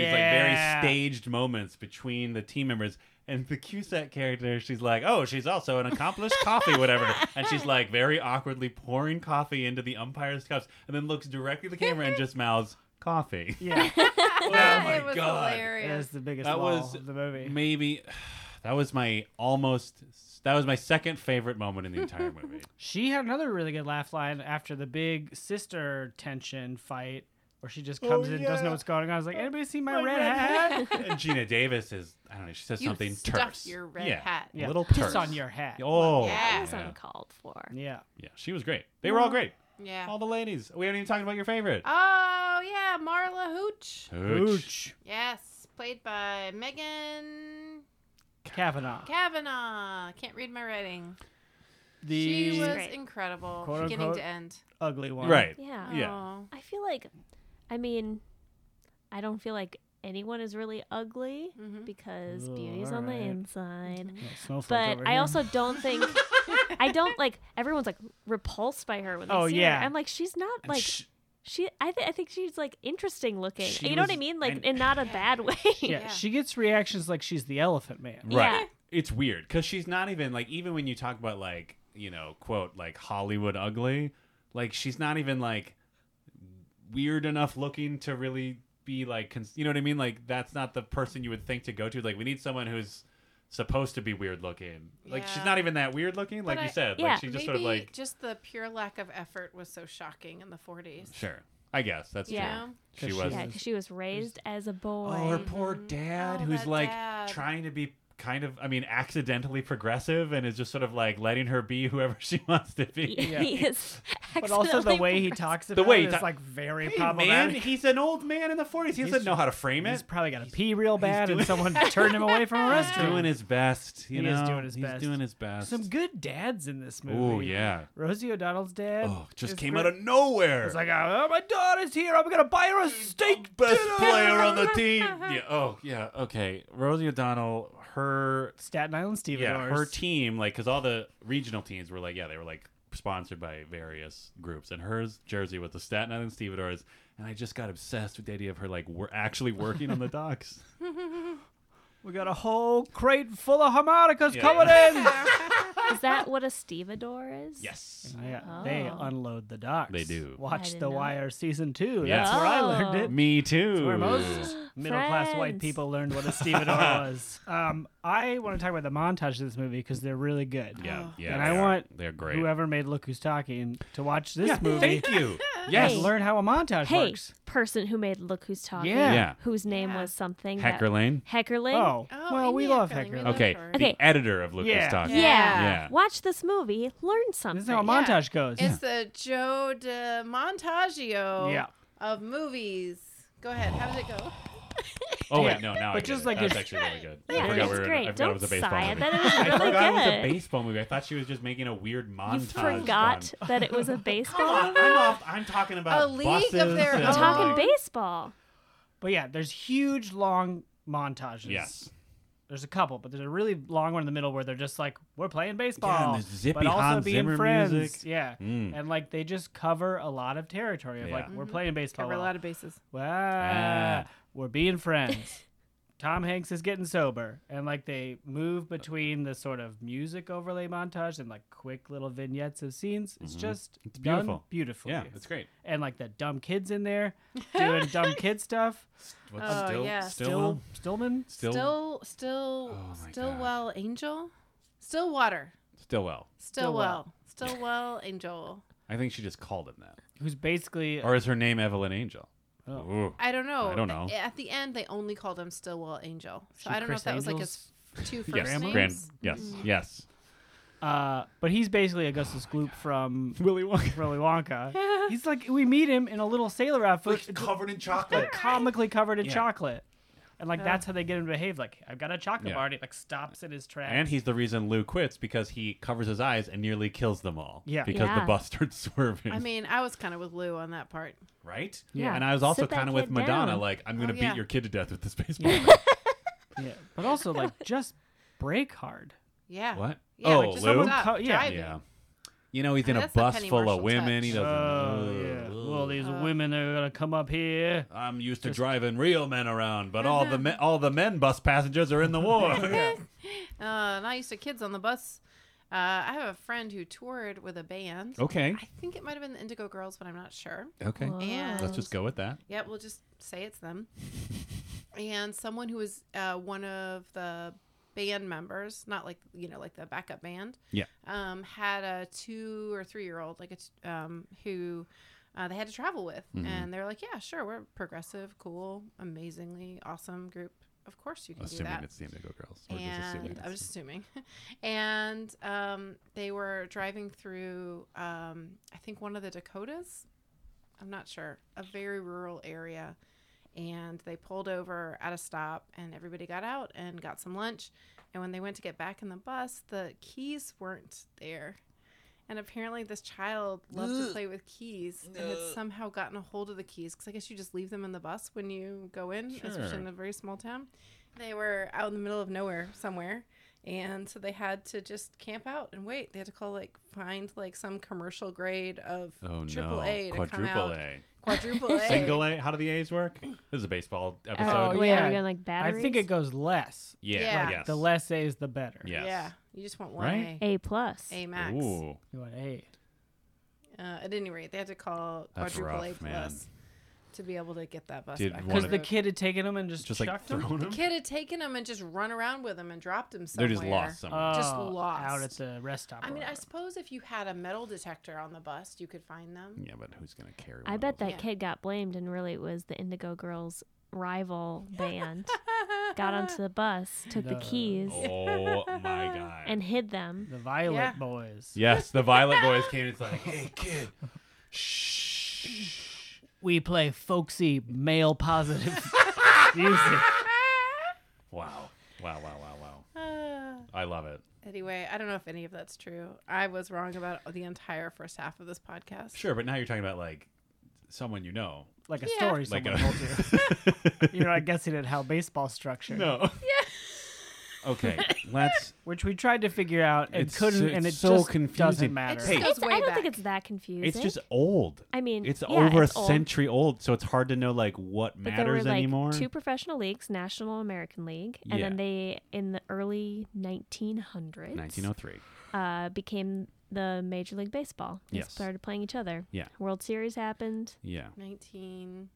S2: these like
S6: yeah.
S2: very staged moments between the team members. And the Cusack character, she's like, oh, she's also an accomplished coffee, whatever. And she's like very awkwardly pouring coffee into the umpire's cups and then looks directly at the camera and just mouths, coffee.
S6: yeah,
S2: Oh
S5: it was hilarious.
S6: that's the biggest
S2: That
S6: lull
S2: was
S6: of the movie.
S2: Maybe that was my almost that was my second favorite moment in the entire movie.
S6: She had another really good laugh line after the big sister tension fight, where she just comes in, doesn't know
S2: yeah.
S6: what's going on. I was like, anybody see my, red,
S2: red
S6: hat?
S2: and Gina Davis is I don't know, she says
S5: You
S2: something
S5: stuck
S2: terse.
S5: your red
S2: yeah,
S5: hat.
S6: Yeah,
S2: Little
S6: piss
S2: terse.
S6: on your hat.
S2: Oh.
S5: Yeah.
S3: That
S2: Yeah.
S3: was
S2: yeah.
S3: uncalled for.
S6: Yeah,
S2: she was great. They were all great.
S5: Yeah.
S2: All the ladies. We haven't even talked about your favorite.
S5: Oh yeah, Marla Hooch.
S2: Hooch.
S5: Yes, played by Megan
S6: Kavanaugh.
S5: Kavanaugh. Can't read my writing.
S6: The
S5: she was
S3: Great.
S5: incredible,
S6: Quote,
S5: beginning
S6: unquote.
S5: to end.
S6: ugly one.
S2: Right.
S3: Yeah.
S2: Yeah.
S5: Oh.
S3: I feel like, I mean, I don't feel like anyone is really ugly
S5: Mhm.
S3: because
S6: Ooh,
S3: beauty's on the
S6: alright.
S3: inside.
S6: Little snowflake
S3: But
S6: over
S3: I
S6: here.
S3: also don't think I don't like everyone's like repulsed by her when they
S6: Oh,
S3: see
S6: yeah.
S3: her. I'm like she's not
S2: And
S3: like
S2: sh-
S3: she. I th- I think she's like interesting looking.
S2: She
S3: you know what I
S2: was-
S3: mean? Like
S2: and-
S3: in not a bad way.
S6: yeah,
S5: Yeah.
S6: she gets reactions like she's the Elephant Man.
S2: Right.
S3: Yeah.
S2: It's weird because she's not even like even when you talk about like you know quote like Hollywood ugly, like she's not even like weird enough looking to really be like cons- you know what I mean. Like that's not the person you would think to go to. Like we need someone who's supposed to be weird looking. Like
S5: Yeah.
S2: she's not even that weird looking. Like
S5: But
S2: you
S5: I-
S2: said,
S3: yeah,
S2: like she's
S5: Maybe
S2: just sort of like
S5: just the pure lack of effort was so shocking in the 40s.
S2: sure. I guess that's
S5: You
S3: Yeah.
S5: know?
S2: true. She
S6: 'Cause she
S2: was.
S3: Yeah, 'cause she was raised as a boy.
S2: Oh, her poor dad,
S5: Oh,
S2: who's
S5: that
S2: like
S5: dad.
S2: trying to be kind of, I mean, accidentally progressive and is just sort of like letting her be whoever she wants to be.
S3: He,
S6: Yeah.
S3: he is.
S6: But also the
S3: accidentally
S6: way he
S3: progressed.
S6: talks about
S2: The way
S6: it
S2: he
S6: is
S2: ta-
S6: like
S2: Hey,
S6: very
S2: man,
S6: problematic.
S2: he's an old man in the 40s. He
S6: He's
S2: doesn't know how to frame
S6: He's
S2: it.
S6: probably got to pee real bad,
S2: doing-
S6: and someone turned him away from a
S2: He's
S6: restaurant.
S2: doing his best. You
S6: He
S2: know,
S6: is doing his
S2: he's
S6: best.
S2: doing his best.
S6: Some good dads in this movie.
S2: oh yeah.
S6: Rosie O'Donnell's dad.
S2: Oh, just
S6: is
S2: came
S6: great.
S2: out of nowhere.
S6: It's like,
S2: uh,
S6: oh, my daughter's here. I'm gonna buy her a steak.
S2: best
S6: dinner."
S2: player on the team. yeah. Oh yeah. Okay. Rosie O'Donnell. Her
S6: Staten Island Stevedores.
S2: yeah, her team, like, because all the regional teams were like, yeah, they were like sponsored by various groups, and hers jersey was the Staten Island Stevedores, and I just got obsessed with the idea of her like we're actually working on the docks.
S6: We got a whole crate full of harmonicas
S2: Yeah.
S6: coming in.
S3: Is that what a stevedore is?
S2: yes.
S6: yeah, they
S3: Oh.
S6: unload the docks.
S2: They do.
S3: I
S6: Watch
S3: didn't
S6: The
S3: know that.
S6: Wire season two.
S2: Yeah.
S6: That's where I learned
S3: Oh.
S6: it.
S2: Me too.
S6: It's where most middle class white
S3: Friends.
S6: people learned what a stevedore was. Um, I want to talk about the montages of this movie because they're really good.
S2: Yeah. Yeah.
S6: And
S2: they
S6: I
S2: are.
S6: want
S2: They're great.
S6: Whoever made Look Who's Talking to watch this
S2: yeah,
S6: movie
S2: Thank you. Yes.
S6: and learn how a montage
S3: Hey,
S6: works.
S3: person who made Look Who's Talking.
S6: Yeah.
S2: Yeah.
S3: Whose name
S5: Yeah.
S3: was something. that-
S2: Hecker Lane.
S3: Heckerling.
S6: Oh,
S5: Oh,
S6: well, we
S5: Amy
S6: love
S5: Heckerling, we
S6: Hecker.
S5: love
S2: Okay.
S5: her.
S3: Okay.
S2: The editor of Lucas
S6: Yeah.
S2: Talking.
S3: Yeah.
S5: Yeah.
S3: Watch this movie. Learn
S6: This is
S3: something.
S6: how a
S5: Yeah.
S6: montage goes.
S5: It's the Joe de Montaggio
S6: Yeah.
S5: of movies. Go ahead. How did it go?
S2: Oh
S6: Yeah.
S2: wait, no, now I
S6: But
S2: get
S6: just
S2: it.
S6: like
S2: that's
S6: there's-
S2: actually really good.
S3: Yeah,
S2: I forgot
S3: it's
S2: we were.
S3: great.
S2: I forgot
S3: Don't
S2: it was a baseball
S3: sigh.
S2: movie.
S3: That is
S2: I
S3: really
S2: forgot it was a
S3: good.
S2: baseball movie. I thought she was just making a weird
S3: You
S2: montage.
S3: forgot
S2: on-
S3: that it was a baseball
S2: Come on,
S3: movie.
S2: I'm off. I'm talking about
S5: A league
S2: buses
S5: of their
S2: and-
S5: own.
S3: Talking
S5: Um,
S3: baseball.
S6: But yeah, there's huge long montages.
S2: Yes.
S6: There's a couple, but there's a really long one in the middle where they're just like, we're playing baseball.
S2: Yeah, and there's zippy
S6: but also
S2: Hans
S6: being
S2: Zimmer
S6: friends.
S2: music.
S6: Yeah.
S2: Mm.
S6: And like they just cover a lot of territory of
S2: Yeah.
S6: like, we're playing baseball.
S5: Mm-hmm. Cover a
S6: well.
S5: lot of bases.
S6: Wow.
S2: Ah.
S6: We're being friends. Tom Hanks is getting sober. And like they move between the sort of music overlay montage and like quick little vignettes of scenes. It's just
S2: Mm-hmm. It's
S6: done
S2: beautiful.
S6: beautifully.
S2: Yeah, it's great.
S6: And like the dumb kids in there doing dumb kid stuff.
S2: What's
S5: Oh,
S2: still,
S5: yeah.
S2: still,
S6: Stillman?
S2: still, still,
S5: Still, still,
S2: Oh my
S5: still
S2: God.
S5: well, Angel. Still water.
S2: still well.
S5: Still
S6: well.
S5: well. Still well, Angel.
S2: I think she just called him that,
S6: who's basically
S2: or is her name Evelyn Angel?
S6: Oh.
S2: Ooh.
S5: I don't know.
S2: I don't know.
S5: A- At the end, they only called him Stillwell Angel. So
S6: She
S5: I don't know
S6: Chris
S5: if that was like
S6: Angel's
S5: his f- two first
S2: Yes,
S5: names. Mm.
S2: grand. Yes, yes.
S6: uh but he's basically Augustus Gloop from
S2: Willy Wonka,
S6: Willy Wonka. he's like we meet him in a little sailor outfit it's
S2: covered in chocolate.
S6: comically covered in
S2: Yeah.
S6: chocolate. And like that's how they get him to behave like I've got a chocolate
S2: Yeah.
S6: bar and he like stops in his tracks.
S2: And he's the reason Lou quits because he covers his eyes and nearly kills them all.
S6: Yeah.
S2: Because the
S3: Yeah.
S2: bus starts swerving.
S5: I mean, I was kind of with Lou on that part.
S2: right?
S3: Yeah.
S2: And I was also
S3: Sit that
S2: kind of with
S3: kid
S2: Madonna,
S3: down.
S2: like, I'm going to
S5: Oh, yeah.
S2: beat your kid to death with this baseball. bat.
S6: Yeah, but also like just break hard.
S5: Yeah.
S2: What?
S5: Yeah,
S2: Oh,
S5: like, just
S2: Lou?
S5: someone co-
S6: Yeah.
S5: driving.
S2: Yeah. You know, he's
S5: I
S2: in
S5: mean,
S2: a
S5: that's the
S2: bus
S5: Penny
S2: full of
S5: Marshall
S2: women. He
S5: touch.
S2: doesn't.
S6: Oh, Well, these women are gonna come up here.
S2: I'm used to driving real men around, but all the men, all the men bus passengers are in the war.
S5: Uh, and I used to kids on the bus. Uh, I have a friend who toured with a band.
S2: Okay.
S5: I think it might have been the Indigo Girls, but I'm not sure.
S2: Okay.
S5: And
S2: Let's just go with that.
S5: Yeah, we'll just say it's them. And someone who was uh, one of the band members, not like you know, like the backup band.
S2: Yeah.
S5: Um, had a two or three year old, like a t- um, who uh, they had to travel with,
S2: Mm-hmm.
S5: and they're like, yeah, sure, we're progressive, cool, amazingly awesome group. Of course, you can do
S2: Assuming
S5: that
S2: it's the Indigo Girls. We're just assuming
S5: and I
S2: it's-
S5: was just assuming, and um, they were driving through, um, I think one of the Dakotas, I'm not sure, a very rural area, and they pulled over at a stop, and everybody got out and got some lunch, and when they went to get back in the bus, the keys weren't there. And apparently, this child loved to play with keys and had somehow gotten a hold of the keys because I guess you just leave them in the bus when you go in, especially
S2: Sure.
S5: in a very small town. They were out in the middle of nowhere somewhere, and so they had to just camp out and wait. They had to call like find like some commercial grade of
S2: Oh
S5: triple
S2: no!
S5: A to
S2: Quadruple
S5: come out.
S2: A,
S5: Quadruple A.
S2: single A. How do the A's work? This is a baseball episode.
S3: Oh, wait, are we doing like batteries?
S6: I think it goes less.
S2: yeah.
S5: Yeah.
S2: Yes.
S6: The less A's, the better.
S2: Yes.
S5: Yeah, you just want one
S2: Right?
S5: A,
S3: A plus.
S5: A max.
S2: Ooh.
S6: You want A.
S5: Uh, at any rate, they had to call
S2: That's
S5: quadruple A
S2: rough,
S5: plus
S2: man.
S5: to be able to get that bus
S2: Did one
S5: back. on
S6: Because
S2: of
S6: the
S5: road.
S6: kid had taken them and just,
S2: Just like
S6: chucked them.
S2: thrown
S5: The
S2: them.
S5: kid had taken him and just run around with him and dropped him
S2: They're
S5: somewhere.
S2: just lost somewhere.
S5: Just
S6: Oh,
S5: lost.
S6: out at the rest stop.
S5: I
S6: or
S5: mean, I
S6: whatever.
S5: suppose if you had a metal detector on the bus, you could find them.
S2: yeah, but who's gonna carry?
S3: I
S2: one
S3: bet
S2: of those?
S3: that kid got blamed and really it was the Indigo Girls rival band. got onto the bus, took the
S6: No.
S3: keys,
S2: Oh my god.
S3: and hid them.
S6: the Violet
S5: Yeah.
S6: Boys.
S2: yes, the Violet Boys came. It's like, hey kid,
S6: We play folksy male positive music.
S2: Wow. Wow, wow, wow, wow.
S5: Uh,
S2: I love it.
S5: Anyway, I don't know if any of that's true. I was wrong about the entire first half of this podcast.
S2: Sure, but now you're talking about like someone you know.
S6: Like a
S5: Yeah.
S6: story
S2: Like
S6: someone
S2: a-
S6: told you. You're not guessing at how baseball structured.
S2: No. Okay, let's.
S6: Which we tried to figure out and
S2: It's
S6: couldn't,
S2: so-
S6: and it
S2: it's so
S6: just doesn't
S2: confusing.
S6: matter.
S5: Hey. goes
S3: It's-
S5: way
S3: I don't
S5: back.
S3: think it's that confusing.
S2: It's just old.
S3: I mean,
S2: it's
S3: yeah,
S2: over
S3: it's
S2: a
S3: old.
S2: century old, so it's hard to know like what
S3: But there were
S2: matters
S3: like
S2: anymore.
S3: two professional leagues, National and American League, and
S2: Yeah.
S3: then they in the early 1900s
S2: 1903.
S3: uh, became the Major League Baseball. They
S2: oh- Yes.
S3: started playing each other.
S2: Yeah.
S3: World Series happened.
S2: Yeah,
S5: 1907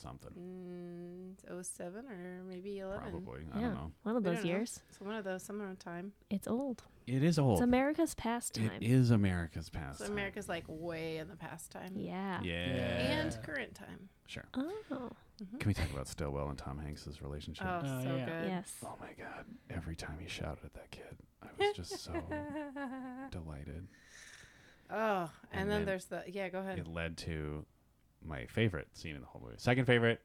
S2: something
S5: or maybe 11.
S2: probably. I
S3: yeah,
S2: don't know.
S3: one of
S5: We don't
S3: those
S5: know.
S3: years.
S5: So one of those, summer time.
S3: It's old.
S2: It is old.
S3: It's America's pastime.
S2: It is America's past.
S5: So America's like way in the past time.
S3: Yeah.
S2: Yeah.
S5: And current time.
S2: Sure.
S3: Oh,
S2: Can we talk about Stillwell and Tom Hanks' relationship?
S5: Oh,
S6: Oh,
S5: so
S6: yeah.
S5: good.
S3: yes.
S2: Oh my god! Every time he shouted at that kid, I was just so delighted.
S5: Oh,
S2: And
S5: and, then,
S2: then-
S5: there's the yeah. Go ahead.
S2: It led to my favorite scene in the whole movie. Second favorite,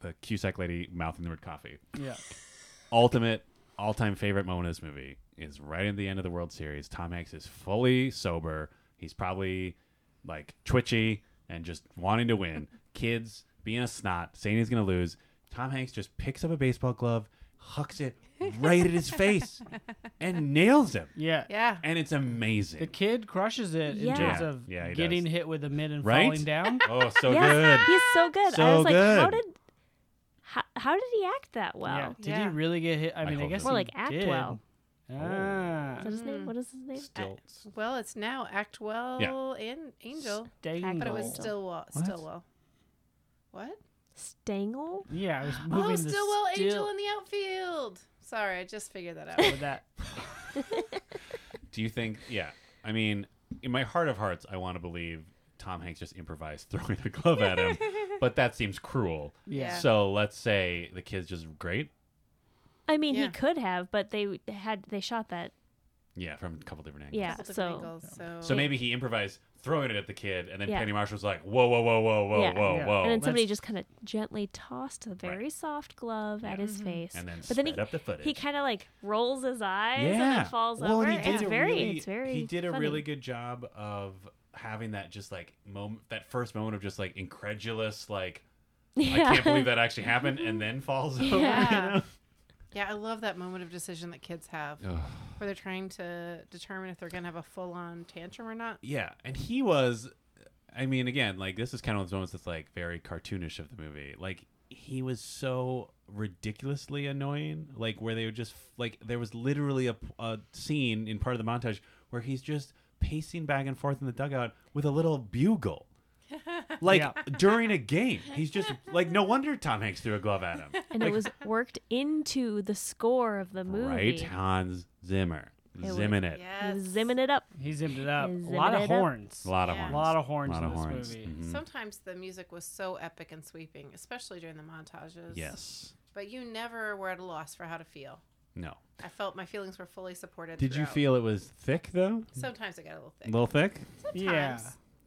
S2: the Cusack lady mouthing the word coffee.
S6: Yeah.
S2: Ultimate, all-time favorite moment of this movie is right at the end of the World Series. Tom Hanks is fully sober. He's probably like twitchy and just wanting to win. Kids being a snot, saying he's going to lose. Tom Hanks just picks up a baseball glove, hucks it right at his face, and nails him.
S6: Yeah.
S5: Yeah.
S2: And it's amazing.
S6: The kid crushes it
S3: Yeah.
S6: in terms
S2: Yeah.
S6: of
S2: Yeah, he
S6: getting
S2: does.
S6: hit with a mid and
S2: Right?
S6: falling down.
S2: Oh, so
S3: yes.
S2: good.
S3: He's so good. I
S2: So
S3: was like, how
S2: good.
S3: did how, how did he act that well?
S6: yeah. Did he
S5: Yeah.
S6: really get hit? I mean, I,
S2: hope
S6: guess
S2: so.
S3: More
S6: he
S3: like act
S6: did.
S3: well.
S6: Ah.
S3: Is that his name? What is his name?
S2: Stilts.
S5: Well, it's now Act Well and Angel,
S6: Dangle.
S5: but it was
S3: Angel.
S5: Stillwell. Stillwell. What?
S3: Stangle?
S6: Yeah, I was moving
S5: Oh,
S6: the
S5: Stillwell
S6: still
S5: Angel in the outfield. Sorry, I just figured that out.
S6: with that.
S2: Do you think? Yeah. I mean, in my heart of hearts, I want to believe Tom Hanks just improvised throwing the glove at him, but that seems cruel.
S5: Yeah.
S2: So let's say the kid's just great.
S3: I mean,
S5: Yeah.
S3: he could have, but they had they shot that.
S2: Yeah, from a couple different angles.
S3: Yeah.
S5: Multiple
S3: so
S5: angles, so,
S2: So maybe he improvised throwing it at the kid, and then
S3: Yeah.
S2: Penny Marshall's like, "Whoa, whoa, whoa, whoa, whoa,
S3: Yeah.
S2: whoa,
S6: Yeah.
S2: whoa."
S3: and then somebody
S6: let's-
S3: just kind of gently tossed a very soft glove at his face,
S2: Mm-hmm. And then
S3: but then
S2: sped
S3: he
S2: up the footage.
S3: he kind of like rolls his eyes and
S2: yeah.
S3: then falls
S2: well,
S3: over.
S2: and He did
S3: It's
S2: a
S3: very,
S2: really,
S3: it's very.
S2: He did a
S3: funny.
S2: really good job of having that just like moment, that first moment of just like incredulous, like I can't believe that actually happened, and then falls over.
S3: Yeah.
S2: You know?
S5: Yeah, I love that moment of decision that kids have
S2: Ugh.
S5: where they're trying to determine if they're going to have a full on tantrum or not.
S2: Yeah, and he was. I mean, again, like this is kind of one of those moments that's like very cartoonish of the movie. Like he was so ridiculously annoying. Like where they would just like there was literally a, p- a scene in part of the montage where he's just pacing back and forth in the dugout with a little bugle. Like
S6: Yeah.
S2: during a game, he's just like no wonder Tom Hanks threw a glove at him.
S3: And it was worked into the score of the movie.
S2: Right, Hans Zimmer,
S3: was-
S2: zimming it.
S3: He
S5: Yes.
S3: was zimming it up.
S6: He zoomed it up. A
S3: He zoomed
S6: lot
S3: it
S6: of
S3: up.
S6: horns.
S2: A lot of
S5: Yeah.
S2: horns.
S6: A lot of horns
S2: lot
S6: in
S2: of
S6: this
S2: horns.
S6: movie.
S2: Mhm.
S5: Sometimes the music was so epic and sweeping, especially during the montages.
S2: Yes.
S5: But you never were at a loss for how to feel.
S2: No.
S5: I felt my feelings were fully supported.
S2: Did you
S5: throughout.
S2: feel it was thick though?
S5: Sometimes it got a little
S2: A
S5: thick.
S2: little thick?
S5: Sometimes.
S6: Yeah.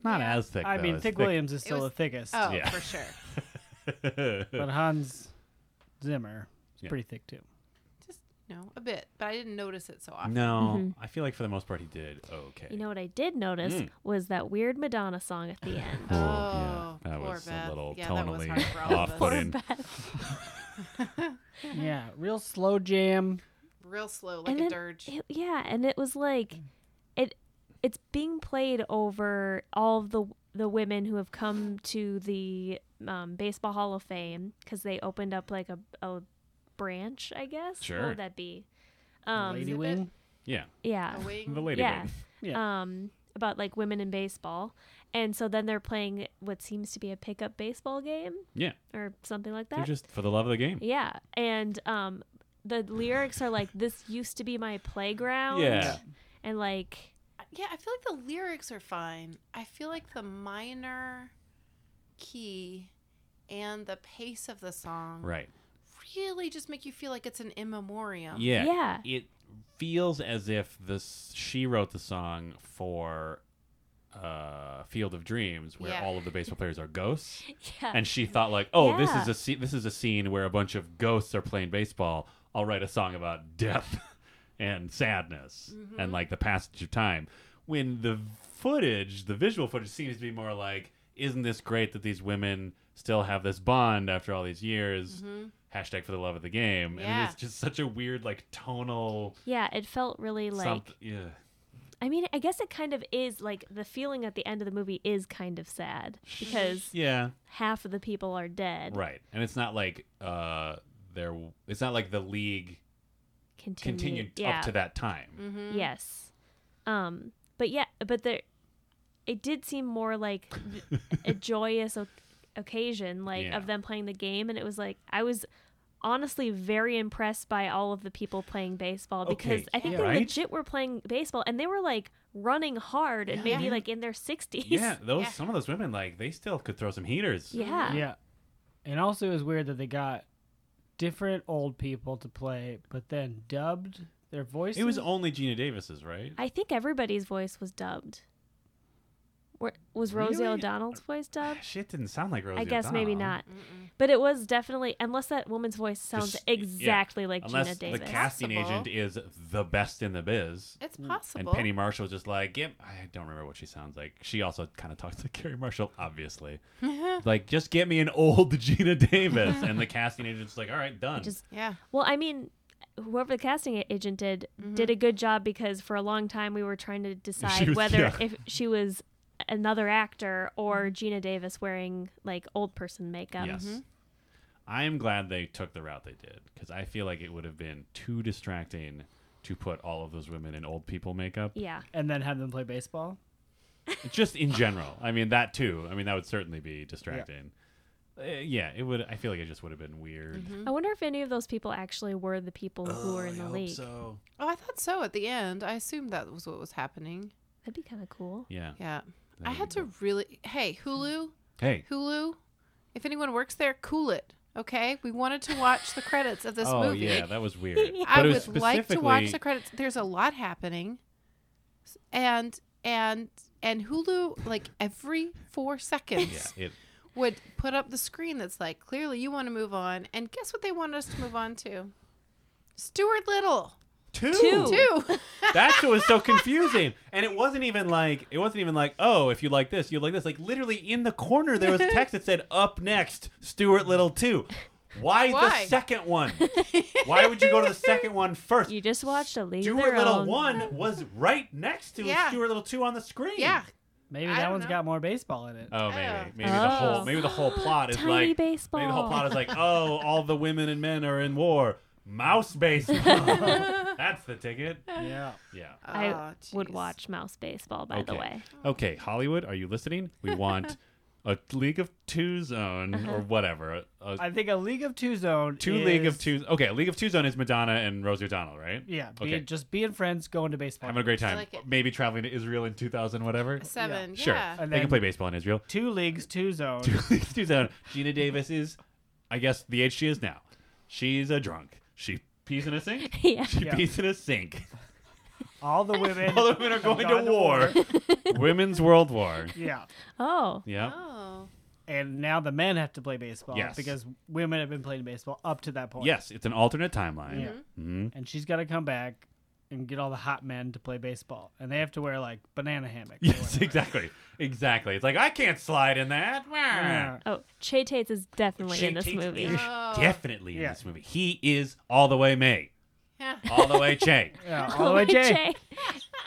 S2: Not as thick.
S6: I
S2: though.
S6: mean,
S2: It's
S6: Thick Williams is still
S5: Mm. was-
S6: the thickest,
S5: Oh,
S2: Yeah.
S5: for sure.
S6: but Hans Zimmer is
S2: Yeah.
S6: pretty thick too.
S5: Just you know, a bit, but I didn't notice it so often.
S2: no, I feel like for the most part he did okay.
S3: You know what I did notice
S2: Mm.
S3: was that weird Madonna song at the end.
S2: Oh,
S5: Oh,
S2: yeah. That
S5: poor
S2: was
S5: Beth.
S2: a little
S5: Yeah, that was
S2: tonally
S5: hard for all of us.
S2: off putting.
S5: Uh-huh.
S6: Yeah, real slow jam.
S5: Real slow, like
S3: And
S5: a
S3: then
S5: dirge.
S3: It- yeah, and it was like it it's being played over all of the the women who have come to the um, baseball Hall of Fame because they opened up like a, a branch, I guess. What
S2: Sure.
S3: would that be? Um,
S6: Lady
S5: exhibit.
S6: Wing. Ah.
S2: Yeah.
S3: Yeah.
S5: A wing.
S2: The lady
S3: yeah.
S2: wing.
S6: Yeah.
S3: Um, about like women in baseball, and so then they're playing what seems to be a pickup baseball game
S2: Yeah.
S3: or something like
S2: They're
S3: that.
S2: just for the love of the game.
S3: Yeah, and um, the lyrics are like, "This used to be my playground."
S2: Yeah.
S3: and like,
S5: Uh, Yeah, I feel like the lyrics are fine. I feel like the minor key and the pace of the song
S2: Right.
S5: really just make you feel like it's an in memoriam.
S2: Yeah.
S3: Yeah.
S2: It feels as if this she wrote the song for uh Field of Dreams where
S5: Yeah.
S2: all of the baseball players are ghosts.
S3: yeah,
S2: and she thought like, oh, this
S3: Yeah.
S2: is a sce- this is a scene where a bunch of ghosts are playing baseball. I'll write a song about death and sadness
S3: Mm-hmm.
S2: and like the passage of time. When the footage, the visual footage, seems to be more like, isn't this great that these women still have this bond after all these years?
S3: Mm-hmm.
S2: Hashtag for the love of the game,
S5: Yeah.
S2: and it's just such a weird like tonal
S3: yeah, it felt really like.
S2: something. Yeah,
S3: I mean, I guess it kind of is like the feeling at the end of the movie is kind of sad because
S2: yeah,
S3: half of the people are dead.
S2: right. And it's not like uh, there. It's not like the league
S3: Continued,
S2: continued
S3: yeah.
S2: up to that time.
S5: Mm-hmm.
S3: Yes. Um. But yeah. But there, it did seem more like a joyous o- occasion, like
S2: Yeah.
S3: of them playing the game, and it was like I was honestly very impressed by all of the people playing baseball because
S2: Okay,
S3: I think
S2: yeah.
S3: they
S2: Right?
S3: legit were playing baseball and they were like running hard and maybe like in their sixties.
S2: Yeah, those
S5: Yeah.
S2: some of those women like they still could throw some heaters.
S5: Uh-huh.
S3: Yeah.
S6: Yeah. And also it was weird that they got different old people to play, but then dubbed their voices.
S2: It was only Gina Davis's, right?
S3: I think everybody's voice was dubbed. Were- Was Rosie
S2: Really?
S3: O'Donnell's voice dubbed?
S2: Shit didn't sound like Rosie.
S3: I guess maybe
S2: O'Donnell.
S3: not. But it was definitely, unless that woman's voice sounds
S2: Just- yeah.
S3: exactly like
S2: Unless
S3: Gina
S2: the
S3: Davis.
S2: casting
S5: Possible.
S2: agent is the best in the biz.
S5: It's
S2: Mm. And
S5: possible.
S2: Penny Marshall was just like, give, I don't remember what she sounds like. She also kind of talks like Carrie Marshall, obviously. like, just get me an old Gina Davis. and the casting agent's like, all right, done.
S3: Just-
S5: yeah.
S3: well, I mean, whoever the casting agent did did a good job because for a long time we were trying to decide
S2: was-
S3: whether
S2: yeah.
S3: if she was another actor or Gina Davis wearing like old person makeup.
S2: Yes.
S5: Mm-hmm.
S2: I am glad they took the route they did because I feel like it would have been too distracting to put all of those women in old people makeup.
S3: Yeah.
S6: and then have them play baseball.
S2: just in general. I mean that too. I mean that would certainly be distracting. Uh, Yeah, it would. I feel like it just would have been weird.
S5: Mm-hmm.
S3: I wonder if any of those people actually were the people who were in the league.
S2: Oh, So
S5: Oh, I thought so at the end. I assumed that was what was happening.
S3: That'd be kind of cool.
S2: yeah.
S5: Yeah. I had to really. Hey, Hulu,
S2: Hey,
S5: Hulu, if anyone works there, cool it. Okay? We wanted to watch the credits of this
S2: oh
S5: movie.
S2: yeah, that was weird.
S5: I
S2: But it
S5: would
S2: was
S5: like to watch
S2: specifically-
S5: the credits. There's a lot happening, S- and and and Hulu like every four seconds
S2: Yeah, it,
S5: would put up the screen that's like clearly you want to move on, and guess what they wanted us to move on to? Stuart Little
S2: two.
S5: too.
S2: That's what was so confusing. And it wasn't even like it wasn't even like oh if you like this you like this like literally in the corner there was a text that said up next Stuart Little two. Why,
S5: Why?
S2: the second one? Why would you go to the second one first?
S3: You just watched a league. of
S2: Stuart
S3: Their
S2: Little
S3: Own.
S2: one was right next to
S5: Yeah.
S2: Stuart Little two on the screen.
S5: Yeah.
S6: Maybe
S5: I
S6: that
S5: don't
S6: one's
S5: know.
S6: got more baseball in it.
S2: Oh,
S5: Oh.
S2: maybe maybe the whole
S3: Oh.
S2: maybe the whole plot is
S3: Tiny
S2: like
S3: baseball.
S2: maybe the whole plot is like oh all the women and men are in war. Mouse baseball. That's the ticket.
S6: yeah.
S2: Yeah.
S3: I
S5: Oh,
S3: would
S5: jeez.
S3: watch Mouse Baseball, by the
S2: Okay.
S3: way.
S2: Okay, Hollywood, are you listening? We want a League of Two Zone or whatever. A, a
S6: Uh-huh. I think a League of Two Zone.
S2: two League of
S6: is-
S2: Two. Okay, a League of Two Zone is Madonna and Rosie O'Donnell, right?
S6: Yeah. Be,
S2: Okay.
S6: Just being friends, going to baseball.
S2: Having a great time.
S5: like it.
S2: Maybe traveling to Israel in 2000, whatever.
S5: Seven.
S2: Sure.
S5: Yeah.
S2: They
S6: And
S2: can
S6: then-
S2: play baseball in Israel.
S6: two leagues, two zones.
S2: Two League Two Zone. Gina Davis is, I guess, the age she is now. She's a drunk. She pees in a sink.
S3: yeah.
S2: She
S6: Yeah.
S2: pees in a sink.
S6: All the women.
S2: All the women are going
S6: gone
S2: to
S6: to
S2: war. Women's World War.
S6: yeah.
S3: Oh.
S2: Yeah.
S5: Oh.
S6: And now the men have to play baseball
S2: Yes.
S6: because women have been playing baseball up to that point.
S2: Yes, it's an alternate timeline.
S6: Oh. Yeah.
S2: hmm
S6: And she's got to come back and get all the hot men to play baseball. And they have to wear like banana hammocks. or
S2: Yes,
S6: whatever.
S2: exactly. Exactly. It's like I can't slide in that.
S6: Yeah.
S3: Oh, Che Tates is definitely
S2: She
S3: in this
S2: takes-
S3: movie.
S2: is
S5: Oh.
S2: Definitely in
S6: Yeah.
S2: this movie. He is all the way May.
S5: Yeah.
S2: All the way Che.
S6: Yeah, all the way Jay.
S3: Che.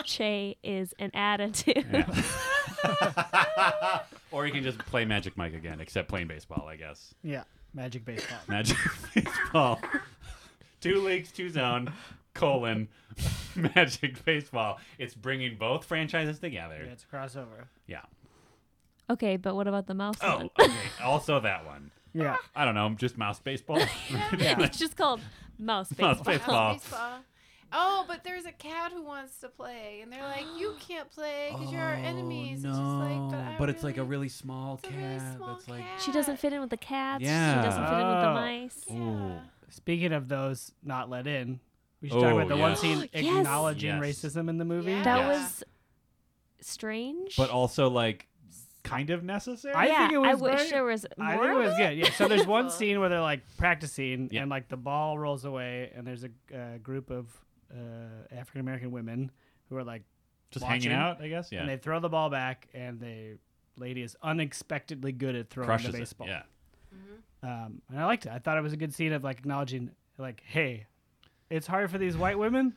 S3: Che is an attitude.
S2: Yeah. or you can just play Magic Mike again, except playing baseball, I guess.
S6: Yeah. Magic baseball.
S2: Magic baseball. two leagues, two zone, colon, magic baseball. It's bringing both franchises
S6: yeah,
S2: together.
S6: it's a crossover.
S2: Yeah.
S3: Okay, but what about the mouse
S2: Oh,
S3: one?
S2: okay. Also that one.
S6: Yeah.
S2: I don't know. Just mouse baseball.
S3: it's just called Mouse Baseball.
S2: Mouse baseball.
S5: Baseball. Oh, but there's a cat who wants to play, and they're like, "You can't play because you're
S2: Oh,
S5: our enemies." It's just like, but, I really-
S2: really small
S5: it's a really small cat.
S3: She doesn't fit in with the cats.
S2: Yeah.
S3: She doesn't fit in with the
S6: Oh.
S3: mice.
S2: Ooh.
S6: Speaking of those not let in, we should talk
S2: Oh,
S6: about the one
S2: yes.
S6: scene
S3: Yes.
S6: acknowledging
S2: Yes.
S6: racism in the movie.
S5: Yeah.
S3: That
S2: Yeah.
S3: was strange.
S2: but also like kind of necessary.
S6: I
S3: yeah,
S6: think it was
S3: wish
S6: very-
S3: there was more.
S6: I think it
S3: of
S6: was good. Yeah. So there's one scene where they're like practicing,
S2: Yeah.
S6: and like the ball rolls away, and there's a uh, group of uh, African American women who are like,
S2: just
S6: watching.
S2: hanging out, I guess. Yeah,
S6: and they throw the ball back, and the lady is unexpectedly good at throwing
S2: crushes
S6: the baseball.
S2: it. Yeah,
S6: Um, and I liked it. I thought it was a good scene of like acknowledging, like, hey, it's hard for these white women.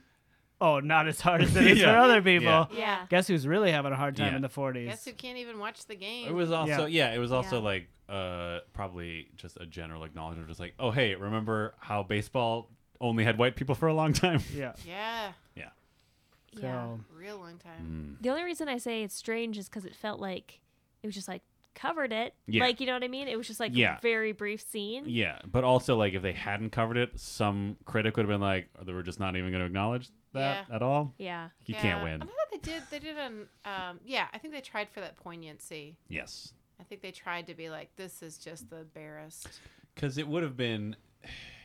S6: Oh, not as hard as it is
S2: Yeah.
S6: for other people.
S2: Yeah.
S3: Yeah.
S6: Guess who's really having a hard time
S2: Yeah.
S6: in the 40s?
S5: Guess who can't even watch the game?
S2: it was also yeah, it was also
S3: Yeah.
S2: like uh probably just a general acknowledgement, of just like oh hey, remember how baseball only had white people for a long time?
S6: yeah.
S5: yeah,
S2: yeah,
S6: So
S3: yeah.
S5: real long
S2: Mm,
S5: time.
S3: The only reason I say it's strange is because it felt like it was just like covered it.
S2: Yeah.
S3: Like, you know what I mean? It was just like
S2: Yeah.
S3: a very brief scene.
S2: yeah, but also like if they hadn't covered it, some critic would have been like, they were just not even going to acknowledge that at all.
S3: Yeah.
S2: You
S5: yeah.
S2: can't
S5: I
S2: win.
S5: know that they did. They did an. Um, yeah, I think they tried for that poignancy.
S2: Yes,
S5: I think they tried to be like, this is just the barest.
S2: because it would have been.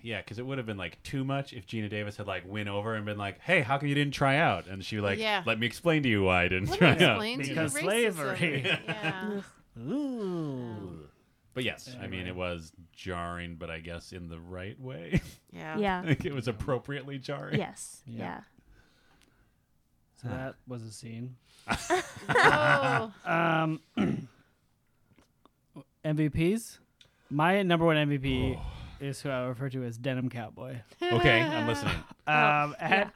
S2: Yeah, because it would have been like too much if Gina Davis had like went over and been like, "Hey, how come you didn't try out?" And she like,
S5: Yeah.
S2: "Let me explain to you why I didn't
S5: Let me
S2: try out."
S5: explain to you
S6: Because
S5: racism.
S6: slavery.
S5: Yeah.
S6: Ooh.
S2: But yes, I mean it was jarring, but I guess in the right way.
S5: yeah.
S3: Yeah.
S2: like it was appropriately jarring.
S3: Yes. Yeah.
S6: So that was a scene.
S5: Oh,
S6: Um, MVPs. My number one MVP
S2: Oh.
S6: is who I refer to as Denim Cowboy.
S2: Okay, I'm listening.
S6: Um, at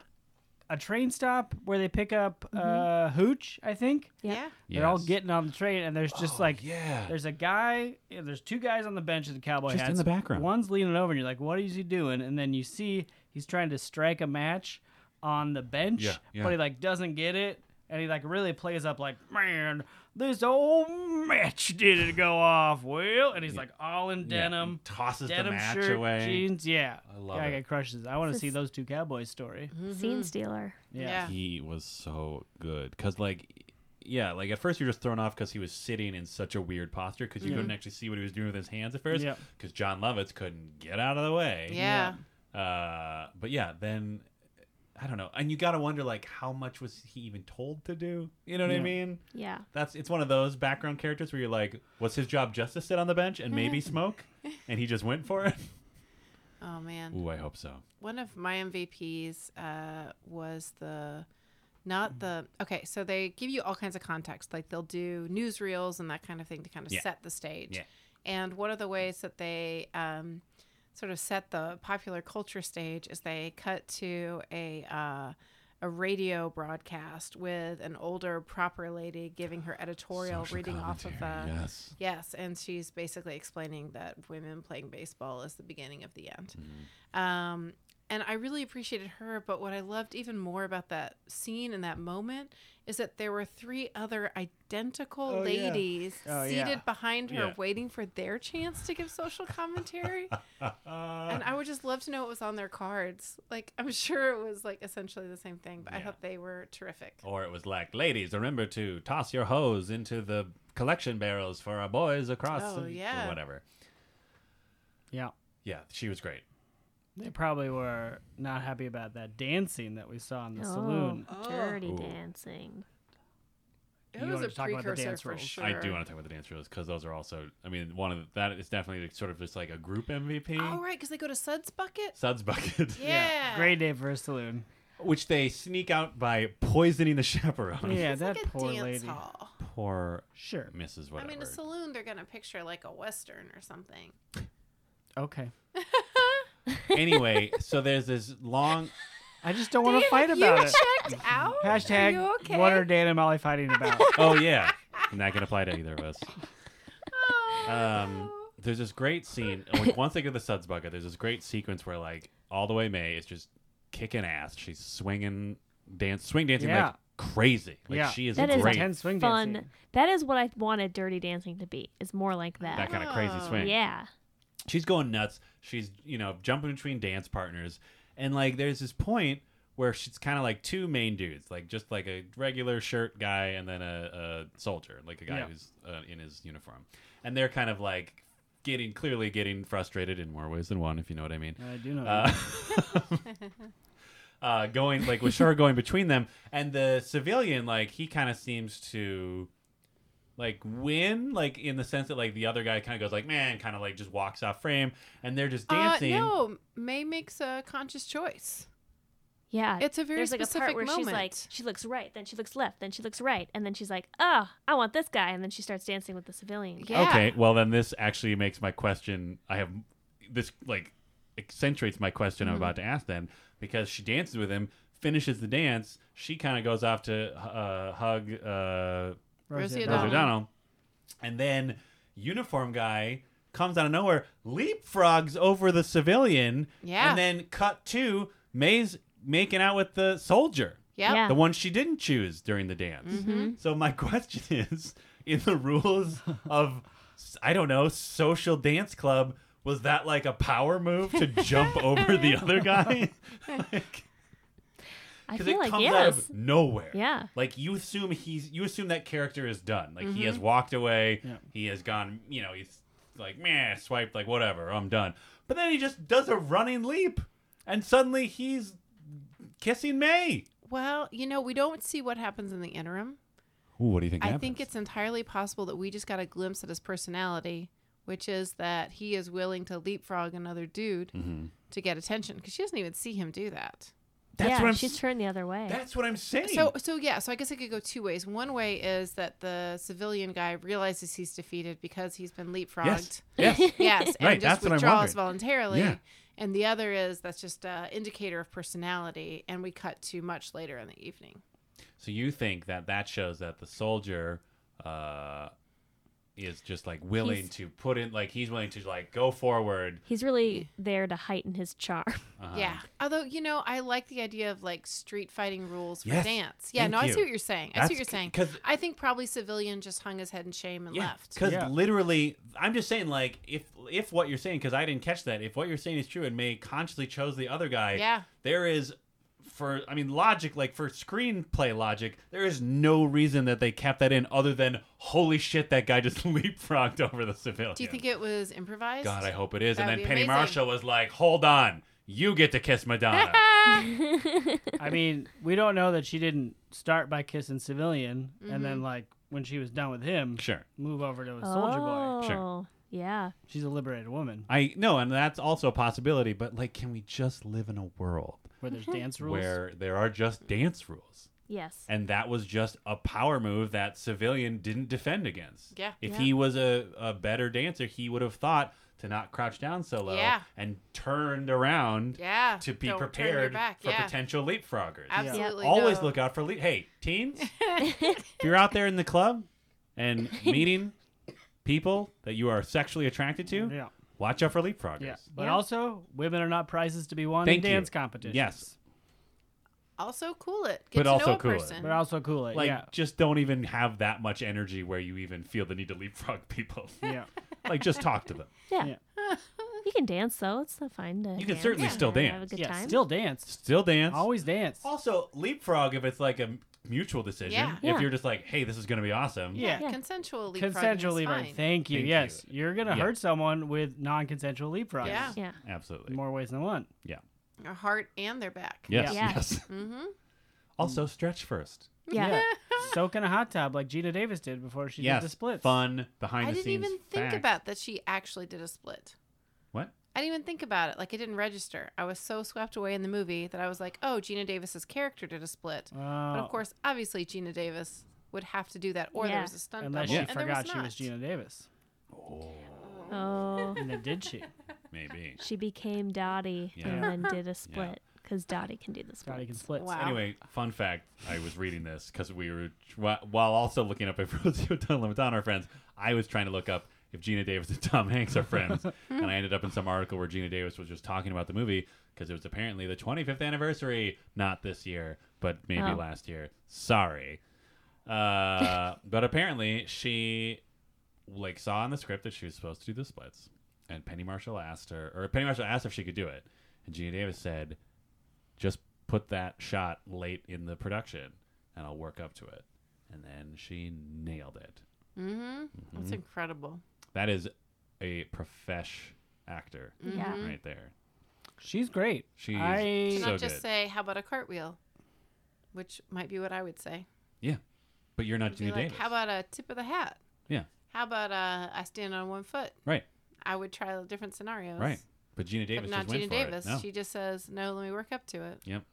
S6: a train stop where they pick up uh, Hooch, I think.
S3: Yeah.
S5: yeah.
S6: They're all
S2: Yes. Oh,
S6: getting on the train, and there's just like
S2: yeah.
S6: There's a guy, yeah, there's two guys on the bench with the cowboy
S2: Just in
S6: hats.
S2: the background.
S6: One's leaning over, and you're like, what is he doing? And then you see he's trying to strike a match on the bench,
S2: Yeah, yeah.
S6: but he like doesn't get it. And he like really plays up like, man, this old match didn't go off well. And he's like all in
S2: Yeah,
S6: denim,
S2: and tosses the
S6: denim
S2: match
S6: shirt,
S2: away.
S6: jeans. Yeah,
S2: I love
S6: yeah,
S2: it.
S6: I got crushes. I want to
S3: This
S6: see
S3: is- Mm-hmm.
S6: those two cowboys story.
S5: Mm-hmm.
S3: Scene stealer.
S5: Yeah.
S2: He was so good cuz like yeah, like at first you're just thrown off because he was sitting in such a weird posture because you couldn't actually see what he was doing with his hands at first
S6: Yeah.
S2: because John Lovitz couldn't get out of the way.
S5: Yeah.
S2: Uh, but yeah, then I don't know, and you gotta wonder like how much was he even told to do? You know what I
S6: Yeah.
S2: mean?
S3: Yeah.
S2: That's it's one of those background characters where you're like, was his job just to sit on the bench and maybe smoke? And he just went for it.
S5: Oh man.
S2: Ooh, I hope so.
S5: one of my MVPs uh, was the not the okay. So they give you all kinds of context, like they'll do newsreels and that kind of thing to kind of
S2: Yeah.
S5: set the stage.
S2: Yeah.
S5: And one of the ways that they um, sort of set the popular culture stage is they cut to a uh, a radio broadcast with an older proper lady giving her editorial reading off of a
S2: yes.
S5: Yes, and she's basically explaining that women playing baseball is the beginning of the end.
S2: Mm-hmm.
S5: Um, and I really appreciated her, but what I loved even more about that scene and that moment is that there were three other identical
S6: Oh, yeah.
S5: ladies
S6: Oh,
S5: seated
S6: yeah.
S5: behind her,
S2: Yeah.
S5: waiting for their chance to give social commentary. and I would just love to know what was on their cards. Like, I'm sure it was like essentially the same thing, but I
S2: Yeah.
S5: thought they were terrific.
S6: Oh,
S2: Or it was like, ladies, remember to toss your hose into the collection barrels for our boys across.
S5: Oh,
S2: the-
S5: yeah.
S2: Or whatever.
S6: Yeah.
S2: Yeah, she was great.
S6: They probably were not happy about that dancing that we saw in the saloon.
S3: Oh, dirty
S2: Ooh.
S3: dancing.
S5: It
S6: You
S5: was
S6: wanted
S5: a
S6: to talk about the
S5: precursor
S6: dance
S5: for
S6: rules.
S5: sure.
S2: I do want to talk about the dance reels because those are also. I mean, one of the, that is definitely sort of just like a group MVP.
S5: Oh, right, because they go to Suds Bucket.
S2: Suds bucket,
S5: Yeah.
S6: Great day for a saloon.
S2: which they sneak out by poisoning the chaperone.
S6: Yeah,
S5: It's
S6: that
S5: like a
S6: poor
S5: dance
S6: lady.
S5: hall.
S2: Poor
S6: Sure.
S2: Mrs. Whatever.
S5: I mean, a saloon, they're going to picture like a Western or something.
S6: Okay.
S2: anyway, so there's this long.
S6: I just don't want to fight about
S5: you
S6: it.
S5: checked out?
S6: Hashtag
S5: Are you okay?
S6: what are Dan and Molly fighting about?
S2: Oh yeah, not gonna apply to either of us.
S5: Oh,
S2: Um,
S5: no.
S2: there's this great scene. Like, once they get the suds bucket, there's this great sequence where like all the way May is just kicking ass. She's swinging, dance, swing dancing
S6: Yeah.
S2: like crazy. Like
S6: Yeah.
S2: she is
S3: That is
S2: great.
S6: Intense swing
S3: Fun.
S6: dancing.
S3: That is what I wanted Dirty Dancing to be. It's more like that.
S2: that kind of crazy
S5: Oh.
S2: swing.
S3: yeah.
S2: she's going nuts. She's you know jumping between dance partners, and like there's this point where she's kind of like two main dudes, like just like a regular shirt guy and then a, a soldier, like a guy
S6: Yeah.
S2: who's uh, in his uniform, and they're kind of like getting clearly getting frustrated in more ways than one, if you know what I mean.
S6: I do know.
S2: Uh, uh, going like with Shar going between them, and the civilian like he kind of seems to like win, like in the sense that like the other guy kind of goes like man, kind of like just walks off frame, and they're just dancing.
S5: Uh, no, May makes a conscious choice.
S3: Yeah.
S5: It's a very
S3: There's like a part
S5: specific
S3: where
S5: moment.
S3: she's like, she looks right, then she looks left, then she looks right, and then she's like, oh, I want this guy, and then she starts dancing with the civilian. guy.
S5: Yeah.
S2: Okay, well then this actually makes my question. I have this like accentuates my question
S5: Mm-hmm.
S2: I'm about to ask then because she dances with him, finishes the dance, she kind of goes off to uh, hug uh,
S5: Rosie
S2: Rosie
S5: O'Donnell.
S2: O'Donnell. And then uniform guy comes out of nowhere, leapfrogs over the civilian,
S5: Yeah.
S2: and then cut to May's making out with the soldier,
S5: Yep.
S3: Yeah.
S2: the one she didn't choose during the dance. So my question is, in the rules of I don't know social dance club, was that like a power move to jump over the other guy? like,
S3: I
S2: because
S3: feel
S2: it
S3: like
S2: comes
S3: yes.
S2: out of nowhere.
S3: Yeah.
S2: Like you assume he's you assume that character is done. Like he
S3: Mm-hmm.
S2: has walked away.
S6: Yeah.
S2: He has gone. You know he's like meh, swiped like whatever. I'm done. But then he just does a running leap, and suddenly he's kissing May.
S5: Well, you know, we don't see what happens in the interim.
S2: Ooh, what do you think?
S5: I think it's entirely possible that we just got a glimpse at his personality, which is that he is willing to leapfrog another dude
S2: Mm-hmm.
S5: to get attention because she doesn't even see him do that.
S2: that's
S3: yeah,
S2: what I'm.
S3: she's
S2: She's
S3: turned the other way.
S2: that's what I'm saying.
S5: So, so yeah. So I guess it could go two ways. One way is that the civilian guy realizes he's defeated because he's been leapfrogged.
S2: yes, yes.
S5: Yes, and
S2: Right,
S5: just
S2: that's what I'm
S5: withdraws
S2: wondering.
S5: voluntarily.
S2: Yeah.
S5: And the other is that's just an indicator of personality, and we cut to much later in the evening.
S2: So you think that that shows that the soldier uh, is just like willing
S3: He's-
S2: to put in, like he's willing to like go forward.
S3: He's really there to heighten his charm.
S2: Uh-huh.
S5: Yeah. Although you know, I like the idea of like street fighting rules for
S2: Yes,
S5: dance. Yeah.
S2: thank
S5: No, I
S2: you.
S5: see what you're saying. I
S2: That's
S5: see what you're
S2: c-
S5: saying.
S2: 'cause-
S5: I think probably civilian just hung his head in shame and left.
S2: Because
S6: Yeah.
S2: literally, I'm just saying, like, if if what you're saying, because I didn't catch that, if what you're saying is true, and May consciously chose the other guy,
S5: Yeah.
S2: there is, for I mean, logic, like for screenplay logic, there is no reason that they kept that in other than holy shit, that guy just leapfrogged over the civilian.
S5: Do you think it was improvised?
S2: God, I hope it is.
S5: That
S2: And
S5: would
S2: then
S5: be
S2: Penny
S5: amazing.
S2: Marshall was like, hold on, you get to kiss Madonna.
S6: I mean, we don't know that she didn't start by kissing civilian and
S5: Mm-hmm.
S6: then like when she was done with him,
S2: sure.
S6: move over to a soldier boy.
S3: oh,
S2: Sure.
S3: yeah.
S6: She's a liberated woman
S2: I no, and that's also a possibility. But like, can we just live in a world
S6: where there's dance rules.
S2: where there are just dance rules?
S3: Yes.
S2: and that was just a power move that civilian didn't defend against.
S5: Yeah.
S2: If
S5: Yeah.
S2: he was a, a better dancer, he would have thought to not crouch down so low
S5: Yeah.
S2: and turned around
S5: Yeah.
S2: to be
S5: Don't turn your
S2: prepared
S5: back.
S2: for
S5: yeah.
S2: potential leapfroggers.
S5: Absolutely.
S2: Always
S5: no.
S2: look out for leap. Hey, teens, if you're out there in the club and meeting people that you are sexually attracted to,
S6: Yeah.
S2: watch out for leapfroggers.
S6: Yeah. But
S3: Yeah.
S6: also, women are not prizes to be won
S2: Thank
S6: in
S2: you.
S6: dance competitions.
S2: Yes.
S5: Also cool it.
S2: But
S5: Get to
S2: also
S5: know a
S2: cool it.
S5: person.
S6: But also cool it.
S2: Like,
S6: yeah.
S2: just don't even have that much energy where you even feel the need to leapfrog people.
S6: Yeah.
S2: like, just talk to them.
S3: Yeah.
S6: Yeah.
S3: You can dance though. It's so fine to.
S2: You can certainly still
S3: and Have a
S2: dance.
S3: good
S6: yeah.
S3: time.
S6: Still dance.
S2: Still dance.
S6: Always dance.
S2: Also, leapfrog if it's like a m- mutual decision.
S5: Yeah.
S2: If
S3: Yeah.
S2: you're just like, hey, this is going to be awesome.
S6: Yeah.
S3: Yeah.
S5: Consensual leapfrogging.
S6: Consensual
S5: is
S6: leapfrog.
S5: fine.
S6: Thank you.
S2: Thank
S6: yes.
S2: you.
S6: You. are going to
S2: Yeah.
S6: hurt someone with non consensual leapfrogs.
S5: Yeah.
S3: Yeah.
S2: Absolutely.
S6: In more ways than one.
S2: Yeah.
S5: Their heart and their back.
S2: Yes.
S3: Yeah.
S2: Yes.
S5: Mm-hmm.
S2: Also, stretch first.
S3: Yeah.
S6: Soak in a hot tub like Gina Davis did before she
S2: yes.
S6: did the splits.
S2: Fun behind
S5: I
S2: the
S5: didn't
S2: scenes.
S5: even think
S2: fact.
S5: about that she actually did a split.
S2: What?
S5: I didn't even think about it. Like it didn't register. I was so swept away in the movie that I was like, "Oh, Gina Davis's character did a split."
S6: Oh.
S5: But of course, obviously Gina Davis would have to do that, or
S3: Yeah.
S5: there was a stunt
S6: Unless
S5: double,
S6: she
S5: and there
S6: forgot
S5: was
S6: she
S5: not.
S6: was Gina Davis.
S3: Oh,
S6: And then did she?
S2: Maybe.
S3: she became Dottie
S2: Yeah.
S3: and then did a split because Dottie can do the split.
S6: Dottie can split.
S5: Wow.
S2: Anyway, fun fact: I was reading this because we were wh- while also looking up if Rosie O'Donnell and Don are friends. I was trying to look up if Gina Davis and Tom Hanks are friends, and I ended up in some article where Gina Davis was just talking about the movie because it was apparently the 25th anniversary, not this year, but maybe
S3: Oh.
S2: last year. Sorry, uh, but apparently she like saw in the script that she was supposed to do the splits, and Penny Marshall asked her, or Penny Marshall asked if she could do it, and Gina Davis said, "Just put that shot late in the production, and I'll work up to it." And then she nailed it.
S5: Mm-hmm. That's incredible.
S2: That is a profesh actor
S3: Yeah.
S6: Mm-hmm.
S5: Mm.
S2: right there.
S6: She's great.
S2: She's
S6: I-
S5: Can
S2: so
S5: I just
S2: good.
S5: say, "How about a cartwheel?" Which might be what I would say.
S2: yeah, but you're not
S5: I'd be
S2: Gina
S5: like,
S2: Davis.
S5: "How about a tip of the hat?
S2: yeah,
S5: How about uh, I stand on one foot?"
S2: right,
S5: I would try different scenarios.
S2: right. But Gina Davis
S5: But not
S2: just went
S5: Gina
S2: for
S5: Davis.
S2: it. No.
S5: She just says, "No, let me work up to it."
S2: Yep.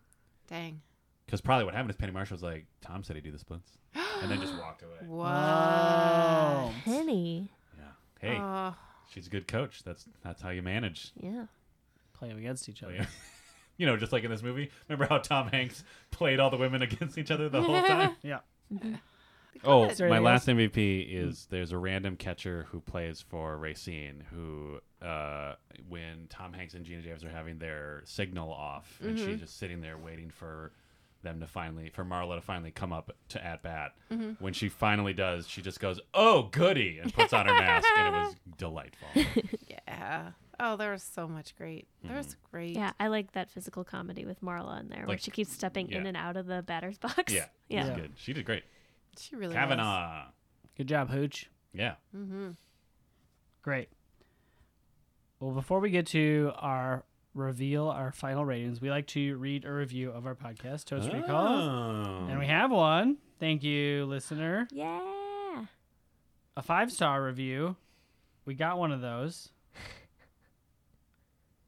S5: Dang.
S2: Because probably what happened is Penny Marshall was like, "Tom said he'd do the splits," and then just walked away.
S5: Wow.
S6: Oh.
S3: Penny.
S2: Yeah. Hey,
S5: Oh,
S2: she's a good coach. That's that's how you manage.
S3: Yeah.
S6: Playing against each other.
S2: Oh, Yeah. you know, just like in this movie. Remember how Tom Hanks played all the women against each other the whole time?
S6: Yeah.
S2: oh,
S5: Is
S6: there
S2: my
S6: anything
S2: last MVP is there's a random catcher who plays for Racine who uh, when Tom Hanks and Gina Davis are having their signal off and she's just sitting there waiting for them to finally for Marla to finally come up to at bat. When she finally does, she just goes, "Oh, goody," and puts on her mask and it was delightful.
S5: yeah. Oh, there was so much great. There was
S2: Mm-hmm.
S5: great.
S3: Yeah. I like that physical comedy with Marla in there where
S2: Like-
S3: she keeps stepping in
S2: yeah.
S3: and out of the batter's box.
S2: Yeah.
S3: Yeah.
S2: Good. She did great.
S5: She really. Mm-hmm. Was.
S2: Kavanaugh.
S6: Good job, Hooch.
S2: Yeah.
S6: Great. Well, before we get to our reveal, our final ratings, we like to read a review of our podcast, Toast
S2: Ah.
S6: Recall.
S2: Oh.
S6: And we have one. Thank you, listener.
S3: Yeah.
S6: A five star review. We got one of those.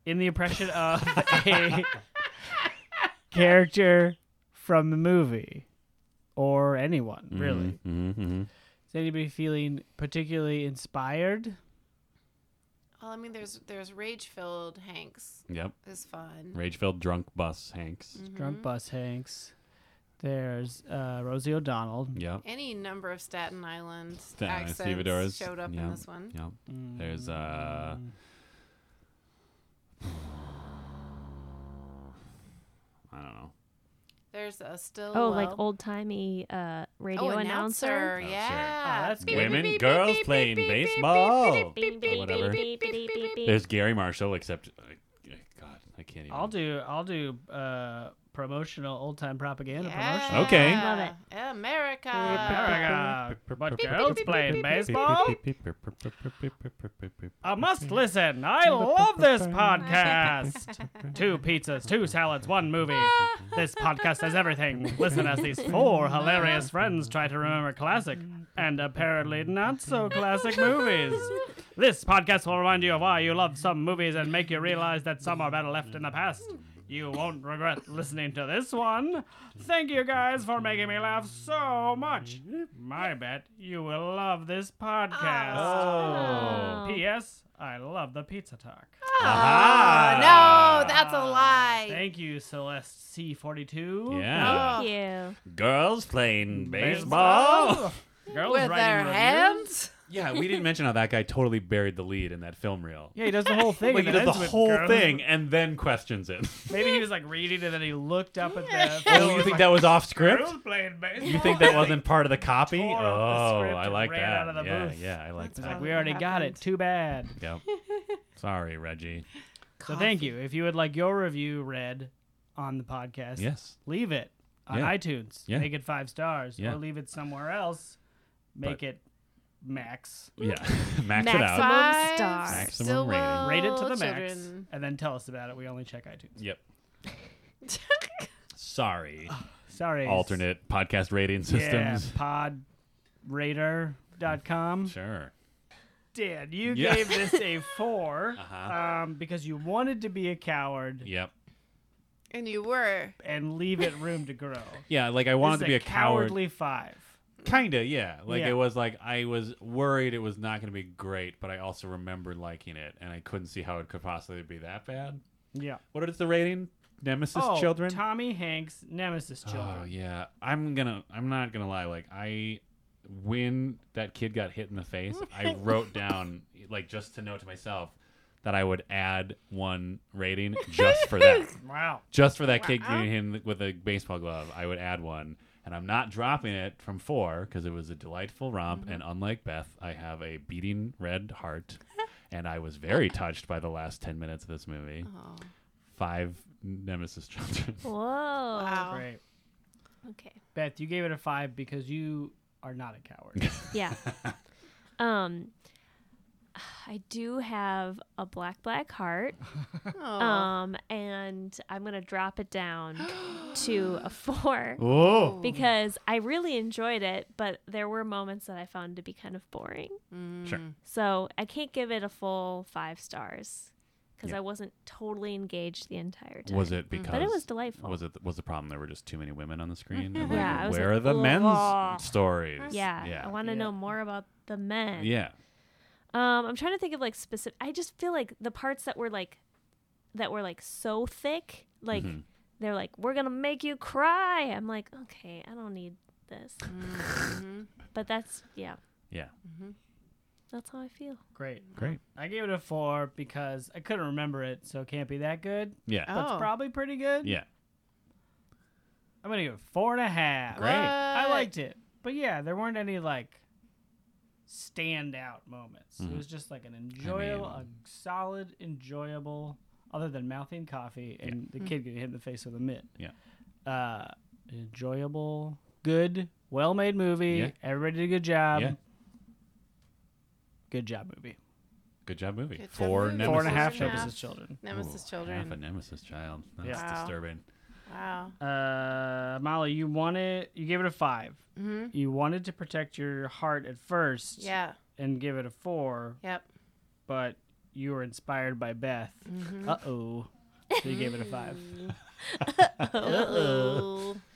S6: In the impression of a character from the movie or anyone,
S2: Mm-hmm.
S6: really. Is anybody feeling particularly inspired?
S5: Well, I mean, there's there's rage filled Hanks
S2: Yep.
S5: is fun.
S2: Ragefilled drunk bus Hanks.
S3: Mm.
S6: Drunk Bus Hanks. There's uh, Rosie O'Donnell.
S2: Yep.
S5: Any number of Staten Island
S2: Staten Island
S5: accents
S2: stevedores.
S5: showed up
S2: Yeah.
S5: in this one.
S2: Yep. There's uh I don't know.
S5: There's a still.
S3: Oh, like old timey uh, radio announcer.
S2: sure.
S5: Oh, announcer. Yeah.
S6: Oh, that's good.
S2: Women, girls playing baseball.
S3: Beep, beep,
S2: Whatever.
S3: beep, beep, beep, beep, beep.
S2: There's Gary Marshall, except uh, God, I can't even.
S6: I'll do I'll do uh, promotional old time propaganda
S5: Yeah.
S6: promotional.
S2: Okay.
S3: Love it.
S5: America.
S6: America, but girls playing baseball.
S2: Baseball.
S6: I must listen. I love this podcast. Two pizzas, two salads, one movie. This podcast has everything. Listen as these four hilarious friends try to remember classic and apparently not so classic movies. This podcast will remind you of why you love some movies and make you realize that some are better left in the past. You won't regret listening to this one. Thank you guys for making me laugh so much. My bet you will love this podcast.
S2: Oh.
S6: P.S. I love the pizza talk.
S5: Oh,
S2: Ah.
S5: no, that's a lie.
S6: Thank you, Celeste C42.
S2: Yeah.
S5: Oh.
S3: you.
S2: Girls playing
S3: Oh.
S6: Baseball. Girls
S5: With
S6: writing
S5: their
S6: reviews.
S5: hands?
S2: Yeah, we didn't mention how that guy totally buried the lead in that film reel.
S6: Yeah, he does the whole thing.
S2: Like, he
S6: and it
S2: did the
S6: ends with
S2: whole
S6: girls-
S2: thing and then questions it.
S6: Maybe he was like reading and then he looked up at the. film
S2: oh,
S6: and
S2: you
S6: was
S2: think
S6: like,
S2: that was off script?
S6: Girls playing baseball.
S2: You think that wasn't part of the copy? Oh,
S6: Tore up the script
S2: I
S6: and
S2: like
S6: ran
S2: that.
S6: out of the
S2: yeah,
S6: booth.
S2: yeah, I like
S5: That's
S2: that.
S6: Like, we already got it. Too bad.
S2: Yep. Sorry, Reggie.
S6: So thank you. If you would like your review read on the podcast,
S2: Yes.
S6: leave it on
S2: Yeah.
S6: iTunes.
S2: Yeah.
S6: Make it five stars.
S2: Yeah.
S6: Or leave it somewhere else. Make
S2: But-
S6: it max.
S2: Yeah.
S6: Mm-hmm.
S2: Max it out.
S3: Maximum
S5: Five
S3: star.
S2: Maximum
S5: Stillwell
S2: rating.
S6: Rate it to the max.
S5: children.
S6: And then tell us about it. We only check iTunes.
S2: Yep. Sorry.
S6: Sorry.
S2: Alternate podcast rating
S6: Oh, yeah,
S2: systems.
S6: podrader.com.
S2: Sure.
S6: Dan, you
S2: Yeah.
S6: gave this a 4
S2: Uh-huh.
S6: um, because you wanted to be a coward
S2: Yep.
S5: And you were.
S6: and leave it room to grow.
S2: Yeah, like I
S6: This
S2: wanted
S6: is
S2: to be a coward.
S6: cowardly five.
S2: Kinda, yeah. Like
S6: Yeah.
S2: it was like I was worried it was not going to be great, but I also remembered liking it, and I couldn't see how it could possibly be that bad.
S6: Yeah.
S2: What is the rating? Nemesis children.
S6: Tommy Hanks, Nemesis Oh, Children.
S2: Oh yeah, I'm gonna. I'm not gonna lie. Like I, when that kid got hit in the face, I wrote down like just to know to myself that I would add one rating just for that,
S6: Wow.
S2: just for that kid getting hit in the- with a baseball glove. I would add one, and I'm not dropping it from four because it was a delightful romp.
S3: Mm-hmm.
S2: And unlike Beth, I have a beating red heart, and I was very touched by the last ten minutes of this movie.
S5: Oh.
S2: Five Nemesis children.
S3: Whoa. Oh,
S5: Wow.
S6: Great.
S3: Okay.
S6: Beth, you gave it a five because you are not a coward.
S3: Yeah. um, I do have a black black heart.
S5: Oh.
S3: Um, and I'm gonna drop it down to a four
S2: Oh.
S3: because I really enjoyed it, but there were moments that I found to be kind of boring.
S5: Mm-hmm.
S2: Sure.
S3: Mm. So I can't give it a full five stars because
S2: Yeah.
S3: I wasn't totally engaged the entire time.
S2: Was it because
S3: Mm-hmm. But it was delightful. Mm-hmm.
S2: Was it was the problem there were just too many women on the screen? And,
S3: Yeah,
S2: like,
S3: I was
S2: where
S3: like,
S2: are the
S3: "Ugh."
S2: men's stories?
S3: Yeah,
S2: yeah,
S3: I want to know more about the men.
S2: yeah.
S3: Um, I'm trying to think of like specific. I just feel like the parts that were like, that were like so thick, like
S2: Mm-hmm.
S3: they're like, we're gonna make you cry. I'm like, okay, I don't need this. but that's yeah,
S2: yeah.
S3: that's how I feel.
S6: Great.
S2: Great.
S6: I gave it a four because I couldn't remember it, so it can't be that good.
S2: Yeah,
S6: But
S5: Oh.
S6: it's probably pretty good.
S2: yeah.
S6: I'm gonna give it four and a half.
S2: Great.
S6: I liked it. But yeah, there weren't any like standout moments.
S2: Mm-hmm.
S6: It was just like an enjoyable, a solid, enjoyable, other than mouthing coffee and the kid getting hit in the face with a mitt.
S2: Yeah.
S6: Uh, enjoyable, good, well made movie.
S2: Yeah.
S6: Everybody did a good job.
S2: Yeah.
S6: Good job, movie.
S2: Good job, movie.
S5: Good job,
S2: Four
S5: movie.
S2: nemesis.
S6: Four and a half
S5: Children.
S6: Nemesis Children.
S5: Nemesis
S2: Ooh, Half a
S5: Children.
S2: nemesis child. That's
S6: Yeah.
S5: Wow.
S2: disturbing.
S5: Wow.
S6: Uh, Molly, you wanted you gave it a 5
S5: Mhm.
S6: You wanted to protect your heart at first,
S5: Yeah.
S6: and give it a four,
S5: Yep.
S6: but you were inspired by Beth.
S5: Mm-hmm.
S6: Uh oh, so you gave it a five.
S5: Uh-oh.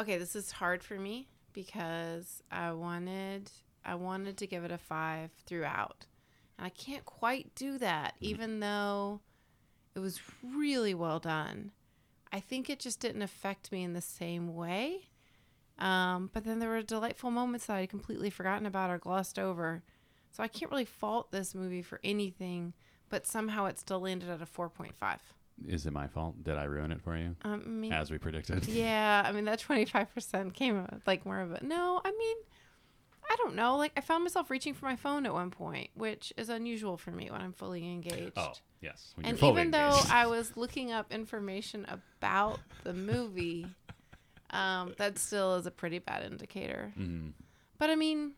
S5: Okay, this is hard for me because I wanted I wanted to give it a 5 throughout. And I can't quite do that even though it was really well done. I think it just didn't affect me in the same way. Um, but then there were delightful moments that I had completely forgotten about or glossed over. So I can't really fault this movie for anything, but somehow it still landed at a 4.5.
S2: Is it my fault? Did I ruin it for you?
S5: Um, I mean,
S2: As we predicted.
S5: yeah, I mean that twenty five percent came uh, like more of a no. I mean, I don't know. Like I found myself reaching for my phone at one point, which is unusual for me when I'm fully engaged.
S2: Oh yes. When
S5: and
S2: you're fully
S5: even though
S2: engaged.
S5: I was looking up information about the movie, um, that still is a pretty bad indicator.
S2: Mhm.
S5: But I mean,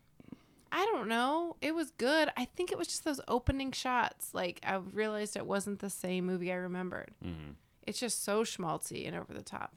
S5: I don't know. It was good. I think it was just those opening shots. Like I realized it wasn't the same movie I remembered.
S2: Mhm.
S5: It's just so schmaltzy and over the top.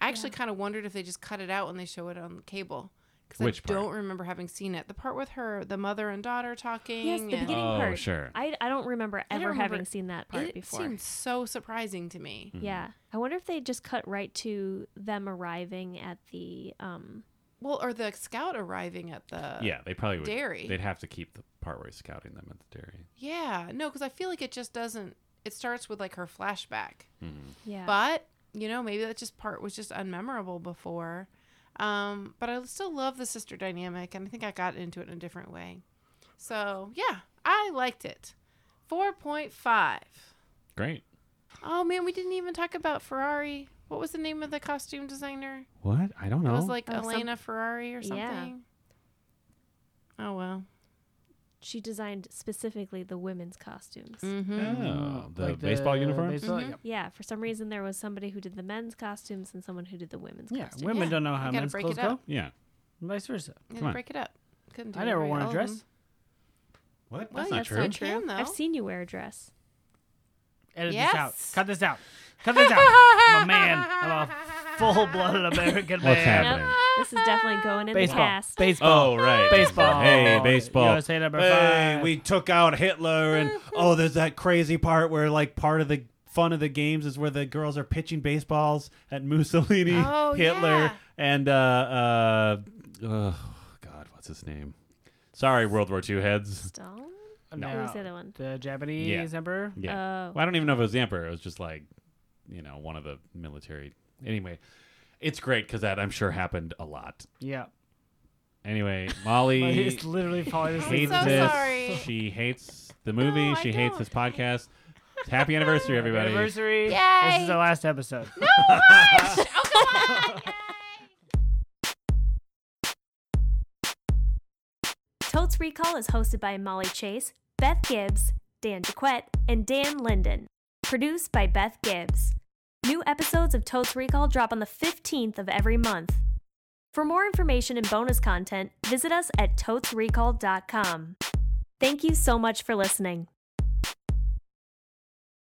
S5: I actually kind of wondered if they just cut it out when they show it on cable because I
S2: Which part?
S5: don't remember having seen it. The part with her, the mother and daughter talking.
S3: Yes, the
S5: and-
S3: beginning
S2: Oh,
S3: part.
S2: sure.
S3: I, I don't remember
S5: I
S3: ever
S5: don't remember-
S3: having seen that part
S5: it
S3: before.
S5: seemed so surprising to me.
S2: Mm-hmm.
S3: Yeah. I wonder if they just cut right to them arriving at the um
S5: Well, or the scout arriving at the
S2: yeah, they probably would.
S5: uh, dairy.
S2: They'd have to keep the part where he's scouting them at the dairy.
S5: Yeah, no, because I feel like it just doesn't. It starts with like her flashback,
S2: Mm-hmm.
S3: yeah.
S5: but you know maybe that just part was just unmemorable before. Um, but I still love the sister dynamic, and I think I got into it in a different way. So yeah, I liked it. Four point five.
S2: Great.
S5: Oh man, we didn't even talk about Ferrari. What was the name of the costume designer?
S2: What? I don't know.
S5: It was like
S3: Oh, some-
S5: Elena Ferrari or something.
S3: Yeah.
S5: Oh well.
S3: she designed specifically the women's costumes.
S5: Mm-hmm.
S2: oh, the
S6: Like
S2: baseball uniforms.
S6: baseball-
S5: Mhm.
S6: yep.
S3: Yeah, for some reason there was somebody who did the men's costumes and someone who did the women's
S6: Yeah,
S3: costumes.
S6: women
S5: Yeah,
S6: don't know
S5: you
S6: how
S5: gotta
S6: men's
S5: break
S6: clothes
S5: it up.
S6: go.
S2: Yeah.
S6: and vice versa.
S5: And
S2: Come on.
S5: break it up. Couldn't do
S6: I never
S5: very
S6: wore
S5: all
S6: a
S5: of
S6: dress.
S5: them.
S2: What?
S5: Well,
S2: That's not
S5: Oh, that's
S2: true.
S5: not
S3: Not
S5: true.
S3: true.
S5: You can,
S3: I've
S5: though.
S3: seen you wear a dress.
S6: Edit this out.
S5: Yes.
S6: Cut this out. Cut this out. I'm a man. I'm a full-blooded American man.
S2: What's happening?
S3: Nope. This is definitely going in the
S6: Baseball.
S3: past.
S6: Baseball.
S2: Oh right,
S6: Baseball.
S2: Hey, baseball.
S6: USA number five.
S2: took out Hitler, and oh, there's that crazy part where like part of the fun of the games is where the girls are pitching baseballs at Mussolini,
S5: Oh, yeah.
S2: and uh, uh, oh, God, what's his name? Sorry, World War II heads.
S3: Stone?
S2: No.
S3: Who's the other one?
S6: The Japanese emperor.
S2: Yeah,
S3: Oh.
S2: well, I don't even know if it was the emperor. It was just like, you know, one of the military. Anyway, it's great because that I'm sure happened a lot.
S6: Yeah.
S2: Anyway,
S6: But
S2: Molly
S6: he's literally falling asleep.
S2: hates
S5: so
S2: this.
S5: sorry.
S2: She hates the movie.
S5: No, I
S2: she hates
S5: don't.
S2: this podcast. Happy anniversary, everybody.
S6: Anniversary.
S5: Yay.
S6: This is the last episode.
S3: Totes Recall is hosted by Molly Chase, Beth Gibbs, Dan DeQuette, and Dan Linden. Produced by Beth Gibbs. New episodes of Totes Recall drop on the 15th of every month. For more information and bonus content, visit us at totesrecall.com. Thank you so much for listening.